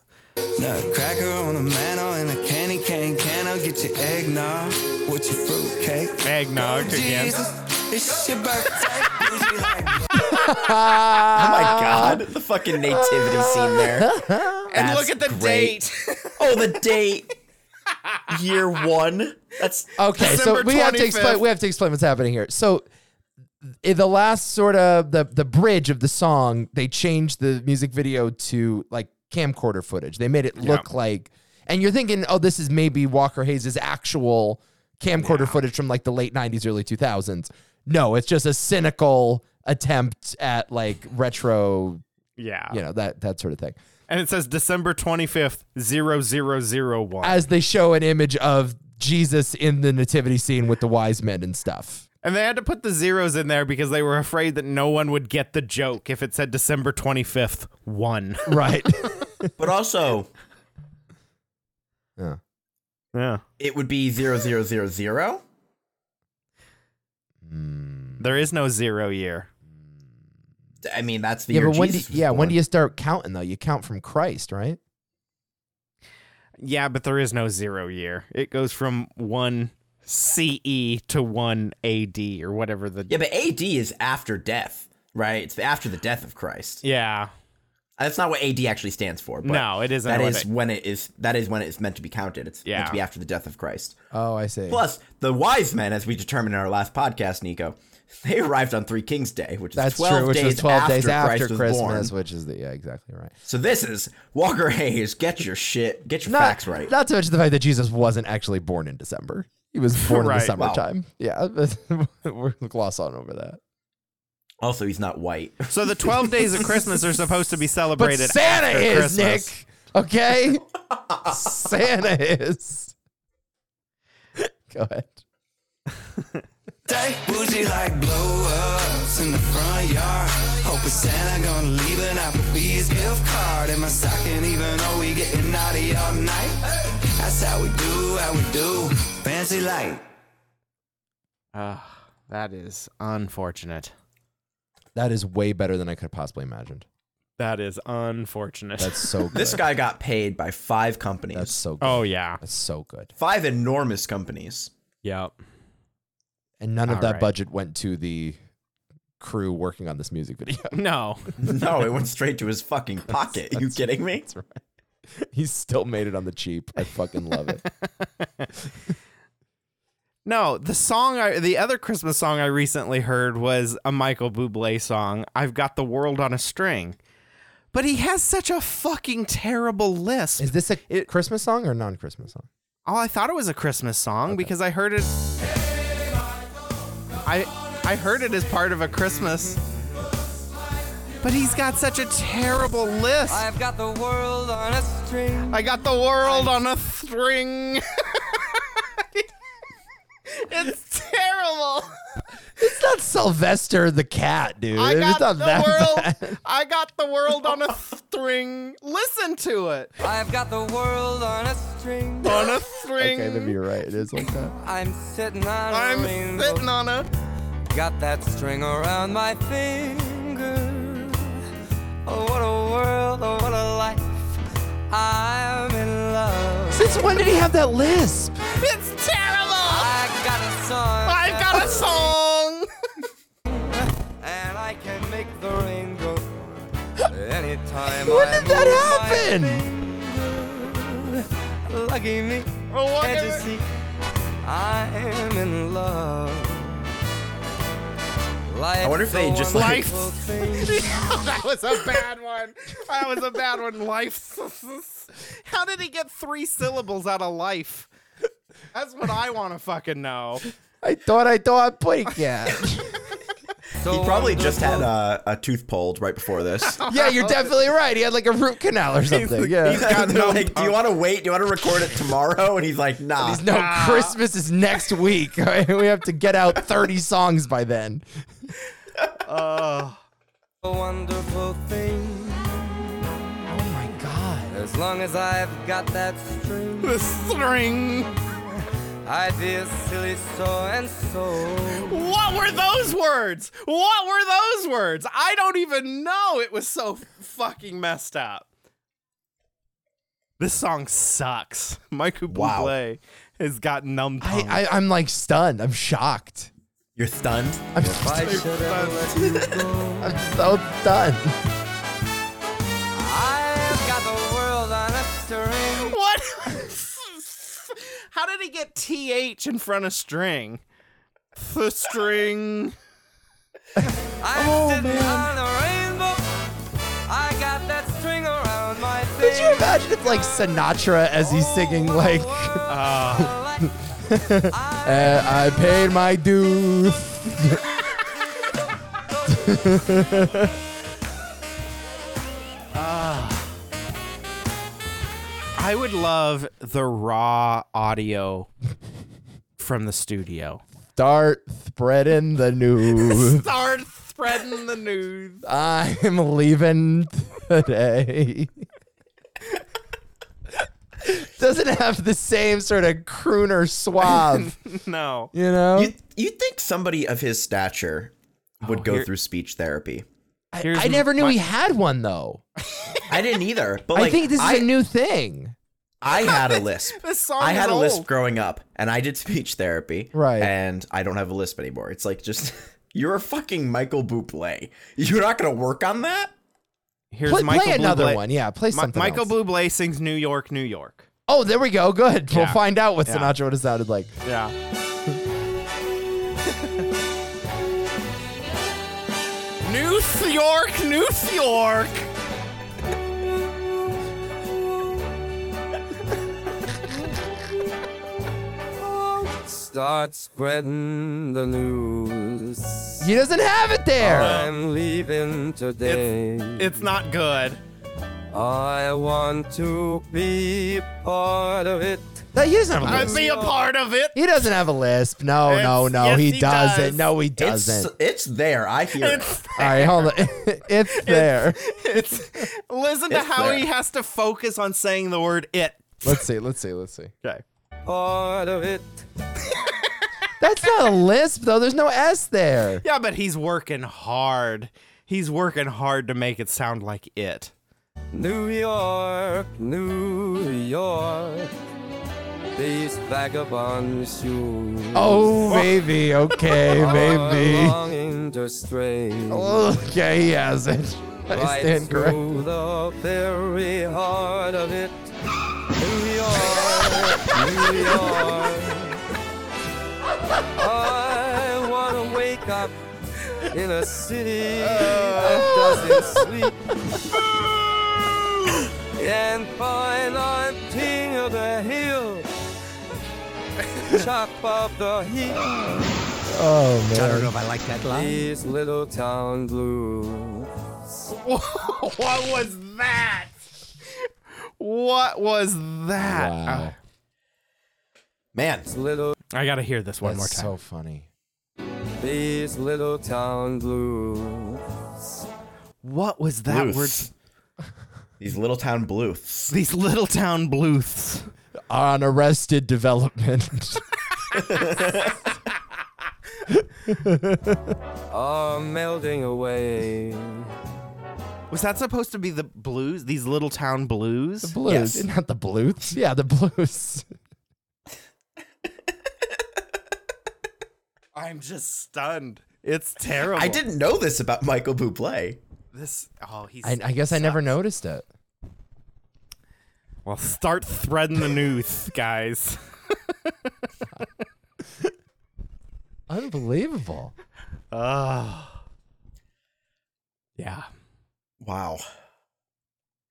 [SPEAKER 8] Nutcracker on a mantle and a candy cane can. I'll get your eggnog with your fruitcake.
[SPEAKER 2] Eggnog again.
[SPEAKER 8] Oh, Jesus, it's your birthday. Bougie like
[SPEAKER 4] Oh my
[SPEAKER 2] Ah.
[SPEAKER 4] god, the fucking nativity
[SPEAKER 3] *laughs*
[SPEAKER 4] scene there.
[SPEAKER 2] And look
[SPEAKER 4] That's
[SPEAKER 2] at the
[SPEAKER 4] great.
[SPEAKER 2] date.
[SPEAKER 4] Oh, the date.
[SPEAKER 2] *laughs*
[SPEAKER 4] Year one. That's
[SPEAKER 3] Okay,
[SPEAKER 2] December
[SPEAKER 3] so we have to
[SPEAKER 2] 25th.
[SPEAKER 3] explain. We have to explain what's happening here. So, in the last sort of the the bridge of the song, they changed the music video to like camcorder footage. They made it look like, and you're thinking, oh, this is maybe Walker Hayes' actual camcorder footage from like the late '90s, early 2000s. No, it's just a cynical attempt at like retro,
[SPEAKER 2] Yeah.
[SPEAKER 3] you know, that that sort of thing.
[SPEAKER 2] And it says December 25th, 0001.
[SPEAKER 3] As they show an image of Jesus in the nativity scene with the wise men and stuff.
[SPEAKER 2] and they had to put the zeros in there because they were afraid that no one would get the joke if it said December 25th, 1.
[SPEAKER 3] *laughs* Right.
[SPEAKER 4] but also
[SPEAKER 2] *laughs* Yeah.
[SPEAKER 4] it would be zero zero zero zero.
[SPEAKER 2] There is no zero year.
[SPEAKER 4] I mean, that's the
[SPEAKER 3] yeah,
[SPEAKER 4] year
[SPEAKER 3] but when do,
[SPEAKER 4] Jesus was
[SPEAKER 3] yeah, when
[SPEAKER 4] born.
[SPEAKER 3] do you start counting though? You count from Christ, right?
[SPEAKER 2] Yeah, but there is no zero year. It goes from 1 CE to 1 AD or whatever the.
[SPEAKER 4] Yeah, but AD is after death, right? It's after the death of Christ.
[SPEAKER 2] Yeah.
[SPEAKER 4] That's not what AD actually stands for. But
[SPEAKER 2] No, it isn't
[SPEAKER 4] That
[SPEAKER 2] what
[SPEAKER 4] is
[SPEAKER 2] it-
[SPEAKER 4] when it is. That is when it is meant to be counted. It's meant
[SPEAKER 2] Yeah.
[SPEAKER 4] to be after the death of Christ.
[SPEAKER 3] Oh, I see.
[SPEAKER 4] Plus, the wise men, as we determined in our last podcast, Nico, they arrived on Three Kings Day, which is
[SPEAKER 3] That's
[SPEAKER 4] 12
[SPEAKER 3] true, which
[SPEAKER 4] days
[SPEAKER 3] was 12
[SPEAKER 4] after
[SPEAKER 3] days after
[SPEAKER 4] Christ was
[SPEAKER 3] Christmas,
[SPEAKER 4] born.
[SPEAKER 3] which is the yeah, exactly right.
[SPEAKER 4] So this is Walker Hayes. Get your shit, get your
[SPEAKER 3] Not,
[SPEAKER 4] facts right.
[SPEAKER 3] Not to mention the fact that Jesus wasn't actually born in December. He
[SPEAKER 4] *laughs*
[SPEAKER 3] was born in
[SPEAKER 2] Right,
[SPEAKER 3] the summertime. Yeah, *laughs* we're gloss on over that.
[SPEAKER 4] also, he's not white.
[SPEAKER 2] So the 12 days of Christmas are supposed to be
[SPEAKER 3] *laughs* But
[SPEAKER 2] celebrated.
[SPEAKER 3] Santa
[SPEAKER 2] after
[SPEAKER 3] is
[SPEAKER 2] Christmas.
[SPEAKER 3] Nick.
[SPEAKER 4] *laughs*
[SPEAKER 3] Okay, Santa is. Go ahead.
[SPEAKER 8] Day bougie like blow ups in the front yard. Hope it's Santa gonna leave an Applebee's gift card in my stocking, even though we getting naughty all night. That's how we do, how we do. Fancy like.
[SPEAKER 2] Ah, that is unfortunate.
[SPEAKER 3] That is way better than I could have possibly imagined.
[SPEAKER 2] That is unfortunate.
[SPEAKER 3] That's so good.
[SPEAKER 4] this guy got paid by five companies,
[SPEAKER 3] That's so good.
[SPEAKER 2] *laughs* oh yeah.
[SPEAKER 3] That's so good.
[SPEAKER 4] five enormous companies. *laughs*
[SPEAKER 2] Yep.
[SPEAKER 3] And none of
[SPEAKER 2] All
[SPEAKER 3] that
[SPEAKER 2] right.
[SPEAKER 3] budget went to the crew working on this
[SPEAKER 2] *laughs*
[SPEAKER 3] music video.
[SPEAKER 2] No.
[SPEAKER 4] No, it went straight to his fucking pocket. you kidding me?
[SPEAKER 3] *laughs* he still made it on the cheap. I fucking love
[SPEAKER 2] *laughs*
[SPEAKER 3] it.
[SPEAKER 2] No, the song I the other Christmas song I recently heard was a Michael Bublé song, I've Got the World on a String. But he has such a fucking terrible list.
[SPEAKER 3] Is this a
[SPEAKER 2] It-
[SPEAKER 3] Christmas song or non-Christmas song?
[SPEAKER 2] Oh, I thought it was a Christmas song because I heard it I I heard it as part of a Christmas But he's got such a terrible list.
[SPEAKER 8] I've got the world on a string.
[SPEAKER 2] I got the world on a string. *laughs* it's terrible.
[SPEAKER 3] It's not Sylvester the cat, dude.
[SPEAKER 2] I
[SPEAKER 3] it's
[SPEAKER 2] got
[SPEAKER 3] not
[SPEAKER 2] the
[SPEAKER 3] that
[SPEAKER 2] world.
[SPEAKER 3] bad.
[SPEAKER 2] *laughs* I got the world on a string. Listen to it.
[SPEAKER 8] I've got the world on a string.
[SPEAKER 2] On a string.
[SPEAKER 3] Okay, maybe you're right. It is like that.
[SPEAKER 8] I'm sitting on a
[SPEAKER 2] I'm
[SPEAKER 8] rainbow.
[SPEAKER 2] sitting on a. *laughs*
[SPEAKER 8] Got that string around my finger. Oh, what a world, oh, what a life. I'm in love.
[SPEAKER 3] Since when did he have that lisp?
[SPEAKER 2] It's terrible.
[SPEAKER 8] I got a
[SPEAKER 2] I've
[SPEAKER 8] song.
[SPEAKER 2] got a song.
[SPEAKER 8] And I can make the rain go
[SPEAKER 3] *laughs*
[SPEAKER 8] anytime.
[SPEAKER 3] When
[SPEAKER 8] I
[SPEAKER 3] did that happen?
[SPEAKER 2] *laughs*
[SPEAKER 8] move my finger. Lucky me. Can't you see? I am in love.
[SPEAKER 4] I wonder if they just, like-
[SPEAKER 2] that was a bad one. That was a bad one. Life. *laughs* How did he get three syllables out of life? That's what I want to fucking know.
[SPEAKER 3] I thought I thought
[SPEAKER 2] *laughs*
[SPEAKER 3] play cat.
[SPEAKER 4] He probably just had a, a tooth pulled right before this.
[SPEAKER 3] yeah, you're definitely right. He had like a root canal or something. *laughs* Yeah.
[SPEAKER 4] He's
[SPEAKER 3] *laughs*
[SPEAKER 4] got no like, do you want to wait? Do you want to record it tomorrow? And he's like, nah.
[SPEAKER 3] *laughs* No, Christmas is next week. right? we have to get out 30 songs by then.
[SPEAKER 8] a wonderful thing.
[SPEAKER 3] Oh my God.
[SPEAKER 8] As long as I've got that string,
[SPEAKER 2] The string.
[SPEAKER 8] I feel silly so and so.
[SPEAKER 2] What were those words? What were those words? I don't even know. It was so fucking messed up. This song sucks. Michael
[SPEAKER 4] Wow.
[SPEAKER 2] Bublé has got numb tongue.
[SPEAKER 3] I, I, I'm like stunned. I'm shocked.
[SPEAKER 4] You're stunned.
[SPEAKER 3] I'm
[SPEAKER 8] If I should ever let you go,
[SPEAKER 3] I'm so done.
[SPEAKER 8] I've got the world on a string.
[SPEAKER 2] What? *laughs* How did he get th in front of string? The string.
[SPEAKER 8] I'm sitting on the rainbow. I got that string around my finger.
[SPEAKER 3] Could you imagine if like Sinatra as he's singing like, Ah. *laughs* "Uh, I paid my dues.
[SPEAKER 2] I would love the raw audio from the studio.
[SPEAKER 3] Start spreading the *laughs* news.
[SPEAKER 2] Start spreading the news.
[SPEAKER 3] I'm leaving today. *laughs* Doesn't have the same sort of crooner suave,
[SPEAKER 2] *laughs* No.
[SPEAKER 3] you know?
[SPEAKER 4] You you think somebody of his stature would go
[SPEAKER 2] here-
[SPEAKER 4] through speach therapy?
[SPEAKER 3] I,
[SPEAKER 2] Here's
[SPEAKER 3] I never knew
[SPEAKER 2] my-
[SPEAKER 3] he had one though.
[SPEAKER 4] I didn't either. But
[SPEAKER 3] I
[SPEAKER 4] like,
[SPEAKER 3] think this
[SPEAKER 4] I,
[SPEAKER 3] is a new thing. *laughs*
[SPEAKER 4] I had a lisp.
[SPEAKER 2] This song
[SPEAKER 4] I
[SPEAKER 2] is
[SPEAKER 4] had a
[SPEAKER 2] old.
[SPEAKER 4] lisp growing up, and I did speech therapy.
[SPEAKER 3] Right.
[SPEAKER 4] And I don't have a lisp anymore. It's like just *laughs* you're a fucking Michael Bublé. You're not gonna work on that.
[SPEAKER 2] Here's
[SPEAKER 3] Play,
[SPEAKER 2] Michael
[SPEAKER 3] play another
[SPEAKER 2] Bublé.
[SPEAKER 3] one. Yeah, play
[SPEAKER 2] Mi-
[SPEAKER 3] something.
[SPEAKER 2] Michael
[SPEAKER 3] else.
[SPEAKER 2] Bublé sings New York, New York.
[SPEAKER 3] Oh, there we go. Good. We'll
[SPEAKER 2] Yeah.
[SPEAKER 3] find out what
[SPEAKER 2] Yeah.
[SPEAKER 3] Sinatra would have sounded like.
[SPEAKER 2] Yeah. *laughs* New York, New York.
[SPEAKER 8] Start spreading the news.
[SPEAKER 3] He doesn't have it
[SPEAKER 2] Oh,
[SPEAKER 3] there.
[SPEAKER 8] I'm leaving today.
[SPEAKER 2] It's not good.
[SPEAKER 8] I want to be part of it.
[SPEAKER 3] That- he doesn't have a
[SPEAKER 2] I'd
[SPEAKER 3] lisp.
[SPEAKER 2] be a part of it. *laughs*
[SPEAKER 3] He doesn't have a lisp. No,
[SPEAKER 2] It's-
[SPEAKER 3] no, no.
[SPEAKER 2] yes,
[SPEAKER 3] he,
[SPEAKER 2] he
[SPEAKER 3] doesn't.
[SPEAKER 2] does.
[SPEAKER 3] No, he
[SPEAKER 4] It's
[SPEAKER 2] *laughs*
[SPEAKER 3] doesn't.
[SPEAKER 4] it's there. I hear
[SPEAKER 2] It's
[SPEAKER 4] it.
[SPEAKER 3] All right, hold on. *laughs* it's there.
[SPEAKER 2] It's listen to
[SPEAKER 4] It's
[SPEAKER 2] how
[SPEAKER 4] there.
[SPEAKER 2] he has to focus on saying the word it.
[SPEAKER 3] Let's see. Let's see. Let's see.
[SPEAKER 2] Okay.
[SPEAKER 8] Part of it.
[SPEAKER 3] That's not a lisp though. There's no s there.
[SPEAKER 2] Yeah, but he's working hard. He's working hard to make it sound like it.
[SPEAKER 8] New York, New York. These vagabond shoes.
[SPEAKER 3] Oh,
[SPEAKER 2] *laughs*
[SPEAKER 3] baby. Okay,
[SPEAKER 2] Oh,
[SPEAKER 8] are
[SPEAKER 3] baby.
[SPEAKER 8] Longing to stray.
[SPEAKER 3] Okay, he has it. Oh, I
[SPEAKER 8] right
[SPEAKER 3] stand corrected.
[SPEAKER 8] through the very heart of it. New York, New York. I wanna wake up in a city that doesn't sleep. And find I'm king of the hill. Top of the heap,
[SPEAKER 3] Oh man.
[SPEAKER 8] these little town blues.
[SPEAKER 2] *laughs* what was that? What was that?
[SPEAKER 3] Wow.
[SPEAKER 4] Man,
[SPEAKER 8] little
[SPEAKER 2] I gotta hear this one
[SPEAKER 3] That's
[SPEAKER 2] more
[SPEAKER 3] so funny.
[SPEAKER 8] this little town blue.
[SPEAKER 2] time. What was that *laughs*
[SPEAKER 4] Bluths.
[SPEAKER 2] word?
[SPEAKER 4] These little town Bluths.
[SPEAKER 2] These little town Bluths.
[SPEAKER 3] On arrested
[SPEAKER 2] *laughs*
[SPEAKER 3] development.
[SPEAKER 8] Are melting away.
[SPEAKER 2] Was that supposed to be the blues? These little town blues?
[SPEAKER 3] blues. Not the blues. Yeah, the blues.
[SPEAKER 2] I'm just stunned. It's terrible.
[SPEAKER 4] I didn't know this about Michael Bublé.
[SPEAKER 2] this. Oh, he's.
[SPEAKER 3] I, I guess I never noticed it.
[SPEAKER 2] Well, start threading the noose, guys.
[SPEAKER 3] *laughs* Unbelievable.
[SPEAKER 2] Yeah.
[SPEAKER 4] Wow.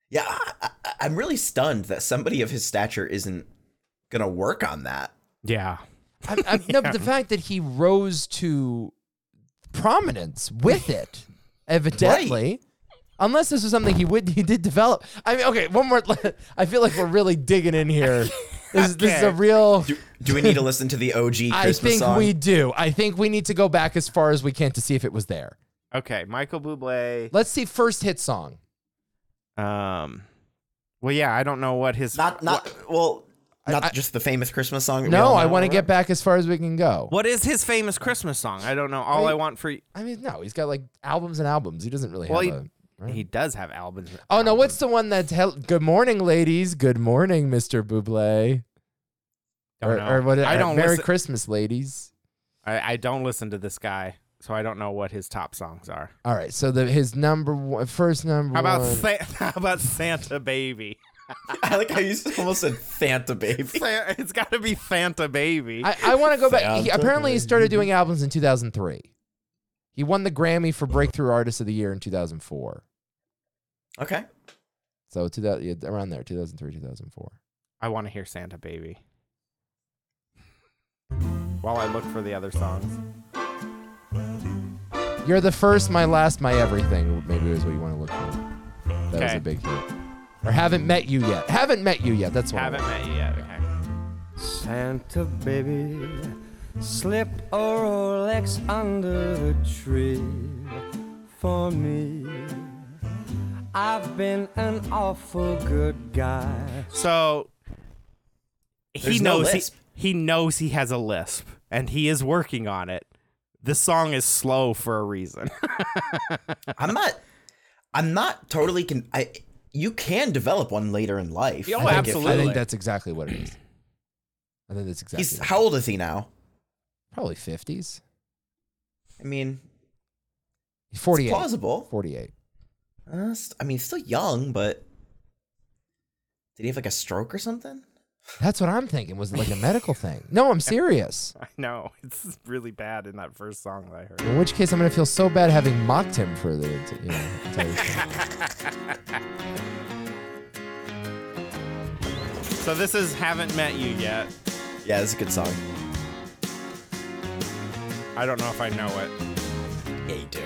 [SPEAKER 4] Yeah, I, I, I'm really stunned that somebody of his stature isn't gonna work on that.
[SPEAKER 2] Yeah.
[SPEAKER 3] I, I, No, but the fact that he rose to prominence with *laughs* it, evidently. Unless this was something he would he did develop. I mean, okay, one more. *laughs* I feel like we're really digging in here. This, is this is a
[SPEAKER 2] Okay.
[SPEAKER 3] real.
[SPEAKER 4] Do, do we
[SPEAKER 3] *laughs*
[SPEAKER 4] need to listen to the OG Christmas
[SPEAKER 3] I think
[SPEAKER 4] song?
[SPEAKER 3] we do. I think we need to go back as far as we can to see if it was there.
[SPEAKER 2] Okay, Michael Bublé.
[SPEAKER 3] Let's see first hit song.
[SPEAKER 2] Um. Well, yeah, I don't know what his
[SPEAKER 4] Not not well, not
[SPEAKER 3] I-
[SPEAKER 4] just the famous Christmas song. that we
[SPEAKER 3] No,
[SPEAKER 4] all
[SPEAKER 3] I
[SPEAKER 4] know.
[SPEAKER 3] want to get back as far as we can go.
[SPEAKER 2] What is his famous Christmas song? I don't know. All I,
[SPEAKER 3] Wait.
[SPEAKER 2] want for y-
[SPEAKER 3] I mean, no, he's got like albums and albums. He doesn't really
[SPEAKER 2] Well,
[SPEAKER 3] have
[SPEAKER 2] he-
[SPEAKER 3] a. right?
[SPEAKER 2] he does have albums.
[SPEAKER 3] Oh no! What's the one that's hel- "Good morning, ladies"? Good morning, Mister Buble.
[SPEAKER 2] Don't
[SPEAKER 3] or,
[SPEAKER 2] know.
[SPEAKER 3] or what?
[SPEAKER 2] I
[SPEAKER 3] or
[SPEAKER 2] don't
[SPEAKER 3] Merry
[SPEAKER 2] listen-
[SPEAKER 3] Christmas, ladies.
[SPEAKER 2] I, I don't listen to this guy, so I don't know what his top songs are.
[SPEAKER 3] All right. So the his number one, first number.
[SPEAKER 2] How about
[SPEAKER 3] one-
[SPEAKER 2] Sa- *laughs* how about Santa Baby?
[SPEAKER 4] *laughs* I like how you almost said Fanta
[SPEAKER 3] *laughs*
[SPEAKER 4] baby.
[SPEAKER 2] Sa- *laughs* it's got to be Fanta Baby.
[SPEAKER 3] I, I want to go back. He,
[SPEAKER 4] Santa
[SPEAKER 3] apparently, he started doing albums in 2003. He won the Grammy for Breakthrough Artist of the Year in 2004.
[SPEAKER 4] Okay.
[SPEAKER 3] So 2000, yeah, around there, 2003, 2004.
[SPEAKER 2] I want to hear Santa Baby. While I look for the other songs.
[SPEAKER 3] You're the first, my last, my everything. Maybe is what you want to look for. That was
[SPEAKER 2] Okay.
[SPEAKER 3] a big hit. Or haven't met you yet. Haven't met you yet. That's what. I
[SPEAKER 2] Haven't
[SPEAKER 3] want.
[SPEAKER 2] met you yet. Okay.
[SPEAKER 8] Santa baby, slip a Rolex under the tree for me. I've been an awful good guy.
[SPEAKER 2] So he
[SPEAKER 4] There's no
[SPEAKER 2] knows he,
[SPEAKER 4] lisp.
[SPEAKER 2] he knows he has a lisp and he is working on it. The song is slow for a reason. *laughs*
[SPEAKER 4] I'm not. I'm not totally. Con- I you can develop one later in life.
[SPEAKER 2] Oh,
[SPEAKER 4] I think if-
[SPEAKER 2] absolutely.
[SPEAKER 3] I think that's exactly what it
[SPEAKER 2] *clears throat*
[SPEAKER 3] is. I think that's exactly.
[SPEAKER 4] he's
[SPEAKER 3] what it
[SPEAKER 4] how old is he now?
[SPEAKER 3] is. Probably 50s.
[SPEAKER 4] I mean, it's
[SPEAKER 3] 48.
[SPEAKER 4] plausible.
[SPEAKER 3] 48.
[SPEAKER 4] Uh, st- I mean, still young, but did he have like a stroke or something?
[SPEAKER 3] That's what I'm thinking. Was it like a medical thing? No, I'm serious.
[SPEAKER 2] I know. It's really bad in that first song that I heard.
[SPEAKER 3] In which case, I'm going to feel so bad having mocked him for the. You know, entire show.
[SPEAKER 2] So this is Haven't Met You Yet.
[SPEAKER 4] Yeah, that's a good song.
[SPEAKER 2] I don't know if I know it.
[SPEAKER 4] Yeah, you do.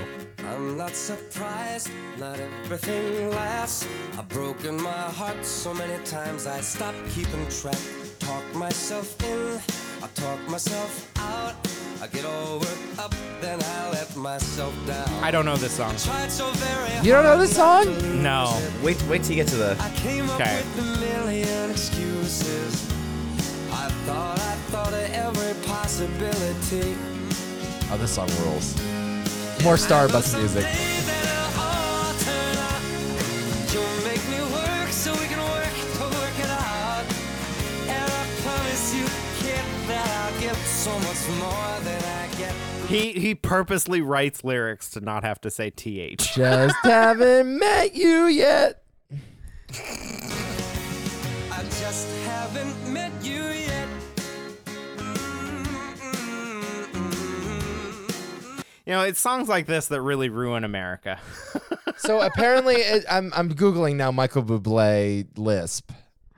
[SPEAKER 8] I'm not surprised, not everything lasts. I've broken my heart so many times I stopped keeping track. Talk myself in, I talk myself out. I get all worked up, then I let myself down.
[SPEAKER 2] I don't know this song.
[SPEAKER 8] tried so very
[SPEAKER 3] you don't know this song?
[SPEAKER 2] No.
[SPEAKER 4] Wait, wait till you get to the.
[SPEAKER 8] I came up
[SPEAKER 2] Okay.
[SPEAKER 8] with a million excuses. I thought I thought of every possibility.
[SPEAKER 3] Oh, this song rules. More Starbucks music.
[SPEAKER 8] Someday that'll all turn up. You'll make me work so we can work to work it out. And I promise you, kid, that I'll get so much more than I get.
[SPEAKER 2] He he purposely writes lyrics to not have to say th.
[SPEAKER 3] Just haven't met you yet.
[SPEAKER 8] I just haven't met you yet. Mm-mm-mm-mm.
[SPEAKER 2] You know, it's songs like this that really ruin America.
[SPEAKER 3] So apparently, it, I'm I'm googling now Michael Bublé lisp,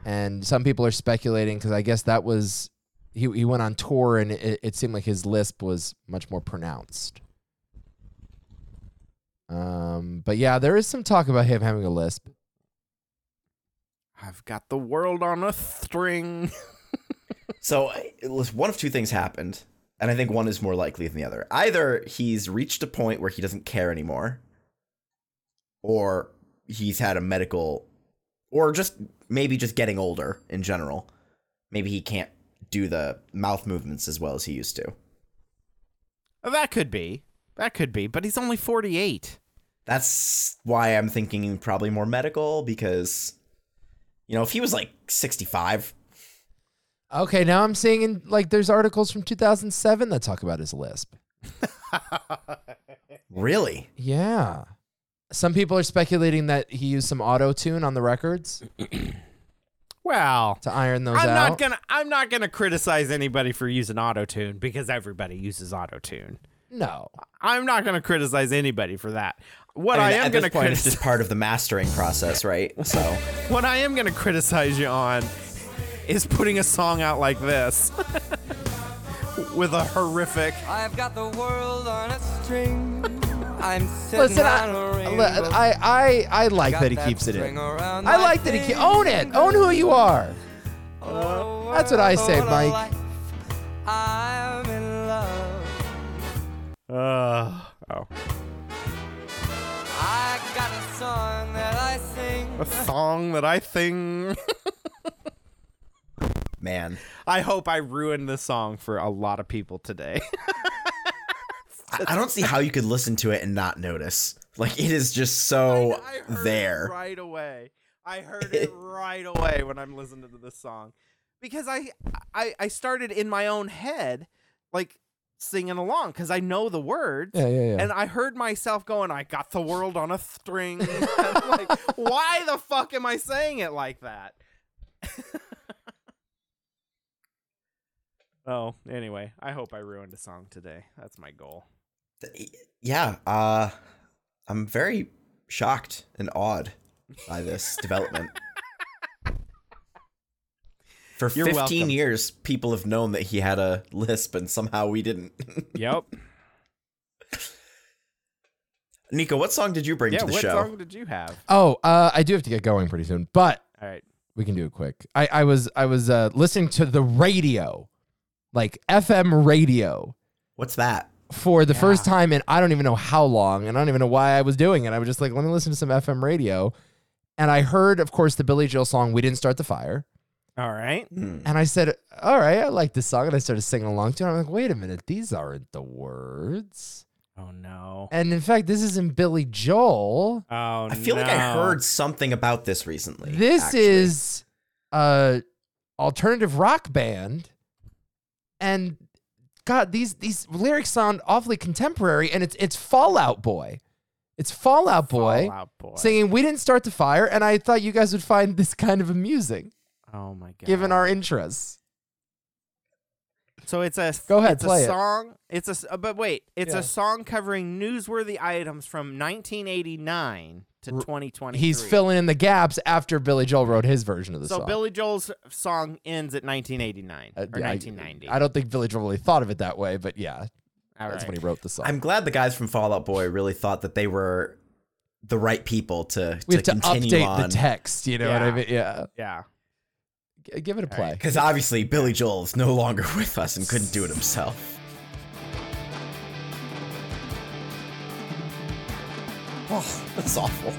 [SPEAKER 3] and some people are speculating because I guess that was he he went on tour and it, it seemed like his lisp was much more pronounced. Um, but yeah, there is some talk about him having a lisp.
[SPEAKER 2] *laughs* I've got the world on a string.
[SPEAKER 4] So I- it was- one of two things happened, and I think one is more likely than the other. Either he's reached a point where he doesn't care anymore, or he's had a medical, or just maybe just getting older in general. Maybe he can't do the mouth movements as well as he used to.
[SPEAKER 2] *laughs* that could be. That could be. But he's only 48.
[SPEAKER 4] That's why I'm thinking probably more medical because, you know, if he was like 65,
[SPEAKER 3] Okay, now I'm seeing in, like there's articles from 2007 that talk about his lisp.
[SPEAKER 4] really?
[SPEAKER 3] Yeah. Some people are speculating that he used some auto tune on the records
[SPEAKER 2] Well,
[SPEAKER 3] to iron those
[SPEAKER 2] I'm
[SPEAKER 3] out.
[SPEAKER 2] not gonna. I'm not gonna criticize anybody for using auto tune because everybody uses auto tune.
[SPEAKER 3] no.
[SPEAKER 2] I'm not gonna criticize anybody for that. What I,
[SPEAKER 4] mean,
[SPEAKER 2] am
[SPEAKER 4] at
[SPEAKER 2] gonna
[SPEAKER 4] this point, it's
[SPEAKER 2] criticize.
[SPEAKER 4] just part of the mastering process, right? So.
[SPEAKER 2] What I am gonna criticize you on is putting a song out like this *laughs* with a horrific.
[SPEAKER 9] I've got the world on a string. I'm sitting
[SPEAKER 3] Listen, I,
[SPEAKER 9] on a
[SPEAKER 3] li-
[SPEAKER 9] rainbow.
[SPEAKER 3] I, I, I like
[SPEAKER 9] Got
[SPEAKER 3] that he keeps it
[SPEAKER 9] string
[SPEAKER 3] in.
[SPEAKER 9] around
[SPEAKER 3] I
[SPEAKER 9] my
[SPEAKER 3] like that he keep, Oh
[SPEAKER 9] finger.
[SPEAKER 3] own it. Own who you are.
[SPEAKER 9] Oh,
[SPEAKER 3] that's what I
[SPEAKER 9] what
[SPEAKER 3] say,
[SPEAKER 9] a
[SPEAKER 3] Mike.
[SPEAKER 9] life. I'm in love.
[SPEAKER 2] Uh, oh,
[SPEAKER 9] I got a song that I sing.
[SPEAKER 2] a song that I think.
[SPEAKER 4] Man,
[SPEAKER 2] I hope I ruined the song for a lot of people today. *laughs*
[SPEAKER 4] I, I don't see how you could listen to it and not notice. Like it is just
[SPEAKER 3] Oh,
[SPEAKER 4] so
[SPEAKER 2] I heard
[SPEAKER 4] there.
[SPEAKER 2] it right away. I heard
[SPEAKER 3] *laughs*
[SPEAKER 2] it right away when I'm listening to this song because I I, I started in my own head like singing along because I know the words.
[SPEAKER 3] Yeah, yeah, yeah.
[SPEAKER 2] And I heard myself going, "I got the world on a string." *laughs* I'm
[SPEAKER 3] *laughs*
[SPEAKER 2] like, why the fuck am I saying it like that? *laughs* oh, anyway, I hope I ruined a song today. That's my
[SPEAKER 3] *laughs*
[SPEAKER 2] goal.
[SPEAKER 4] Yeah, uh I'm very shocked and awed
[SPEAKER 2] *laughs*
[SPEAKER 4] by this development. For
[SPEAKER 2] You're
[SPEAKER 4] 15
[SPEAKER 2] welcome.
[SPEAKER 4] years, people have known that he had a lisp and somehow we didn't.
[SPEAKER 2] Yep.
[SPEAKER 4] Nico, what song did you bring
[SPEAKER 2] yeah.
[SPEAKER 4] to the
[SPEAKER 2] What
[SPEAKER 4] show?
[SPEAKER 2] song did you have?
[SPEAKER 3] Oh, uh, I do have to get going pretty soon, but
[SPEAKER 2] All right.
[SPEAKER 3] we can do it quick. I, I was I was uh, listening to the radio, like FM radio,
[SPEAKER 4] What's that?
[SPEAKER 3] for the first time in I don't even know how long, and I don't even know why I was doing it. I was just like, let me listen to some FM radio, and I heard, of course, the Billy Joel song "We Didn't Start the Fire,"
[SPEAKER 2] All right.
[SPEAKER 3] and I said, "All right, I like this song," and I started singing along to it. I'm like, wait a minute, these aren't the words,
[SPEAKER 2] Oh no.
[SPEAKER 3] and in fact, this isn't Billy Joel.
[SPEAKER 2] Oh,
[SPEAKER 4] I feel like I heard something about this recently.
[SPEAKER 3] This
[SPEAKER 4] actually.
[SPEAKER 3] is a alternative rock band, and God, these these lyrics sound awfully contemporary, and it's it's Fallout Boy, it's Fallout Boy,
[SPEAKER 2] Fall Out Oh, Boy.
[SPEAKER 3] singing "We Didn't Start the Fire," and I thought you guys would find *laughs* this kind of amusing
[SPEAKER 2] Oh my god.
[SPEAKER 3] given our interests.
[SPEAKER 2] so it's a
[SPEAKER 3] Go ahead,
[SPEAKER 2] it's
[SPEAKER 3] play
[SPEAKER 2] a
[SPEAKER 3] it.
[SPEAKER 2] song. It's a s- uh, but wait, it's
[SPEAKER 3] Yeah.
[SPEAKER 2] a song covering newsworthy items from 1989 to 2020.
[SPEAKER 3] He's filling in the gaps after Billy Joel wrote his version of the
[SPEAKER 2] So
[SPEAKER 3] song.
[SPEAKER 2] Billy Joel's song ends at 1989
[SPEAKER 3] Uh,
[SPEAKER 2] or
[SPEAKER 3] yeah, I-
[SPEAKER 2] 1990.
[SPEAKER 3] I, don't think Billy Joel really thought of it that way, but yeah,
[SPEAKER 2] All
[SPEAKER 3] that's
[SPEAKER 2] right.
[SPEAKER 3] when he wrote the song.
[SPEAKER 4] I'm glad the guys from Fallout Boy really thought that they were the right people to,
[SPEAKER 3] we
[SPEAKER 4] to
[SPEAKER 3] have to
[SPEAKER 4] continue
[SPEAKER 3] update
[SPEAKER 4] on.
[SPEAKER 3] the text. You know what I
[SPEAKER 2] Yeah.
[SPEAKER 3] mean? Yeah.
[SPEAKER 2] yeah.
[SPEAKER 3] G- give it a play.
[SPEAKER 4] Because obviously Billy Joel is no longer *laughs* with us and couldn't do it himself. *laughs* Oh, *laughs* that's awful.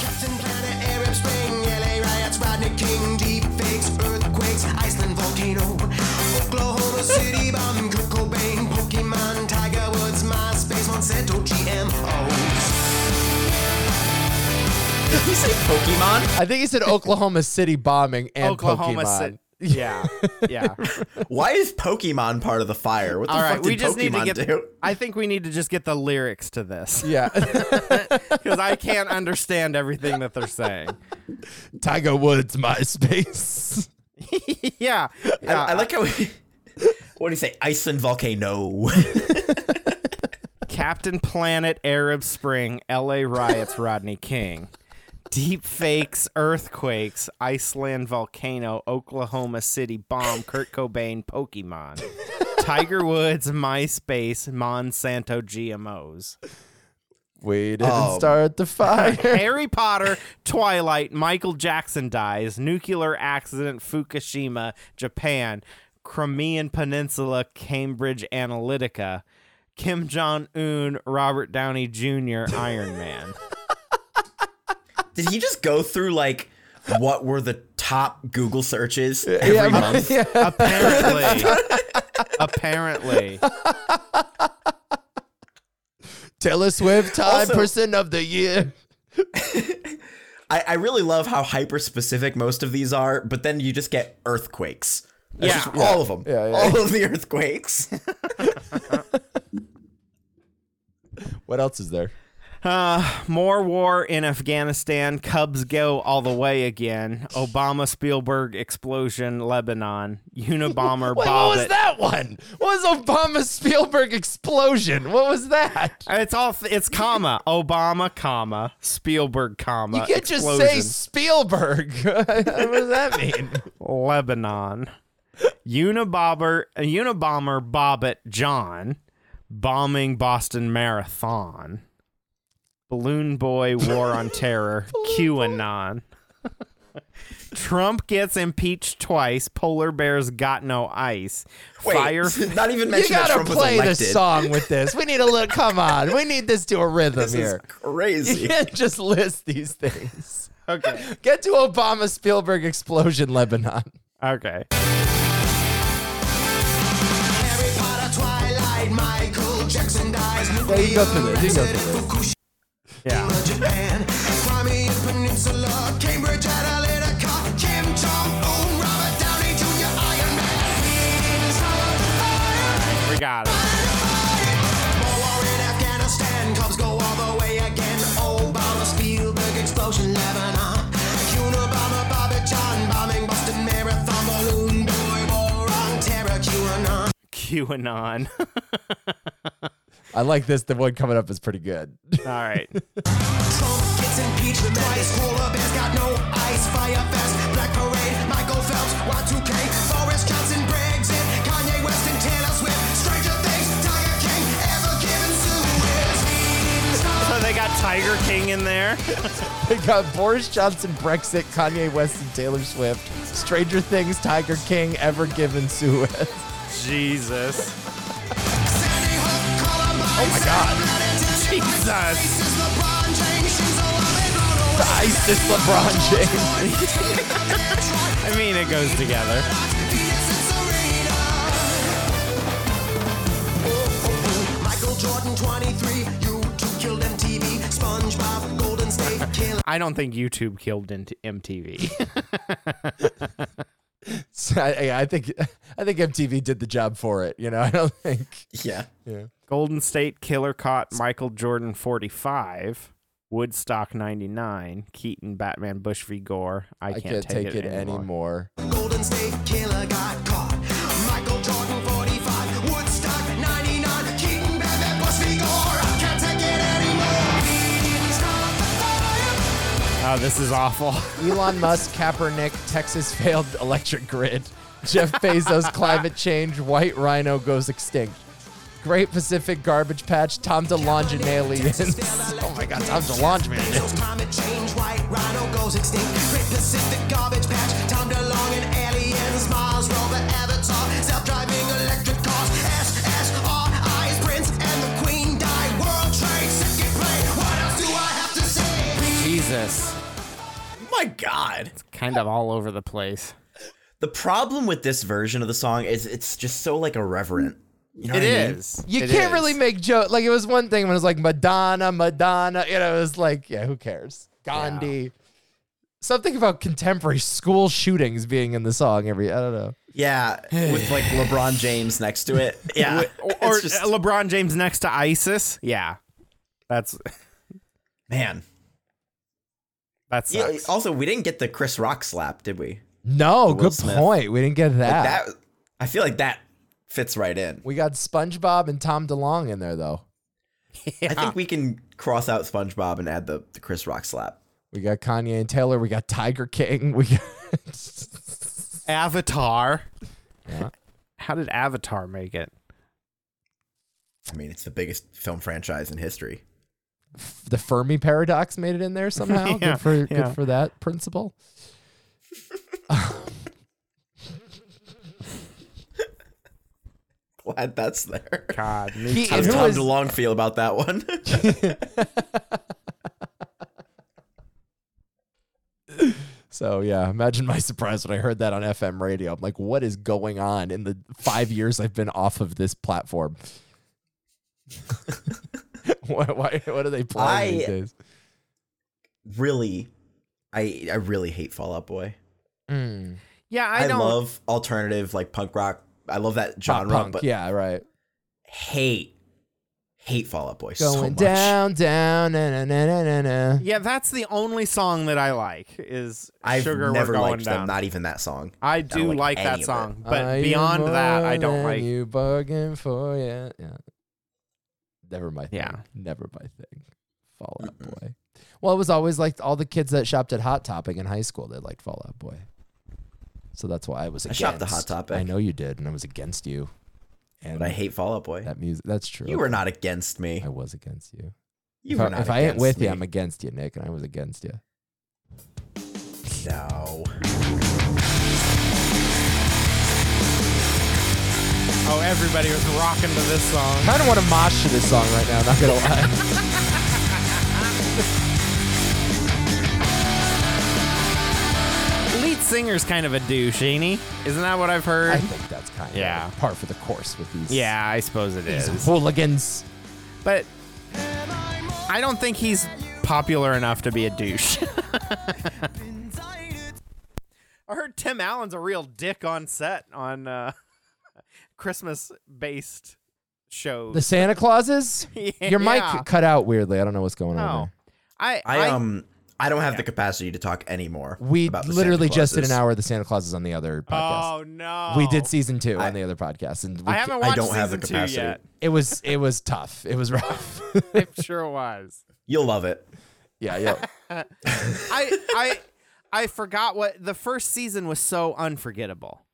[SPEAKER 8] Captain Planet, Arab Spring, LA riots, Rodney King, deep fakes, earthquakes, Iceland volcano, Oklahoma City bomb, Kurt Cobain, Pokemon, Tiger Woods, MySpace, Monsanto, GMOs.
[SPEAKER 4] Did he say Pokemon?
[SPEAKER 3] I think he said Oklahoma City bombing and
[SPEAKER 2] Oklahoma
[SPEAKER 3] Pokemon. *laughs*
[SPEAKER 2] City. Yeah. Yeah.
[SPEAKER 4] Why is Pokemon part of the fire? What the
[SPEAKER 2] All
[SPEAKER 4] fuck
[SPEAKER 2] right.
[SPEAKER 4] did
[SPEAKER 2] We just
[SPEAKER 4] Pokemon
[SPEAKER 2] need to get.
[SPEAKER 4] do?
[SPEAKER 2] I think we need to just get the lyrics to this
[SPEAKER 3] *laughs* Yeah.
[SPEAKER 2] because I can't understand everything that they're saying.
[SPEAKER 3] Tiger Woods, MySpace.
[SPEAKER 2] *laughs* yeah.
[SPEAKER 4] *laughs* I, I like how. what do you say? Iceland volcano.
[SPEAKER 2] Captain Planet, Arab Spring, LA riots, Rodney King. Deep fakes, earthquakes, Iceland volcano, Oklahoma City bomb, Kurt Cobain, Pokemon, Tiger Woods, MySpace, Monsanto GMOs,
[SPEAKER 3] We didn't
[SPEAKER 4] Oh.
[SPEAKER 3] start the fire.
[SPEAKER 2] *laughs* Harry Potter, Twilight, Michael Jackson dies, nuclear accident, Fukushima, Japan, Crimean Peninsula, Cambridge Analytica, Kim Jong Un, Robert Downey Jr., Iron
[SPEAKER 3] *laughs*
[SPEAKER 2] Man.
[SPEAKER 4] *laughs* Did he just go through like what were the top Google searches *laughs* every
[SPEAKER 3] Yeah, but- *laughs*
[SPEAKER 4] month?
[SPEAKER 3] yeah.
[SPEAKER 2] Apparently. Apparently.
[SPEAKER 3] Taylor Swift, time
[SPEAKER 4] Also-
[SPEAKER 3] person of the year.
[SPEAKER 4] I, I really love how hyper specific most of these are, but then you just get earthquakes. That's
[SPEAKER 2] Yeah.
[SPEAKER 4] just all of them.
[SPEAKER 3] Yeah, yeah.
[SPEAKER 4] All of the earthquakes. *laughs*
[SPEAKER 3] What else is there?
[SPEAKER 2] Uh, more war in Afghanistan. Cubs go all the way again. Obama Spielberg explosion, Lebanon. Unabomber Bobbit.
[SPEAKER 3] Wait, *laughs* what was that one? What was Obama Spielberg explosion? What was that?
[SPEAKER 2] It's all it's comma Obama comma Spielberg comma.
[SPEAKER 3] You can't just say
[SPEAKER 2] explosion.
[SPEAKER 3] Spielberg. uh, *laughs* what does that *laughs* mean?
[SPEAKER 2] Lebanon. Unabomber Unabomber Bobbit John bombing Boston Marathon. Balloon Boy War
[SPEAKER 3] *laughs*
[SPEAKER 2] on Terror QAnon. Trump gets impeached twice. Polar bears got no ice.
[SPEAKER 4] Wait,
[SPEAKER 2] Fire
[SPEAKER 4] *laughs* not even
[SPEAKER 3] you
[SPEAKER 4] mention that
[SPEAKER 3] gotta
[SPEAKER 4] Trump
[SPEAKER 3] play
[SPEAKER 4] was
[SPEAKER 3] the
[SPEAKER 4] elected.
[SPEAKER 3] song with this. We need a little. Come on, we need this to a rhythm
[SPEAKER 4] This is
[SPEAKER 3] here. You *laughs*
[SPEAKER 4] crazy.
[SPEAKER 3] can't just list these things.
[SPEAKER 2] okay.
[SPEAKER 3] Get to Obama Spielberg explosion Lebanon.
[SPEAKER 2] Okay.
[SPEAKER 3] Yeah, you go through this. You go through this.
[SPEAKER 2] Yeah. We got it. QAnon. *laughs*
[SPEAKER 3] I like this. The one coming up is pretty good. *laughs*
[SPEAKER 2] All right. So they got Tiger King in there.
[SPEAKER 3] They got Boris Johnson, Brexit, Kanye West, and Taylor Swift. Stranger Things, Tiger King, Ever Given Suez.
[SPEAKER 2] Jesus.
[SPEAKER 3] Oh my God. *laughs*
[SPEAKER 2] Jesus.
[SPEAKER 3] ISIS, LeBron James.
[SPEAKER 2] I mean, it goes together. I don't think YouTube killed in- *laughs* MTV.
[SPEAKER 3] So *laughs* I, I- I think I think MTV did the job for it. You know, *laughs* I don't think
[SPEAKER 4] Yeah.
[SPEAKER 2] Golden State Killer caught Michael Jordan 45, Woodstock 99, Keaton Batman Bush v Gore. I
[SPEAKER 3] I
[SPEAKER 2] can't,
[SPEAKER 3] can't, take, it, anymore.
[SPEAKER 2] Oh, this is awful.
[SPEAKER 3] Elon Musk, Kaepernick, Texas failed *laughs* electric grid. Jeff Bezos, climate change, white rhino goes extinct. Great Pacific garbage patch, Tom DeLonge and aliens. *laughs* Oh my god, Tom DeLonge man.
[SPEAKER 2] Jesus.
[SPEAKER 4] My God.
[SPEAKER 2] Kind of all over the place.
[SPEAKER 4] The problem with this version of the song is it's just so like irreverent. You know
[SPEAKER 2] It
[SPEAKER 4] what I mean?
[SPEAKER 2] is.
[SPEAKER 3] You
[SPEAKER 2] It is.
[SPEAKER 3] can't really make joke. Like it was one thing when it was like Madonna, Madonna. You know, it was like, yeah, who cares? Gandhi. Something about contemporary school shootings being in the song every. I don't know.
[SPEAKER 4] Yeah,
[SPEAKER 3] *sighs*
[SPEAKER 4] with like LeBron James next
[SPEAKER 3] *laughs*
[SPEAKER 4] to it. Yeah, *laughs*
[SPEAKER 2] Or,
[SPEAKER 4] it's
[SPEAKER 2] or
[SPEAKER 4] just
[SPEAKER 2] LeBron James next to ISIS. Yeah. That's
[SPEAKER 4] man.
[SPEAKER 2] that
[SPEAKER 4] Yeah,
[SPEAKER 2] sucks.
[SPEAKER 4] also, we didn't get the Chris Rock slap, did we?
[SPEAKER 3] No,
[SPEAKER 4] Will
[SPEAKER 3] good
[SPEAKER 4] Smith.
[SPEAKER 3] point. We didn't get that.
[SPEAKER 4] That I feel like that fits right in.
[SPEAKER 3] We got SpongeBob and Tom DeLong in there though.
[SPEAKER 2] *laughs*
[SPEAKER 4] I
[SPEAKER 3] Ah.
[SPEAKER 4] think we can cross out SpongeBob and add the, the Chris Rock slap.
[SPEAKER 3] We got Kanye and Taylor. We got Tiger King. *laughs* We got
[SPEAKER 2] Avatar.
[SPEAKER 3] Yeah.
[SPEAKER 2] How did Avatar make it?
[SPEAKER 4] I mean, it's the biggest film franchise in history. *laughs*
[SPEAKER 3] the Fermi paradox made it in there somehow.
[SPEAKER 2] *laughs* Yeah,
[SPEAKER 3] good for
[SPEAKER 2] yeah.
[SPEAKER 3] good for that principle.
[SPEAKER 4] Glad that's there. *laughs*
[SPEAKER 2] God, me
[SPEAKER 3] He-
[SPEAKER 2] too.
[SPEAKER 4] How's
[SPEAKER 3] who
[SPEAKER 4] Tom
[SPEAKER 3] is-
[SPEAKER 4] DeLonge feel about that one? *laughs*
[SPEAKER 3] So yeah, imagine my *laughs* surprise when I heard that on FM radio. I'm like, what is going on in the five years I've been off of this platform? *laughs* what, why, what are they playing
[SPEAKER 4] I-
[SPEAKER 3] these days?
[SPEAKER 4] really, I I really hate Fall Out Boy.
[SPEAKER 2] yeah, I,
[SPEAKER 4] I,
[SPEAKER 2] don't.
[SPEAKER 4] love alternative like punk rock. I love that
[SPEAKER 3] Pop
[SPEAKER 4] genre,
[SPEAKER 3] punk,
[SPEAKER 4] but
[SPEAKER 3] yeah, right.
[SPEAKER 4] hate hate Fall Out Boy so
[SPEAKER 3] Going
[SPEAKER 4] much.
[SPEAKER 3] down, down, na na na na na. na.
[SPEAKER 2] yeah, that's the only song that I like is
[SPEAKER 4] I've
[SPEAKER 2] Sugar
[SPEAKER 4] never
[SPEAKER 2] We're Going
[SPEAKER 4] liked
[SPEAKER 2] Down.
[SPEAKER 4] them. Not even that song.
[SPEAKER 2] I do
[SPEAKER 4] like
[SPEAKER 2] like,
[SPEAKER 4] any of
[SPEAKER 2] that
[SPEAKER 4] it.
[SPEAKER 2] song, but
[SPEAKER 3] Are you
[SPEAKER 2] beyond that,
[SPEAKER 3] more
[SPEAKER 2] I don't
[SPEAKER 3] than
[SPEAKER 2] like.
[SPEAKER 3] You bargained for yeah, yeah. Never my thing.
[SPEAKER 2] Yeah.
[SPEAKER 3] Never my thing. Fall Out Boy. Well, it was always like all the kids that shopped at Hot Topic in high school. They liked Fall Out Boy. So that's why I was
[SPEAKER 4] I
[SPEAKER 3] against.
[SPEAKER 4] shopped at Hot Topic.
[SPEAKER 3] I know you did, and I was against you. And
[SPEAKER 4] But I hate Fall Out Boy.
[SPEAKER 3] that music. That's true.
[SPEAKER 4] you were not against me.
[SPEAKER 3] I was against you.
[SPEAKER 4] You
[SPEAKER 3] if
[SPEAKER 4] were
[SPEAKER 3] I,
[SPEAKER 4] not
[SPEAKER 3] if I ain't
[SPEAKER 4] against
[SPEAKER 3] with
[SPEAKER 4] me.
[SPEAKER 3] you, I'm against you, Nick, and I was against you.
[SPEAKER 4] no.
[SPEAKER 2] Oh, everybody was rocking to this song.
[SPEAKER 3] kind of want to mosh to this song right now. Not gonna
[SPEAKER 4] *laughs*
[SPEAKER 3] lie.
[SPEAKER 2] Lead singer's kind of a douche, ain't he? Isn't that what I've heard?
[SPEAKER 3] I think that's kind of
[SPEAKER 2] Yeah.
[SPEAKER 3] par for the course with these.
[SPEAKER 2] yeah, I suppose it
[SPEAKER 3] these
[SPEAKER 2] is.
[SPEAKER 3] hooligans.
[SPEAKER 2] But I don't think he's popular enough to be a douche. *laughs* I heard Tim Allen's a real dick on set on uh, *laughs* Christmas-based shows.
[SPEAKER 3] The Santa Clauses? Your mic
[SPEAKER 2] *laughs* Yeah.
[SPEAKER 3] cut out weirdly. I don't know what's going on.
[SPEAKER 2] Oh. I,
[SPEAKER 3] There.
[SPEAKER 4] I um I don't have the capacity to talk anymore.
[SPEAKER 3] We
[SPEAKER 4] about the
[SPEAKER 3] literally
[SPEAKER 4] Santa
[SPEAKER 3] just did an
[SPEAKER 4] Clauses.
[SPEAKER 3] hour of the Santa Clauses on the other podcast.
[SPEAKER 2] Oh no.
[SPEAKER 3] We did season two
[SPEAKER 4] I-
[SPEAKER 3] on the other podcast, and we,
[SPEAKER 2] I haven't
[SPEAKER 4] I
[SPEAKER 2] watched
[SPEAKER 4] don't have the
[SPEAKER 2] season two
[SPEAKER 4] capacity.
[SPEAKER 2] yet.
[SPEAKER 3] It was it was tough. It was
[SPEAKER 2] *laughs*
[SPEAKER 3] rough.
[SPEAKER 2] It sure was.
[SPEAKER 4] You'll love it.
[SPEAKER 3] *laughs* yeah, yeah.
[SPEAKER 2] *laughs* I I I forgot what the first season was so unforgettable.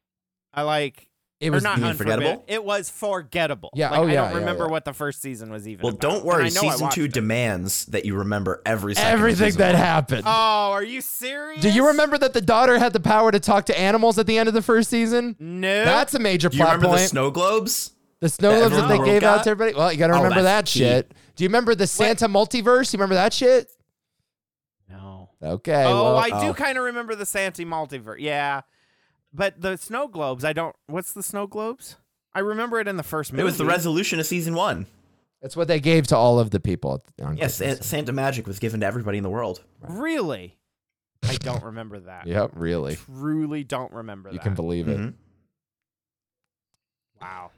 [SPEAKER 2] I like
[SPEAKER 3] It
[SPEAKER 2] or
[SPEAKER 3] was
[SPEAKER 2] not
[SPEAKER 3] the-
[SPEAKER 2] unforgettable.
[SPEAKER 4] forgettable?
[SPEAKER 2] It was forgettable.
[SPEAKER 3] Yeah,
[SPEAKER 2] Like,
[SPEAKER 3] oh,
[SPEAKER 2] I
[SPEAKER 3] yeah,
[SPEAKER 2] don't
[SPEAKER 3] yeah,
[SPEAKER 2] remember
[SPEAKER 3] yeah.
[SPEAKER 2] what the first season was even.
[SPEAKER 4] Well,
[SPEAKER 2] about.
[SPEAKER 4] don't
[SPEAKER 2] And I
[SPEAKER 4] worry.
[SPEAKER 2] know I
[SPEAKER 4] Season
[SPEAKER 2] watched
[SPEAKER 4] two
[SPEAKER 2] it.
[SPEAKER 4] demands that you remember every second of
[SPEAKER 3] everything
[SPEAKER 4] season
[SPEAKER 3] that
[SPEAKER 4] one.
[SPEAKER 3] happened.
[SPEAKER 2] Oh, are you serious?
[SPEAKER 3] Do you remember that the daughter had the power to talk to animals at the end of the first season?
[SPEAKER 2] No.
[SPEAKER 3] That's a major
[SPEAKER 4] Do you
[SPEAKER 3] plot
[SPEAKER 4] remember
[SPEAKER 3] point.
[SPEAKER 4] the snow globes?
[SPEAKER 3] The snow
[SPEAKER 4] that
[SPEAKER 3] globes that they
[SPEAKER 4] everyone
[SPEAKER 3] gave out
[SPEAKER 4] got?
[SPEAKER 3] to everybody. Well, you got to
[SPEAKER 4] Oh,
[SPEAKER 3] remember that
[SPEAKER 4] that's key.
[SPEAKER 3] shit. Do you remember the Santa multiverse? You remember that shit?
[SPEAKER 2] no.
[SPEAKER 3] Okay.
[SPEAKER 2] oh,
[SPEAKER 3] well,
[SPEAKER 2] I do
[SPEAKER 4] oh.
[SPEAKER 2] kind of remember the Santi multiverse. Yeah, but the snow globes. I don't. What's the snow globes? I remember it in the first movie.
[SPEAKER 4] It was the resolution of season one.
[SPEAKER 3] that's what they gave to all of the people. at- on
[SPEAKER 4] Yes,
[SPEAKER 3] Christmas.
[SPEAKER 4] Sa- Santa Magic was given to everybody in the world.
[SPEAKER 2] Really, I don't remember that.
[SPEAKER 3] Yep, really.
[SPEAKER 2] Truly, don't remember
[SPEAKER 3] You
[SPEAKER 2] that. Mm-hmm.
[SPEAKER 3] can believe it.
[SPEAKER 4] Mhm.
[SPEAKER 2] Wow.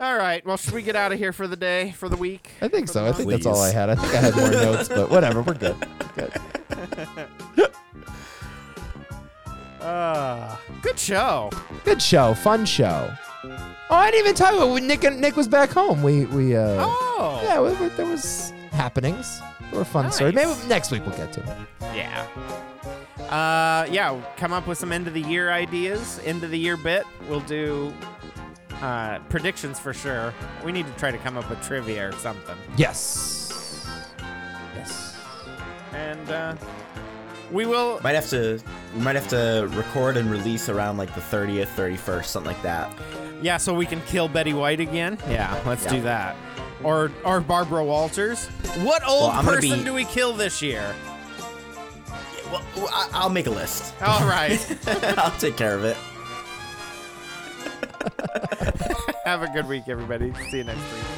[SPEAKER 2] All right. Well, should we get out of here for the day, for the week?
[SPEAKER 3] I think
[SPEAKER 2] For
[SPEAKER 3] so.
[SPEAKER 2] the
[SPEAKER 3] I think
[SPEAKER 2] month?
[SPEAKER 3] that's all I had. I think I had more notes, but whatever. We're good. Good.
[SPEAKER 2] Uh, good show.
[SPEAKER 3] Good show. Fun show. Oh, I didn't even tell you. When Nick and Nick was back home, we we uh
[SPEAKER 2] Oh.
[SPEAKER 3] yeah, we, we- there was happenings. There were fun stories. Maybe
[SPEAKER 2] Nice.
[SPEAKER 3] next week we'll get to it.
[SPEAKER 2] Yeah. Uh, yeah. Come up with some end of the year ideas. End of the year bit. We'll do uh, predictions for sure. We need to try to come up with trivia or something.
[SPEAKER 3] Yes. Yes.
[SPEAKER 2] And uh, we will.
[SPEAKER 4] Might have to, we might have to record and release around like the thirtieth, thirty-first, something like that.
[SPEAKER 2] Yeah, so we can kill Betty White again. Yeah, let's do that. Or or Barbara Walters. What old
[SPEAKER 4] I'm gonna
[SPEAKER 2] person
[SPEAKER 4] be-
[SPEAKER 2] do we kill this
[SPEAKER 4] *laughs*
[SPEAKER 2] year?
[SPEAKER 4] Well, well, I- I'll make a list. *laughs*
[SPEAKER 2] All right.
[SPEAKER 4] I'll take care of it.
[SPEAKER 2] Have a good week, everybody. See you next week.